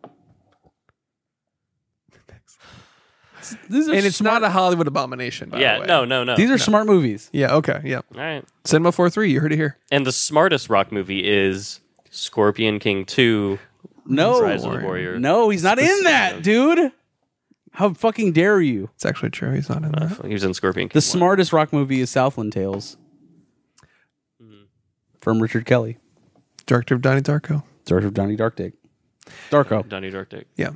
C: These are
A: And it's
C: smart-
A: not a Hollywood abomination. By
B: Yeah,
A: the way.
B: no, no, no.
C: These are smart movies.
A: Yeah. Okay. Yeah.
B: All right.
A: Cinema four three. You heard it here.
B: And the smartest rock movie is Scorpion King 2
C: No,
B: Rise of the Warrior.
C: Oh, no, he's not in that, dude. How fucking dare you?
A: It's actually true. He's not in
B: Uh,
A: that.
B: he was in Scorpion King.
C: The
B: 1.
C: smartest rock movie is Southland Tales
B: Mm-hmm.
C: from Richard Kelly,
A: Director of Donnie Darko.
C: director of Johnny Dark Dick. Darko.
B: Donnie Dark Dick.
A: Yeah.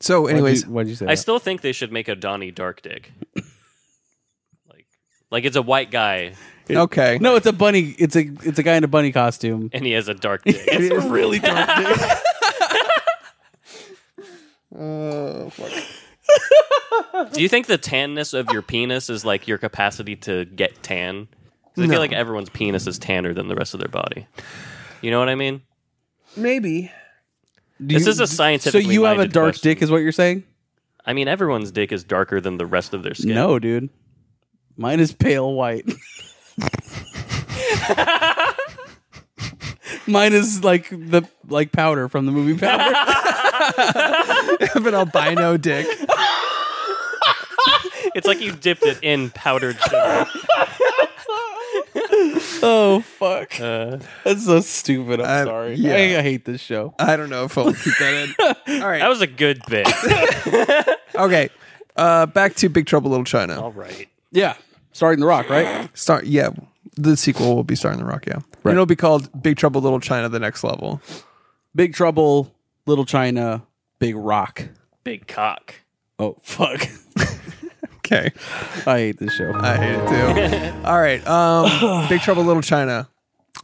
A: So, anyways,
C: why'd you, why'd you say
B: I
C: that?
B: still think they should make a Donnie Dark Dick. like, like it's a white guy
A: okay.
C: no, it's a bunny. It's a it's a guy in a bunny costume.
B: and he has a dark dick.
A: It is really dark.
B: Do you think the tanness of your penis is like your capacity to get tan? 'Cause I feel like everyone's penis is tanner than the rest of their body. You know what I mean?
A: Maybe.
C: Do
B: This
C: you-
B: is a
C: So
B: scientific.
C: you have a dark dick, is what you're saying?
B: I mean, everyone's dick is darker than the rest of their skin.
C: No, dude. Mine is pale white. Mine is like the like powder from the movie Powder.
A: Have an albino dick.
B: it's like you dipped it in powdered sugar.
C: oh fuck.
B: Uh,
C: That's so stupid. I'm
A: I-
C: sorry.
A: yeah.
C: I, I hate this show.
A: I don't know if I'll keep that in. All
B: that
A: right.
B: was a good bit.
A: Okay. Uh, back to Big Trouble Little China.
C: Oh.
B: All right.
C: Yeah. Starting the rock, right?
A: Start. Yeah. The sequel will be starting the rock. Yeah. And it'll be called Big Trouble Little China: The Next Level.
C: Big Trouble, Little China, Big Rock.
B: Big cock.
C: Oh fuck.
A: Okay.
C: I hate this show.
A: I hate it too. All right. Um, Big Trouble Little China.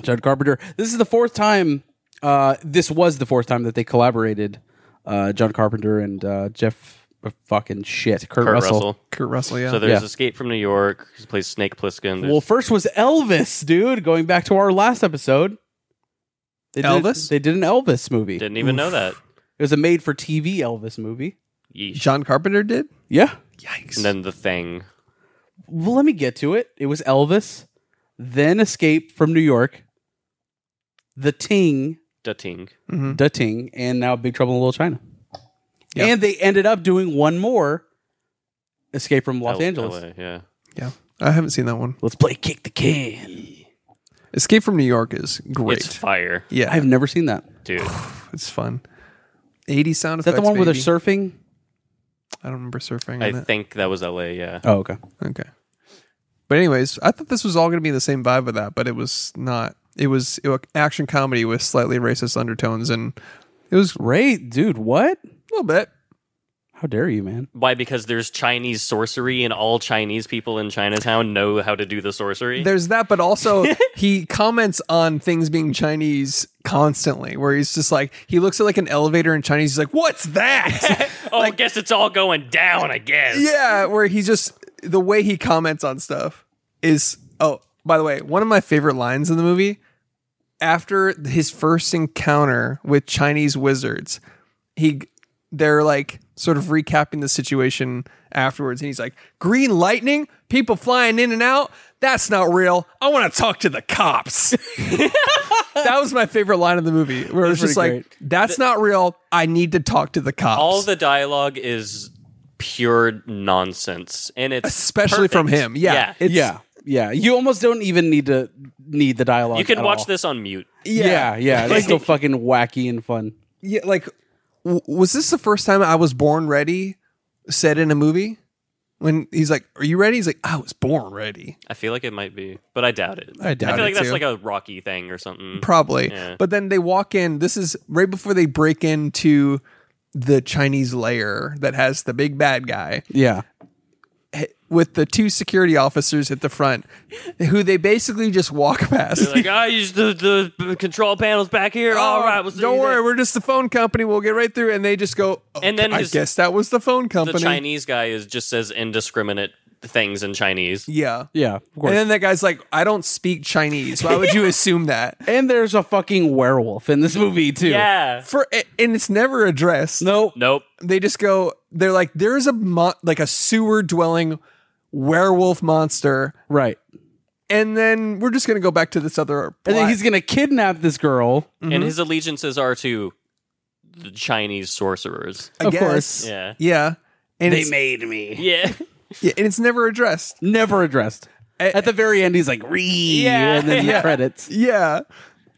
C: Judd Carpenter. This is the fourth time. Uh, this was the fourth time that they collaborated. Uh, John Carpenter and uh, Jeff uh, fucking shit, Kurt,
B: Kurt
C: Russell.
B: Russell.
A: Kurt Russell. Yeah.
B: So there's
C: Yeah.
B: Escape from New York. He plays Snake Plissken. There's
C: Well, first was Elvis, dude. Going back to our last episode, they
A: Elvis?
C: Did, they did an Elvis movie.
B: Didn't even know that.
C: It was a made-for-TV Elvis movie.
B: Yeesh.
A: John Carpenter did.
C: Yeah.
A: Yikes.
B: And then the thing.
C: Well, let me get to it. It was Elvis, then Escape from New York, The Ting,
B: Dutting.
C: Da Ting, and now Big Trouble in Little China.
A: Yeah.
C: And they ended up doing one more Escape from Los
B: L-
C: Angeles.
B: LA, yeah.
A: yeah. I haven't seen that one.
C: Let's play Kick the Can.
A: Escape from New York is great.
B: It's fire,
A: yeah.
C: I've never seen that. Is
B: dude.
A: It's fun. 80 sound
C: that
A: effects.
C: the one where they're
A: baby.
C: surfing?
A: I don't remember surfing.
B: I
A: on it.
B: think that was LA, yeah.
C: Oh, okay.
A: Okay. But anyways, I thought this was all going to be the same vibe with that, but it was not. It was, it was action comedy with slightly racist undertones, and it was a
C: Great, dude. What?
A: little bit.
C: How dare you, man?
B: Why? Because there's Chinese sorcery and all Chinese people in Chinatown know how to do the sorcery.
A: There's that, but also he comments on things being Chinese constantly, where he's just like he looks at like an elevator in Chinese. He's like, "What's that?"
B: oh, I guess it's all going down, I guess.
A: yeah, where he just the way he comments on stuff is. Oh, by the way, one of my favorite lines in the movie after his first encounter with Chinese wizards, he they're like sort of recapping the situation afterwards, and he's like, "Green lightning, people flying in and out, that's not real. I want to talk to the cops." that was my favorite line of the movie, where it's
C: That's
A: just
C: pretty
A: like, "That's not real. I need to talk to the cops."
B: All the dialogue is pure nonsense. And it's
A: Especially from
B: perfect.
A: him, yeah.
B: yeah.
A: It's-
C: yeah. Yeah. You almost don't even need to need the dialogue.
B: You can
C: at
B: watch
C: all.
B: this on mute.
C: Yeah, yeah. It's still fucking wacky and fun.
A: yeah, like w- was this the first time I was born ready said in a movie? When he's like, "Are you ready?" He's like, "I was born ready."
B: I feel like it might be, but I doubt it.
A: I doubt
B: I feel
A: it,
B: like that's
A: too.
B: like a Rocky thing or something.
A: Probably.
B: Yeah.
A: But then they walk in. This is right before they break into the Chinese lair that has the big bad guy
C: Yeah.
A: with the two security officers at the front, who they basically just walk past.
B: They're like, "Ah, I used the, the control panels back here. All right, we'll see
A: Oh, don't
B: you
A: worry,
B: there."
A: we're just the phone company. We'll get right through, and they just go.
B: And
A: and
B: then
A: then I
B: his-
A: guess that was the phone
B: The
A: company.
B: Chinese guy is just says indiscriminate things in Chinese.
A: Yeah,
C: Yeah. Of course.
A: And
C: And,
A: then that guy's like, "I don't speak Chinese. Why would you assume that?"
C: there's a fucking werewolf in this movie too.
B: Yeah.
A: For and it's never addressed.
C: No.
B: Nope.
A: they just go they're like there's a mon- like a sewer dwelling werewolf monster
C: Right.
A: and then we're just gonna go back to this other
C: And then
A: plot.
C: he's gonna kidnap this girl.
A: Mm-hmm.
B: And his allegiances are to the Chinese sorcerers.
A: I
C: of
A: guess.
C: course.
B: Yeah.
A: yeah and it's,
C: made me.
B: Yeah.
A: yeah, and it's never addressed
C: Never addressed.
A: Eh,
C: At the very end, he's like, "Ree,"
B: Yeah.
C: and then
A: Yeah.
C: the credits.
A: yeah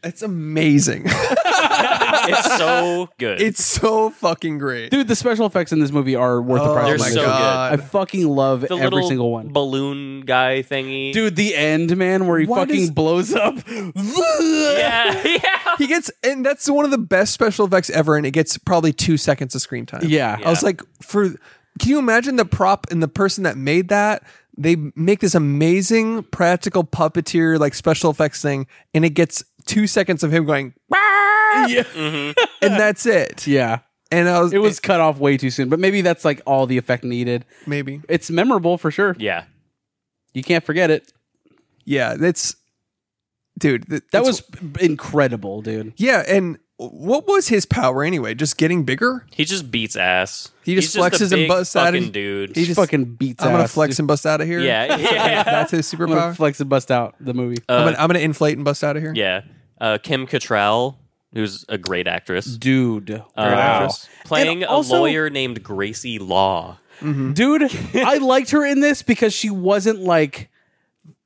A: it's amazing
B: it's so good.
A: it's so fucking great
C: Dude, the special effects in this movie are worth the
A: Oh
C: price.
B: They're
C: of
A: my
B: so
C: admission. I
A: god
C: fucking love
B: the
C: every
B: little
C: single one.
B: balloon guy thingy.
C: Dude, the end, man, where he
A: Why
C: fucking
A: does-
C: blows up.
B: Yeah. yeah.
A: he gets and that's one of the best special effects ever and it gets probably two seconds of screen time
C: Yeah.
A: I was like, for can you imagine the prop and the person that made that? They make this amazing practical puppeteer like special effects thing, and it gets two seconds of him going,
C: Yeah.
A: and that's it.
C: Yeah.
A: And I was,
C: It was cut off way too soon, but maybe that's like all the effect needed.
A: maybe,
C: It's memorable for sure.
B: Yeah.
C: You can't forget it.
A: yeah. That's, dude. That,
C: That
A: that's-
C: was incredible, dude.
A: yeah. And what was his power anyway? Just getting bigger.
B: He just beats ass.
A: He just
B: He's a
A: flexes and
B: big
A: busts out of-
B: fucking dude.
A: He
C: He
A: just-
C: just fucking beats.
A: I'm gonna
C: ass.
A: flex and bust out of here.
B: yeah. Yeah.
A: that's his
C: I'm gonna
A: superpower.
C: flex and bust out the movie.
A: I'm, gonna, I'm gonna inflate and bust out of here.
B: Yeah. Uh, Kim Cattrall, who's a great actress,
C: dude,
B: uh, Wow.
A: actress.
B: playing
C: And also-
B: a lawyer named Gracie Law.
C: dude, I liked her in this because she wasn't like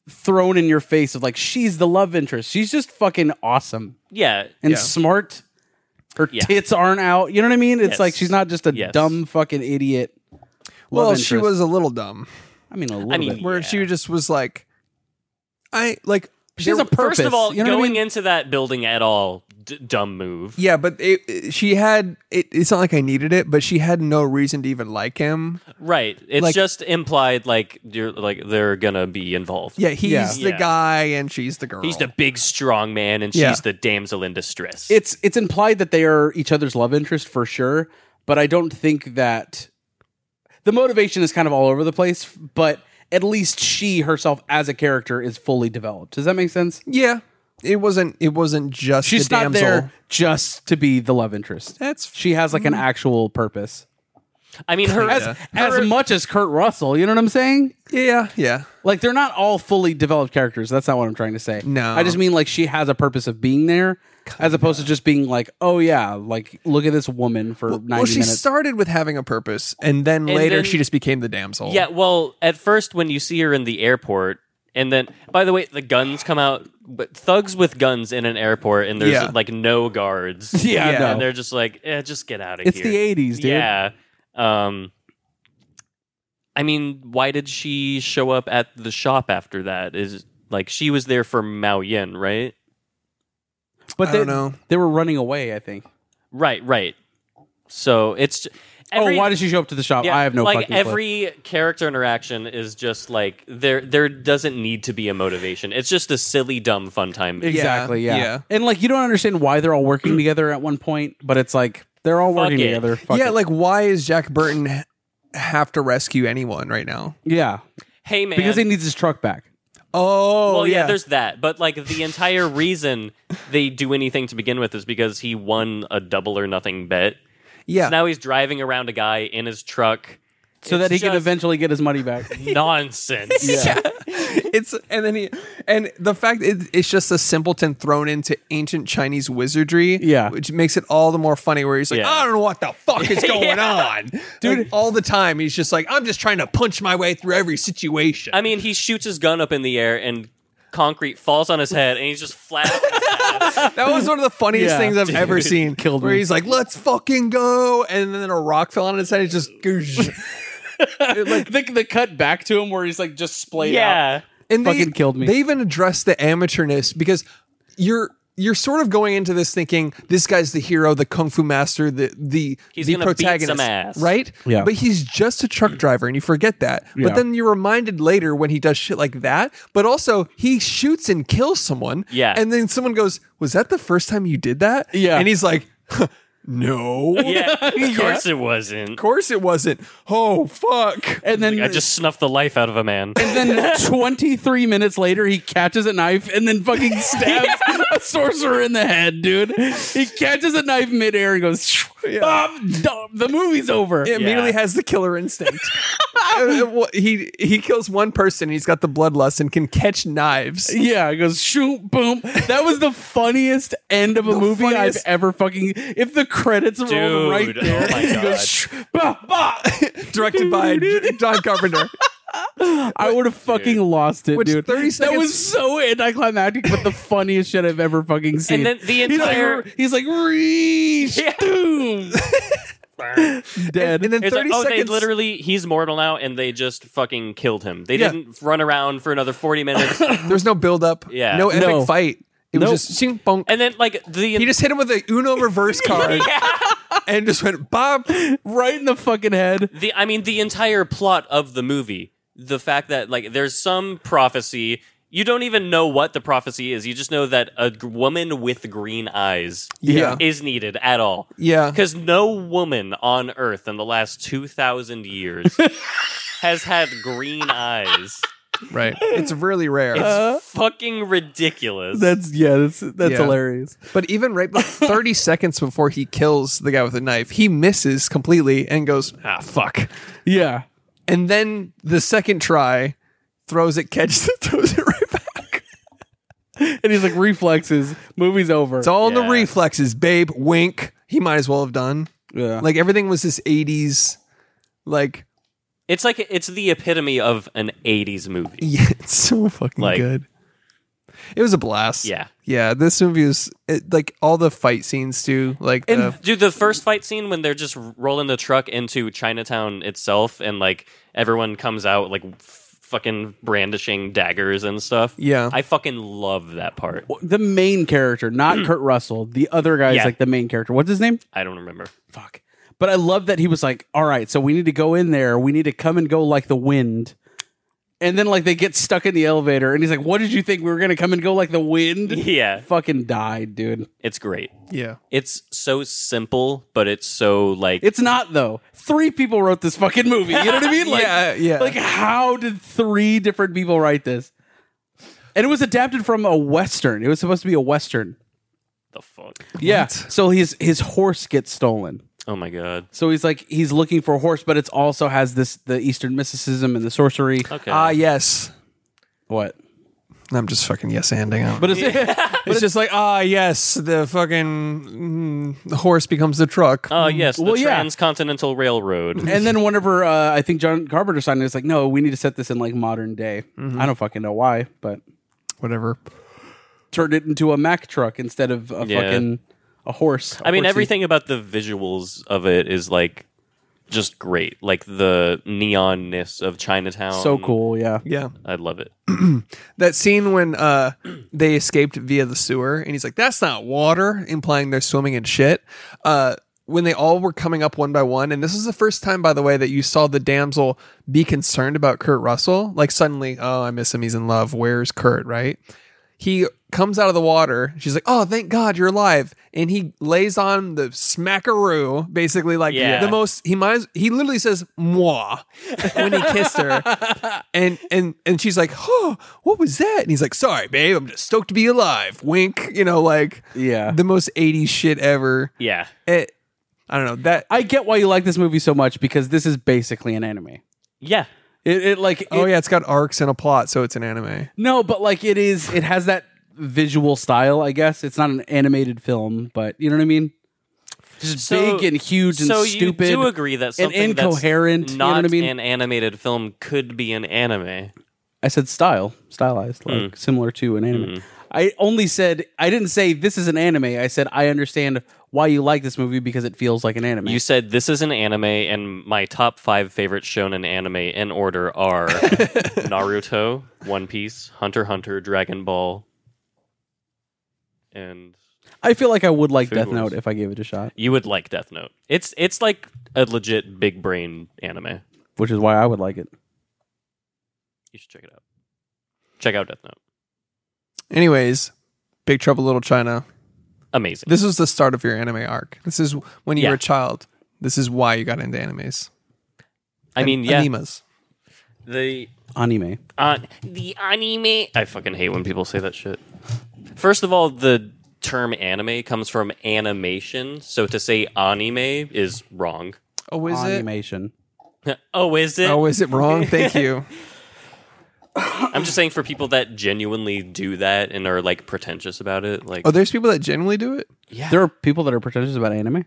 C: thrown in your face of like she's the love interest. She's just fucking awesome
B: Yeah.
C: and
A: Yeah.
C: smart. Her
B: Yeah.
C: tits aren't out. You know what I mean? It's
B: Yes.
C: like she's not just a
B: Yes.
C: dumb fucking idiot.
A: Well,
C: love
A: she
C: interest.
A: was a little dumb.
C: I mean, a little
B: mean,
C: bit.
A: Where
B: Yeah.
A: she just was like, I like.
C: She has
A: there-
C: a purpose.
B: First of all,
C: you know what I
B: going
C: mean?
B: into that building at all, d- dumb move.
A: Yeah, but it, it- she had. It, it's not like I needed it, but she had no reason to even like him.
B: Right. It's
A: Like-
B: just implied like you're like they're gonna be involved.
A: Yeah, he's
C: Yeah.
A: the
B: Yeah.
A: guy and she's the girl.
B: He's the big strong man and she's
A: Yeah.
B: the damsel in distress.
C: it's it's implied that they are each other's love interest for sure, but I don't think that the motivation is kind of all over the place, but at least she herself as a character is fully developed. Does that make sense?
A: yeah. It wasn't. It wasn't just
C: She's
A: the
C: not
A: damsel.
C: there just to be the love interest.
A: That's
C: She has like an actual purpose.
B: I mean her
C: As as much as Kurt Russell, you know what I'm saying?
A: yeah, yeah.
C: Like they're not all fully developed characters. That's not what I'm trying to say.
A: No.
C: I just mean like she has a purpose of being there, as opposed to just being like, oh yeah, like look at this woman for ninety
A: Well, she
C: minutes.
A: started with having a purpose, and then
B: And
A: later
B: then-
A: she just became the damsel.
B: Yeah, well, at first when you see her in the airport, and then by the way, the guns come out, but thugs with guns in an airport, and there's
A: Yeah.
B: like no guards.
C: yeah,
A: Yeah.
C: no.
B: and they're just like, eh, just get out of
C: It's
B: here.
C: the '80s, dude.
B: Yeah. Um. I mean, why did she show up at the shop after that? Is like she was there for Mao Yin, right?
C: But
A: I
C: they,
A: don't know.
C: they were running away. I think.
B: Right, right. So it's j- every-
C: oh, why did she show up to the shop?
B: yeah,
C: I have no
B: like
C: fucking
B: every character interaction is just like there there doesn't need to be a motivation. It's just a silly, dumb, fun time.
C: clue. Exactly. Yeah.
A: yeah.
C: And like you don't understand why they're all working together at one point, but it's like they're all
B: Fuck
C: working
B: it.
C: together. Fuck
A: yeah,
C: it.
A: like why is Jack Burton ha- have to rescue anyone right now?
C: yeah,
B: hey man,
C: because he needs his truck back.
A: Oh,
B: well, yeah,
A: yeah.
B: there's that. But like the entire reason they do anything to begin with is because he won a double or nothing bet.
A: yeah.
B: So now he's driving around a guy in his truck.
C: So that he
B: It's
C: can
B: just
C: eventually get his money back.
B: nonsense.
C: Yeah.
A: it's and then he and the fact it, it's just a simpleton thrown into ancient Chinese wizardry,
C: Yeah.
A: which makes it all the more funny. Where he's like,
B: Yeah.
A: I don't know what the fuck is going on, dude. all the time, he's just like, I'm just trying to punch my way through every situation.
B: I mean, he shoots his gun up in the air and concrete falls on his head, and he's just flat.
A: that was one of the funniest
C: Yeah.
A: things I've ever seen.
C: killed
A: where
C: me.
A: he's like, Let's fucking go, and then a rock fell on his head. It's just, goosh.
C: the, the cut back to him where he's like just splayed out.
B: yeah.
A: and
C: Fucking killed me.
A: They even addressed the amateurness because you're you're sort of going into this thinking this guy's the hero, the kung fu master, the the
B: He's
A: the
B: gonna beat some
A: protagonist,
B: ass.
A: right?
C: Yeah.
A: But he's just a truck driver, and you forget that.
C: Yeah.
A: But then you're reminded later when he does shit like that. But also he shoots and kills someone.
B: Yeah.
A: And then someone goes, "Was that the first time you did that?"
C: Yeah.
A: And he's like, "Huh, "No,
B: Yeah. Of course it wasn't.
A: of course it wasn't." Oh fuck.
C: And then
B: I just snuffed the life out of a man.
C: and then 23 minutes later he catches a knife and then fucking stabs a sorcerer in the head, dude. He catches a knife midair and goes, "Shh, "I'm dumb. the movie's over.
A: It immediately has the killer instinct. Uh, well, he he kills one person. He's got the bloodlust and can catch knives.
C: Yeah, it goes shoot, boom. That was the funniest end of a movie
A: funniest-
C: I've ever fucking. If the credits rolled
B: Dude,
C: right
B: oh
C: there,
B: my
C: it
B: God.
C: goes shoo, bah, bah.
A: Directed by John Carpenter.
C: I would have fucking lost it,
A: Which
C: dude.
A: 30
C: That
A: seconds-
C: was so anticlimactic, but the funniest shit I've ever fucking
B: And
C: seen.
B: then the
C: he's like,
B: entire-
C: re- he's like, reach,
B: Yeah.
C: boom, dead.
A: And then
B: It's like,
A: thirty
B: oh,
A: seconds.
B: they literally, he's mortal now, and they just fucking killed him. They
A: Yeah.
B: didn't run around for another 40 minutes.
A: there was no build up.
B: Yeah.
A: No epic
C: No.
A: fight. It
C: Nope.
A: was just shing, bonk.
B: and then, like, the.
A: he just hit him with a Uno reverse card and just went bop.
C: right in the fucking head.
B: the I mean the entire plot of the movie, the fact that like there's some prophecy, you don't even know what the prophecy is. You just know that a g- woman with green eyes
A: Yeah.
B: is needed at all.
A: Yeah.
B: Cuz no woman on earth in the last 2000 years has had green eyes.
A: Right. It's really rare.
B: uh, Fucking ridiculous.
C: That's yeah, that's that's
A: Yeah.
C: hilarious.
A: but even right be- thirty seconds before he kills the guy with the knife, he misses completely and goes ah fuck.
C: Yeah,
A: And then the second try, throws it, catches it, throws it right back.
C: and he's like reflexes. Movie's over.
A: It's all in
B: Yeah.
A: the reflexes, babe. Wink. He might as well have done.
C: yeah.
A: Like everything was this '80s, like
B: it's like it's the epitome of an 80s movie.
A: yeah, it's so fucking
B: Like-
A: good. It was a blast.
B: Yeah.
A: yeah. This movie was it, like all the fight scenes too. Like
C: And-
A: the,
B: Dude, the first fight scene when they're just rolling the truck into Chinatown itself, and like everyone comes out like f- fucking brandishing daggers and stuff.
A: Yeah.
B: I fucking love that part.
C: the main character, not Kurt Russell. The other guy's
B: Mm. Yeah.
C: like the main character. What's his name?
B: I don't remember.
C: Fuck. But I love that he was like, all right, so we need to go in there. We need to come and go like the wind. And then like they get stuck in the elevator and he's like, what did you think we were going to come and go like the wind?
B: Yeah,
C: Fucking died, dude.
B: it's great.
A: yeah,
B: It's so simple, but it's so like
C: It's not though. Three people wrote this fucking movie. You know what I mean? Like
A: yeah, yeah.
C: like how did three different people write this? And it was adapted from a western. It was supposed to be a western.
B: the fuck.
C: Yeah.
A: What?
C: So his his horse gets stolen.
B: Oh my god.
C: So he's like he's looking for a horse, but it's also has this the Eastern mysticism and the sorcery.
B: Okay.
A: ah, yes.
C: What?
A: I'm just fucking yes anding out.
C: But it's
A: But it's, just like, ah, yes, the fucking mm, horse becomes the truck.
B: oh yes, the
C: Well, yeah.
B: Transcontinental Railroad.
C: and then whenever uh, I think John Carpenter signed it, it's like, no, we need to set this in like modern day. I don't fucking know why, but
A: Whatever.
C: turned it into a Mack truck instead of a
B: Yeah.
C: fucking a horse. I
B: I mean, everything about the visuals of it is like just great. Like the neonness of Chinatown.
C: so cool, yeah.
A: Yeah.
B: I love it.
A: That scene when uh, they escaped via the sewer, and he's like, "That's not water," implying they're swimming in shit. Uh, when they all were coming up one by one, and this is the first time, by the way, that you saw the damsel be concerned about Kurt Russell. Like suddenly, oh, I miss him. He's in love. Where's Kurt? Right? He comes out of the water. She's like, "Oh, thank God you're alive!" And he lays on the smackaroo, basically like
B: Yeah.
A: the most. He might. as- He literally says "moi" when he kissed her, and and and she's like, "Oh, what was that?" And he's like, "Sorry, babe, I'm just stoked to be alive." Wink, you know, like
C: Yeah.
A: the most '80s shit ever.
B: Yeah.
A: It, I don't know that.
C: I get why you like this movie so much because this is basically an anime.
B: Yeah.
C: It, it like it-
A: oh yeah, it's got arcs and a plot, so it's an anime.
C: no, but like it is. It has that visual style. I guess it's not an animated film, but you know what I mean. Just
B: So-
C: big and huge and
B: so
C: stupid.
B: you do agree that
C: and
B: something
C: incoherent.
B: that's
C: you know
B: not
C: what I mean?
B: an animated film could be an anime.
C: I said style, stylized, like similar to an anime. I only said I didn't say this is an anime. I said I understand why you like this movie because it feels like an anime.
B: You said this is an anime, and my top five favorite shonen anime in order are Naruto, One Piece, Hunter x Hunter, Dragon Ball, and
C: I feel like I would like
B: Food
C: Death
B: Wars.
C: Note if I gave it a shot,
B: you would like Death Note. It's it's like a legit big brain anime.
C: which is why I would like it.
B: You should check it out. Check out Death Note.
A: Anyways, Big Trouble Little China.
B: Amazing.
A: This was the start of your anime arc. This is when you
B: Yeah.
A: were a child. This is why you got into animes.
B: I mean, yeah,
A: Animas.
B: the
C: Anime.
B: Uh, the anime. I fucking hate when people say that shit. First of all, the term anime comes from animation, so to say anime is wrong.
A: Oh, is it?
C: Animation.
B: oh, is it?
A: Oh, is it wrong? Thank you.
B: I'm just saying for people that genuinely do that and are like pretentious about it, like
A: Oh, there's people that genuinely do it.
C: There are people that are pretentious about anime.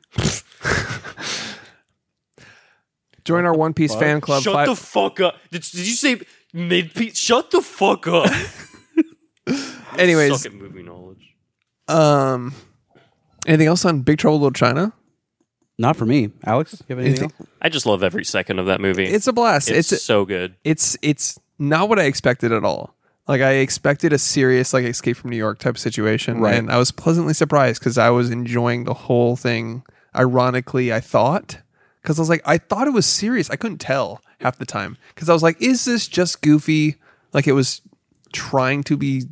A: Join our One Piece fan club.
B: shut
A: five-
B: the fuck up. Did, did you say mid piece? Shut the fuck up.
A: Anyways,
B: Suck at movie knowledge.
A: um, anything else on Big Trouble Little China?
C: Not for me, Alex. You have anything?
A: Anything-
C: else?
B: I just love every second of that movie.
A: It's a blast.
B: it's,
A: It's it's,
B: so good.
A: it's not what I expected at all. Like I expected a serious like Escape from New York type of situation,
C: Right.
A: and I was pleasantly surprised because I was enjoying the whole thing. Ironically, I thought because I was like, I thought it was serious. I couldn't tell half the time because I was like, is this just goofy? Like it was trying to be.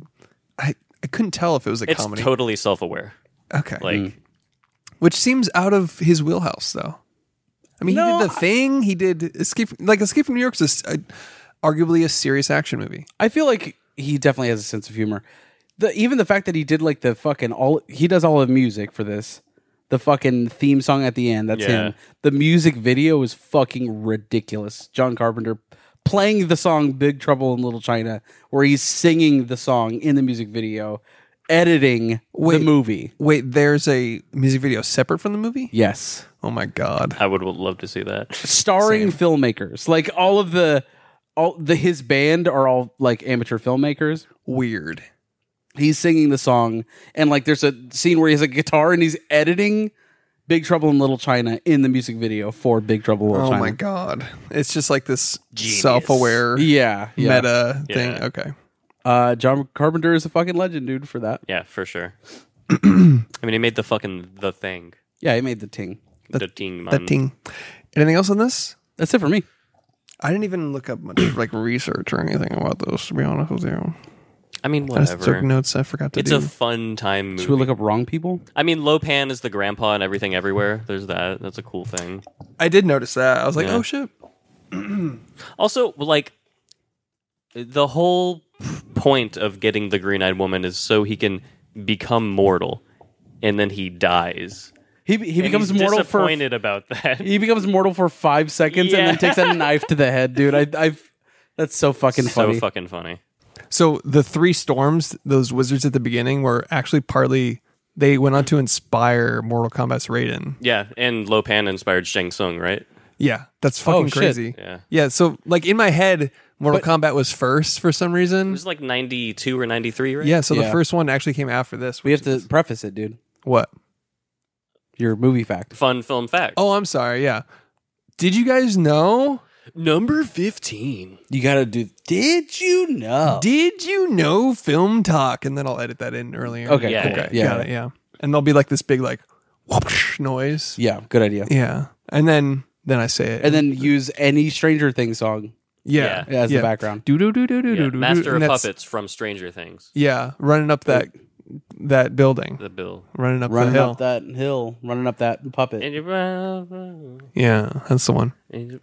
A: I I couldn't tell if it was a
B: It's
A: comedy.
B: totally self-aware.
A: okay,
B: Like
A: which seems out of his wheelhouse though i mean
C: No,
A: he did the thing he did escape like escape from new york's a s- a- arguably a serious action movie
C: I feel like he definitely has a sense of humor. The even the fact that he did like the fucking all he does all of music for this. The fucking theme song at the end, that's
B: Yeah.
C: him. The music video is fucking ridiculous. John Carpenter playing the song Big Trouble in Little China where he's singing the song in the music video, editing
A: Wait.
C: the movie.
A: wait there's a music video separate from the movie
C: Yes.
A: oh my god
B: I would love to see that.
C: starring filmmakers. Like all of the all the his band are all like amateur filmmakers.
A: weird
C: He's singing the song and like there's a scene where he has a guitar and he's editing Big Trouble in Little China in the music video for Big Trouble in Little
A: oh
C: China.
A: my god it's just like this
B: Genius.
A: self-aware
C: Yeah, yeah.
A: meta
B: Yeah. Mm-hmm.
A: thing okay
C: Uh, John Carpenter is a fucking legend, dude, for that.
B: Yeah, for sure. I mean, he made the fucking the thing,
C: Yeah, he made the ting.
B: the, thing, man.
A: that thing anything else on this
C: That's it for me.
A: i didn't even look up much like research or anything about this to be honest with you
B: I mean,
A: i just took
B: whatever.
A: notes i forgot to
B: It's
A: do
B: a fun time movie.
C: Should we look up wrong people?
B: I mean, Lopan is the grandpa and everything everywhere. There's that. That's a cool thing.
A: i did notice that i was like
B: Yeah.
A: oh shit
B: Also, like the whole point of getting the green-eyed woman is so he can become mortal, and then he dies.
C: He he
B: And
C: becomes
B: he's
C: mortal for
B: disappointed about that.
C: he becomes mortal for five seconds and
B: Yeah.
C: then takes a knife to the head, dude. I I've that's so fucking
B: so
C: funny.
B: fucking funny.
A: So the three storms, those wizards at the beginning, were actually partly they went on to inspire Mortal Kombat's Raiden.
B: Yeah, and Lopan inspired Shang Tsung, right?
A: Yeah, that's fucking
C: Oh, shit.
A: crazy.
B: Yeah.
A: So like in my head, Mortal Kombat was first for some
B: It
A: reason.
B: was like ninety-two or ninety-three, right?
A: Yeah. So the
C: Yeah.
A: first one actually came after this.
C: We have
A: which
C: to
A: is-
C: preface it, dude.
A: what?
C: Your movie fact.
B: Fun film fact.
A: Oh, I'm sorry. Yeah. Did you guys know?
B: Number 15.
C: You gotta do. Did you know?
A: Did you know Film Talk? And then I'll edit that in earlier.
C: okay.
B: Yeah,
C: cool.
A: Okay.
C: Yeah.
A: Got it. Yeah. And there'll be like this big like whoosh noise.
C: Yeah, Good idea.
A: Yeah. And then then I say it.
C: And then use any Stranger Things song
A: yeah.
B: Yeah.
C: as the background.
A: Do do do do do
B: Yeah,
A: do do.
B: Master of
A: and that's-
B: Puppets from Stranger Things.
A: Yeah, running up that that building,
B: The bill.
A: running up
C: Running
A: the hill.
C: up that hill, running up that puppet,
A: yeah, that's the one.
C: and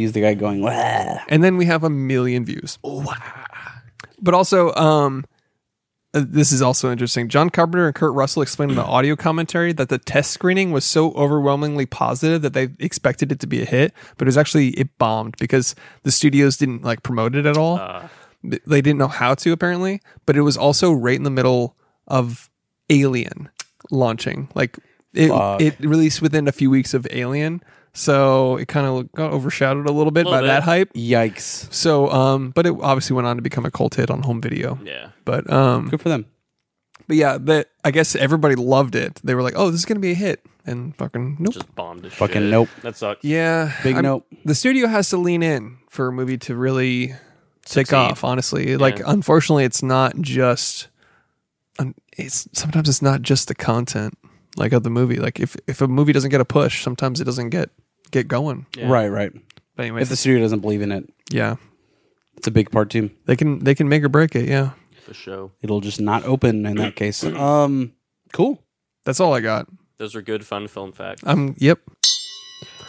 C: use the guy going. Wah.
A: And then we have a million views. But also, um, uh, this is also interesting. John Carpenter and Kurt Russell explained in the audio commentary that the test screening was so overwhelmingly positive that they expected it to be a hit, but it was actually it bombed because the studios didn't like promote it at all. Th- they didn't know how to apparently, but it was also right in the middle of Alien launching. Like it,
C: Fuck.
A: it released within a few weeks of Alien, so it kind of got overshadowed a little bit by
B: Little
A: that
B: bit.
A: hype.
C: Yikes!
A: So, um, but it obviously went on to become a cult hit on home video.
B: Yeah.
A: But um,
C: Good for them.
A: But yeah, the, I guess everybody loved it. They were like, "Oh, this is gonna be a hit," and fucking nope.
B: Just bombed. As
C: Fucking
B: shit.
C: nope.
B: That sucks.
A: yeah,
C: Big nope.
A: The studio has to lean in for a movie to really take
B: Succeed.
A: off. Honestly, like unfortunately, it's not just. un- It's sometimes it's not just the content like of the movie. Like if if a movie doesn't get a push, sometimes it doesn't get get going.
C: Right, right.
A: But anyway,
C: If the studio doesn't believe in it,
A: yeah,
C: it's a big part too.
A: they can they can make or break it. Yeah,
B: The show.
C: It'll just not open in that case. Um, cool.
A: that's all I got.
B: Those are good fun film facts.
A: I'm yep.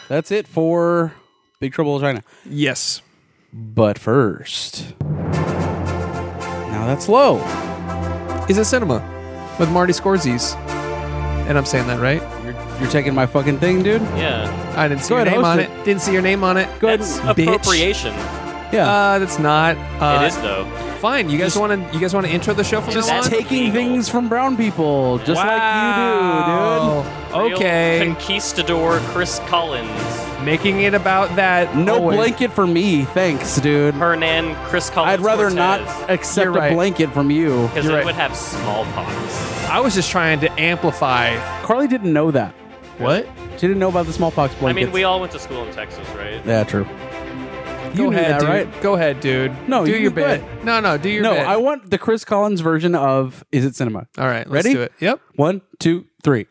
C: That's it for Big Trouble in China.
A: Yes.
C: But first, now that's low.
A: Is it cinema with Marty Scorsese? And I'm saying that right.
C: You're, you're taking my fucking thing, dude.
B: yeah.
A: I didn't see
C: Go
A: your
C: ahead,
A: name
C: host
A: on
C: it.
A: it. Didn't see your name on it.
C: Go ahead.
B: That's
A: bitch.
B: appropriation.
C: Yeah.
A: Uh, that's not. Uh,
B: it is though.
A: Fine. You guys want to? You guys want to intro the show from
B: Just
A: now on?
B: That's
C: taking
B: illegal.
C: things from brown people, just like you do, dude.
A: Wow. Okay.
B: Real conquistador Chris Collins.
A: Making it about that.
C: No
A: always.
C: blanket for me, thanks, dude.
B: Hernan Chris Collins.
C: I'd rather
B: Cortez.
C: not accept
A: You're right.
C: a blanket from you.
B: Because it
A: You're right.
B: would have smallpox.
A: I was just trying to amplify.
C: Carly didn't know that.
A: What?
C: She didn't know about the smallpox
B: I
C: blankets.
B: mean, we all went to school in Texas, right?
C: Yeah, true.
A: Go
C: You knew
A: ahead,
C: that,
A: dude.
C: right?
A: Go ahead, dude.
C: No,
A: do
C: you-
A: your
C: go
A: bit. No, no, do your
C: no,
A: bit.
C: I want the Chris Collins version of Is It Cinema?
A: all right, let's
C: Ready?
A: do it. Yep.
C: One, two, three.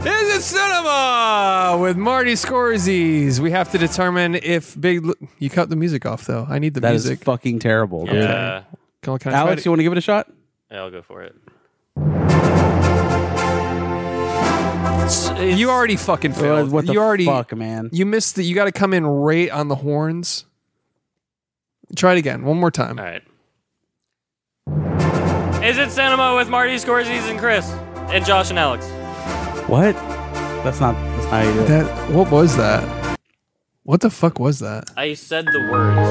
A: Is it cinema with Marty Scorsese? We have to determine if Big. Lu- you cut the music off though. I need the
C: That is
A: music.
C: fucking terrible. dude.
B: Yeah.
A: Can, can I try
C: Alex,
A: to-
C: you want to give it a shot?
B: Yeah, I'll go for it.
A: you already fucking failed.
C: what the
A: you already
C: fuck, man?
A: you missed the. You got to come in right on the horns. Try it again one more time.
B: All right. Is it cinema with Marty Scorsese and Chris and Josh and Alex?
C: What? That's not. That's not how you do it.
A: That what was that? What the fuck was that?
B: I said the words,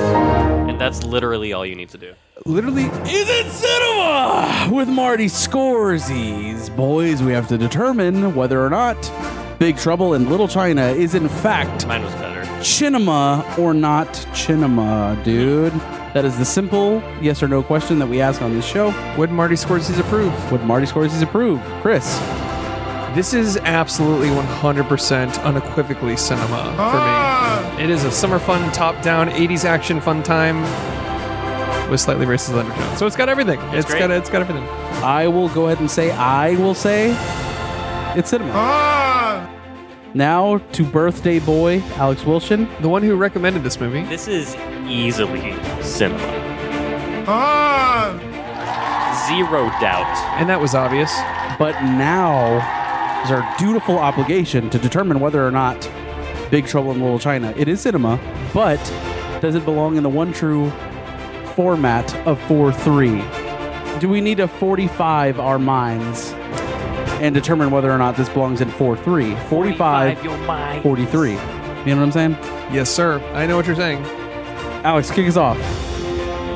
B: and that's literally all you need to do.
A: Literally,
C: Is it cinema Ah, with Marty Scorsese? Boys, we have to determine whether or not Big Trouble in Little China is in fact
B: Mine was better.
C: Chinema or not Chinema, dude. That is the simple yes or no question that we ask on this show.
A: would Marty Scorsese approve?
C: Would Marty Scorsese approve? Chris,
A: This is absolutely 100% unequivocally cinema for me. It is a summer fun, top down, 80s action fun time with slightly racist undertones. So it's got everything. it's
B: great.
A: got it's got everything.
C: I will go ahead and say I will say it's cinema. Now to birthday boy Alex Wilson.
A: The one who recommended this movie.
B: This is easily cinema. Zero doubt.
A: And that was obvious.
C: But now is our dutiful obligation to determine whether or not Big Trouble in Little China. It is cinema, but does it belong in the one true format of 4 3? Do we need to 45 our minds and determine whether or not this belongs in 4 3? 45,
B: your mind.
C: 43. You know what I'm saying?
A: Yes, sir. I know what you're saying.
C: Alex, kick us off.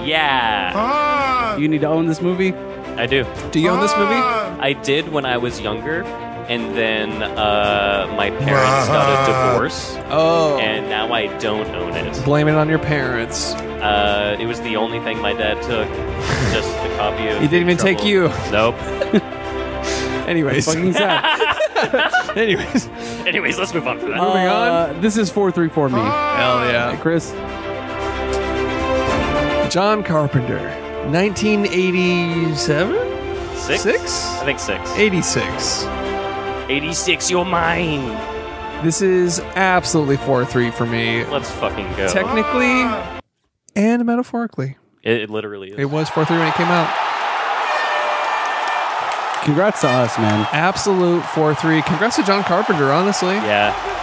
B: Yeah,
C: You need to own this movie.
B: I do.
A: Do you own this
D: Ah!
A: movie?
B: I did when I was younger, and then uh, my parents got a divorce,
A: Oh.
B: and now I don't own it.
A: Blame it on your parents.
B: Uh, it was the only thing my dad took, just the copy of.
A: He didn't even take
B: Trouble.
A: you.
B: Nope.
A: Anyways.
C: Fucking sad.
A: Anyways.
B: Anyways, let's move on from that.
A: Moving
C: Uh, This is 4 3 for me.
A: Hell yeah.
C: Chris,
A: John Carpenter, 1987?
B: six?
A: Uh, six?
B: I think six.
A: 86.
B: 86, you're mine.
A: This is absolutely 4 3 for me.
B: Let's fucking go.
A: Technically and metaphorically.
B: it, it literally is.
A: It was 4 3 when it came out.
C: congrats to us, man.
A: Absolute 4 3. Congrats to John Carpenter, honestly.
B: yeah.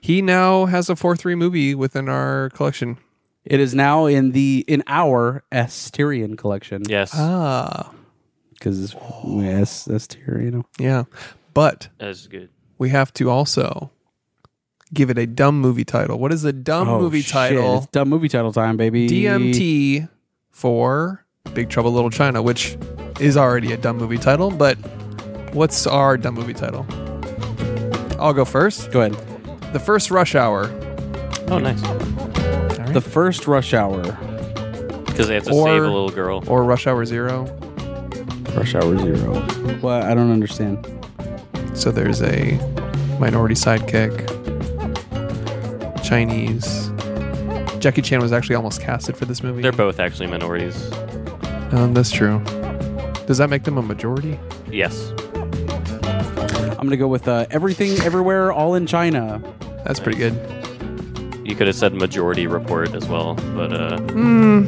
A: He now has a 4 3 movie within our collection.
C: It is now in the in our S Tyrion collection.
B: Yes.
A: Ah,
C: because S S tier, you know.
A: yeah. But
B: That's good.
A: we have to also give it a dumb movie title. What is the dumb movie
C: Oh, shit,
A: title?
C: It's dumb movie title time, baby.
A: DMT for Big Trouble Little China, which is already a dumb movie title, but what's our dumb movie title? I'll go first.
C: Go ahead.
A: The first rush hour.
B: Oh, nice.
C: The first rush hour.
B: Because they have to
A: Or-
B: save a little girl.
A: Or Rush Hour Zero.
C: Rush Hour Zero. What? I don't understand.
A: So there's a minority sidekick, Chinese. Jackie Chan was actually almost casted for this movie.
B: They're both actually minorities.
A: Um, that's true. Does that make them a majority?
B: Yes.
C: I'm gonna go with uh, everything, everywhere, all in China.
A: That's pretty good.
B: You could have said majority report as well, but uh,
A: Hmm.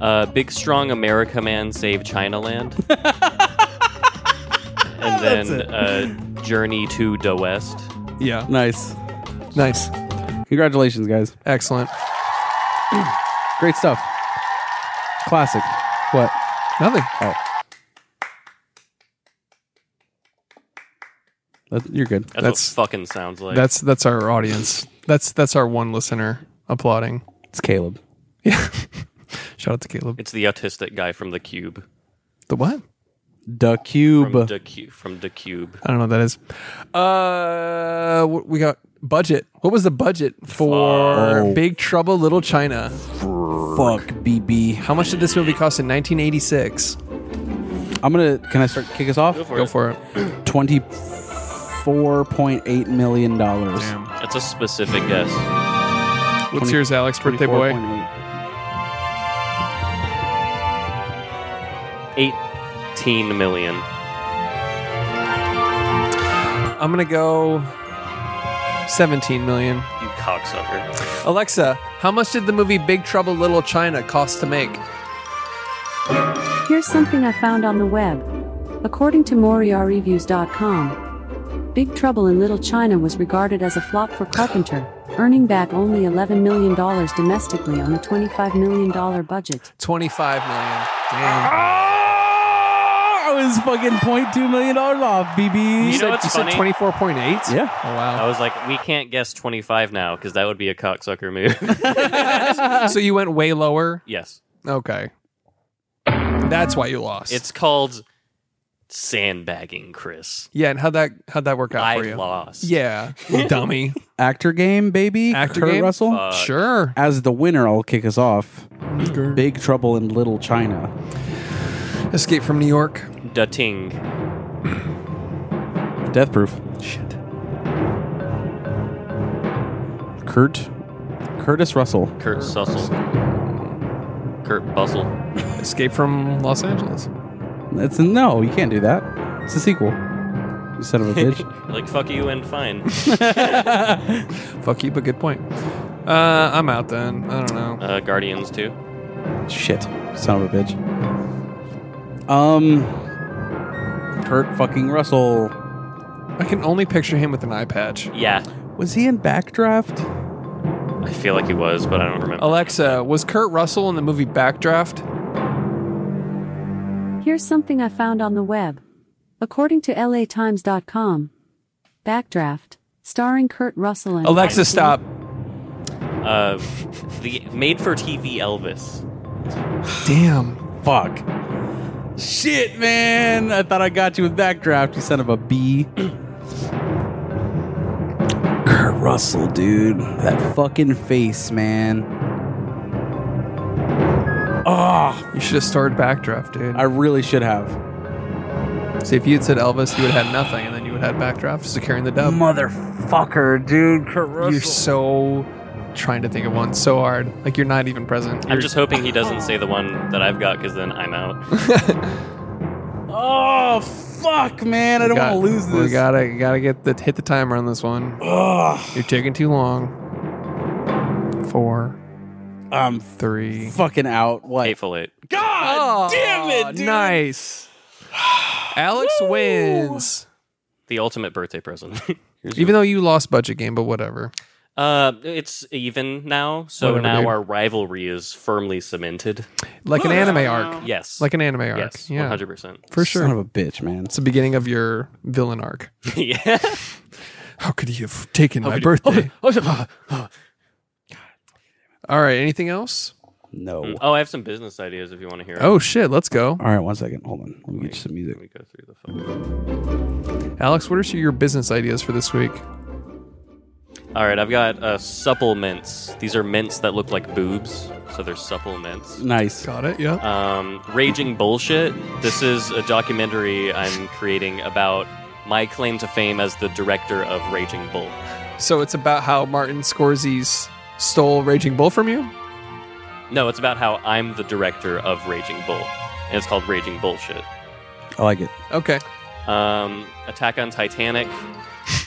B: uh big strong America man save China land, and then uh, journey to the west.
A: Yeah.
C: Nice.
A: Nice.
C: Congratulations, guys.
A: Excellent.
C: Great stuff. Classic. What?
A: Nothing.
C: Oh. That- you're good.
B: That's,
A: That's-
B: what fucking sounds like.
A: That's that's our audience. That's that's our one listener applauding.
C: It's Caleb.
A: Yeah. Shout out to Caleb.
B: it's the autistic guy from the cube.
A: The what?
C: The
B: From
C: Cube.
B: the cube. From the cube.
A: I don't know what that is. Uh, what we got budget. What was the budget for
C: Fuck.
A: Big Trouble Little China?
C: Fuck BB.
A: How much did this movie cost in 1986?
C: I'm gonna. Can I start? Kick us off.
B: for
A: Go
B: it.
A: for it.
C: Twenty four point eight million dollars.
B: That's a specific guess.
A: What's yours, Alex? Birthday boy.
B: Eighteen million.
A: I'm gonna go 17 million.
B: You cocksucker.
A: Alexa, how much did the movie Big Trouble Little China cost to make?
F: Here's something I found on the web. According to MoriarReviews.com, Big Trouble in Little China was regarded as a flop for Carpenter, earning back only $11 million domestically on a $25 million budget.
A: 25 million. Damn.
C: Ah! I was fucking point two million dollars off, BB.
B: You know what's
A: you said
B: funny?
A: 24.8?
C: Yeah.
A: Oh
B: I
A: wow.
B: was like, we can't guess twenty-five now because that would be a cocksucker move.
A: so you went way lower.
B: yes.
A: Okay. That's why you lost.
B: It's called sandbagging, Chris.
A: yeah, and how'd that how'd that work out
B: I
A: for you?
B: lost.
A: Yeah, dummy.
C: Actor game, baby.
A: Actor
C: Kurt
A: game?
C: Russell.
B: Fuck.
A: sure.
C: As the winner, I'll kick us off. Big Trouble in Little China.
A: Escape from New York.
B: Da ting.
C: Death Proof.
A: Shit.
C: Kurt. Curtis Russell.
B: Kurt Sussel. Kurt Bussel.
A: Escape from Los Angeles.
C: It's no, you can't do that. It's a sequel. You son of a bitch.
B: Like fuck you and fine.
A: Fuck you, but good point. Uh, I'm out then. I don't know.
B: Uh, Guardians too.
C: Shit. Son of a bitch. Um. Kurt fucking Russell.
A: I can only picture him with an eye patch.
B: Yeah,
C: Was he in Backdraft?
B: I feel like he was, but I don't remember.
A: Alexa, was Kurt Russell in the movie Backdraft?
F: Here's something I found on the web. According to LATimes.com, Backdraft, starring Kurt Russell and
A: Alexa, stop. Oh.
B: Uh, the made-for-TV Elvis.
A: Damn.
C: Fuck. Shit, man. I thought I got you with backdraft, you son of a B. Kurt Russell, dude. That fucking face, man. Ah,
A: You should have started Backdraft, dude.
C: I really should have.
A: See, if you had said Elvis, you would have had nothing, and then you would have had Backdraft securing the dub.
C: Motherfucker, dude. Kurt
A: You're
C: Russell.
A: so trying to think of one so hard. Like you're not even present.
B: I'm just hoping he doesn't say the one that I've got because then I'm out.
C: Oh, fuck, man. I don't want to lose this.
A: We gotta gotta get the hit the timer on this one.
C: Ugh,
A: You're taking too long. Four,
C: I'm
A: three.
C: fucking out. What?
B: Hateful Eight.
C: God damn
A: Aw,
C: it, dude.
A: Nice. Alex wins.
B: The ultimate birthday present.
A: Even though you lost budget game, but whatever.
B: uh, it's even now, so
A: Whatever,
B: now
A: dude.
B: our rivalry is firmly cemented.
A: Like an anime arc.
B: Yes.
A: Like an anime arc.
B: yes,
A: yeah.
B: 100%.
A: For sure.
C: Son of a bitch, man.
A: it's the beginning of your villain arc.
B: yeah.
A: How could he have taken my birthday?
B: Oh,
A: All right. Anything else?
C: No.
B: Oh, I have some business ideas if you want to hear. 'em.
A: Oh shit! Let's go,
C: All right, one second. Hold on. Let me get you some music.
B: Let me go through the phone.
A: Alex. What are your business ideas for this week?
B: All right, I've got uh, supplements. These are mints that look like boobs. so they're supplements.
C: Nice.
A: Got it. Yeah.
B: um, Raging Bullshit. This is a documentary I'm creating about my claim to fame as the director of Raging Bull.
A: So it's about how Martin Scorsese stole Raging Bull from you.
B: No, it's about how I'm the director of Raging Bull, and it's called Raging Bullshit.
C: I like it.
A: Okay.
B: Um, Attack on Titanic.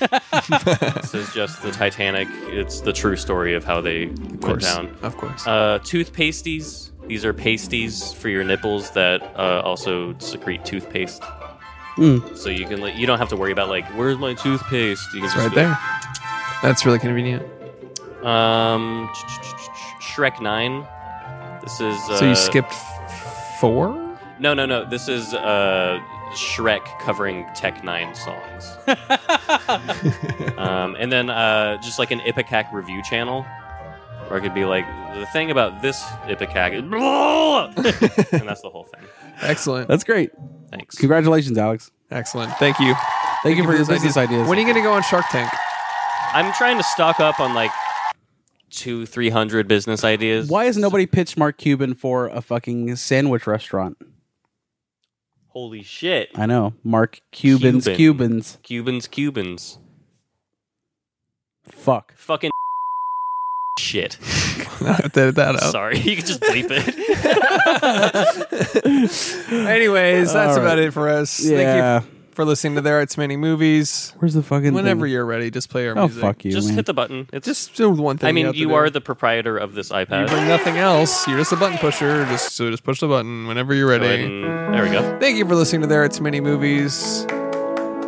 B: this is just the Titanic. It's the true story of how they
A: Of
B: went
A: course.
B: down.
A: Of course.
B: Uh, tooth pasties. These are pasties for your nipples that uh, also secrete toothpaste.
A: Hmm.
C: Mm.
B: So you can like, you don't have to worry about like where's my toothpaste. You can
A: it's
B: just
A: right
B: go-
A: there. That's really convenient.
B: Um, sh- sh- sh- sh- Shrek Nine. This is uh,
A: so you skipped f- four.
B: No, no, no. This is uh, Shrek covering Tech Nine songs. um, and then uh, just like an Ipecac review channel, where I could be like, the thing about this Ipecac, is and that's the whole thing.
A: Excellent.
C: That's great.
B: Thanks.
C: Congratulations, Alex.
A: Excellent. Thank you.
C: Thank, you for your business ideas.
A: When are you going to go on Shark Tank?
B: I'm trying to stock up on like two, three hundred business ideas.
C: Why has nobody pitched Mark Cuban for a fucking sandwich restaurant?
B: Holy shit!
C: I know. Mark Cuban's
B: Cuban.
C: Cubans.
B: Cubans, Cubans,
C: Fuck.
B: fucking shit.
A: Edit that out.
B: Sorry, Oh. you can just bleep it.
A: Anyways, that's
C: All right.
A: about it for us.
C: Yeah.
A: Thank you f- for listening to There It's Many Movies.
C: Where's the fucking
A: Whenever
C: thing?
A: you're ready, just play our
C: Oh
A: music.
C: fuck you.
B: just
C: man.
B: hit the button. It's just.
A: Just do one thing.
B: I mean,
A: have to
B: you
A: do.
B: are the proprietor of this
A: You
B: iPad.
A: bring nothing else. You're just a button pusher. Just so just push the button whenever you're
B: Go ahead
A: ready.
B: and- There we go.
A: Thank you for listening to There It's Many Movies.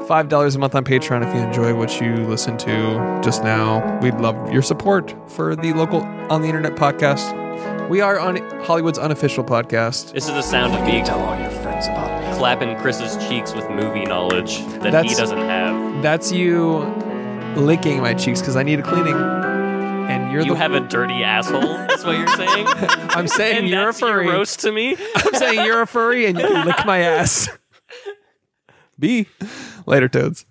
A: Five dollars a month on Patreon if you enjoy what you listen to just now. We'd love your support for the local on the internet podcast. We are on Hollywood's unofficial podcast.
B: This is the sound of me
G: Tell all your friends about me.
B: clapping Chris's cheeks with movie knowledge that he
A: That's-
B: doesn't have.
A: That's you licking my cheeks because I need a cleaning. And you're
B: You
A: the
B: have a dirty asshole. That's what you're saying.
A: I'm saying
B: and
A: you're a
B: that's your
A: furry.
B: roast to me.
A: I'm saying you're a furry and you can lick my ass.
C: B.
A: Later, toads.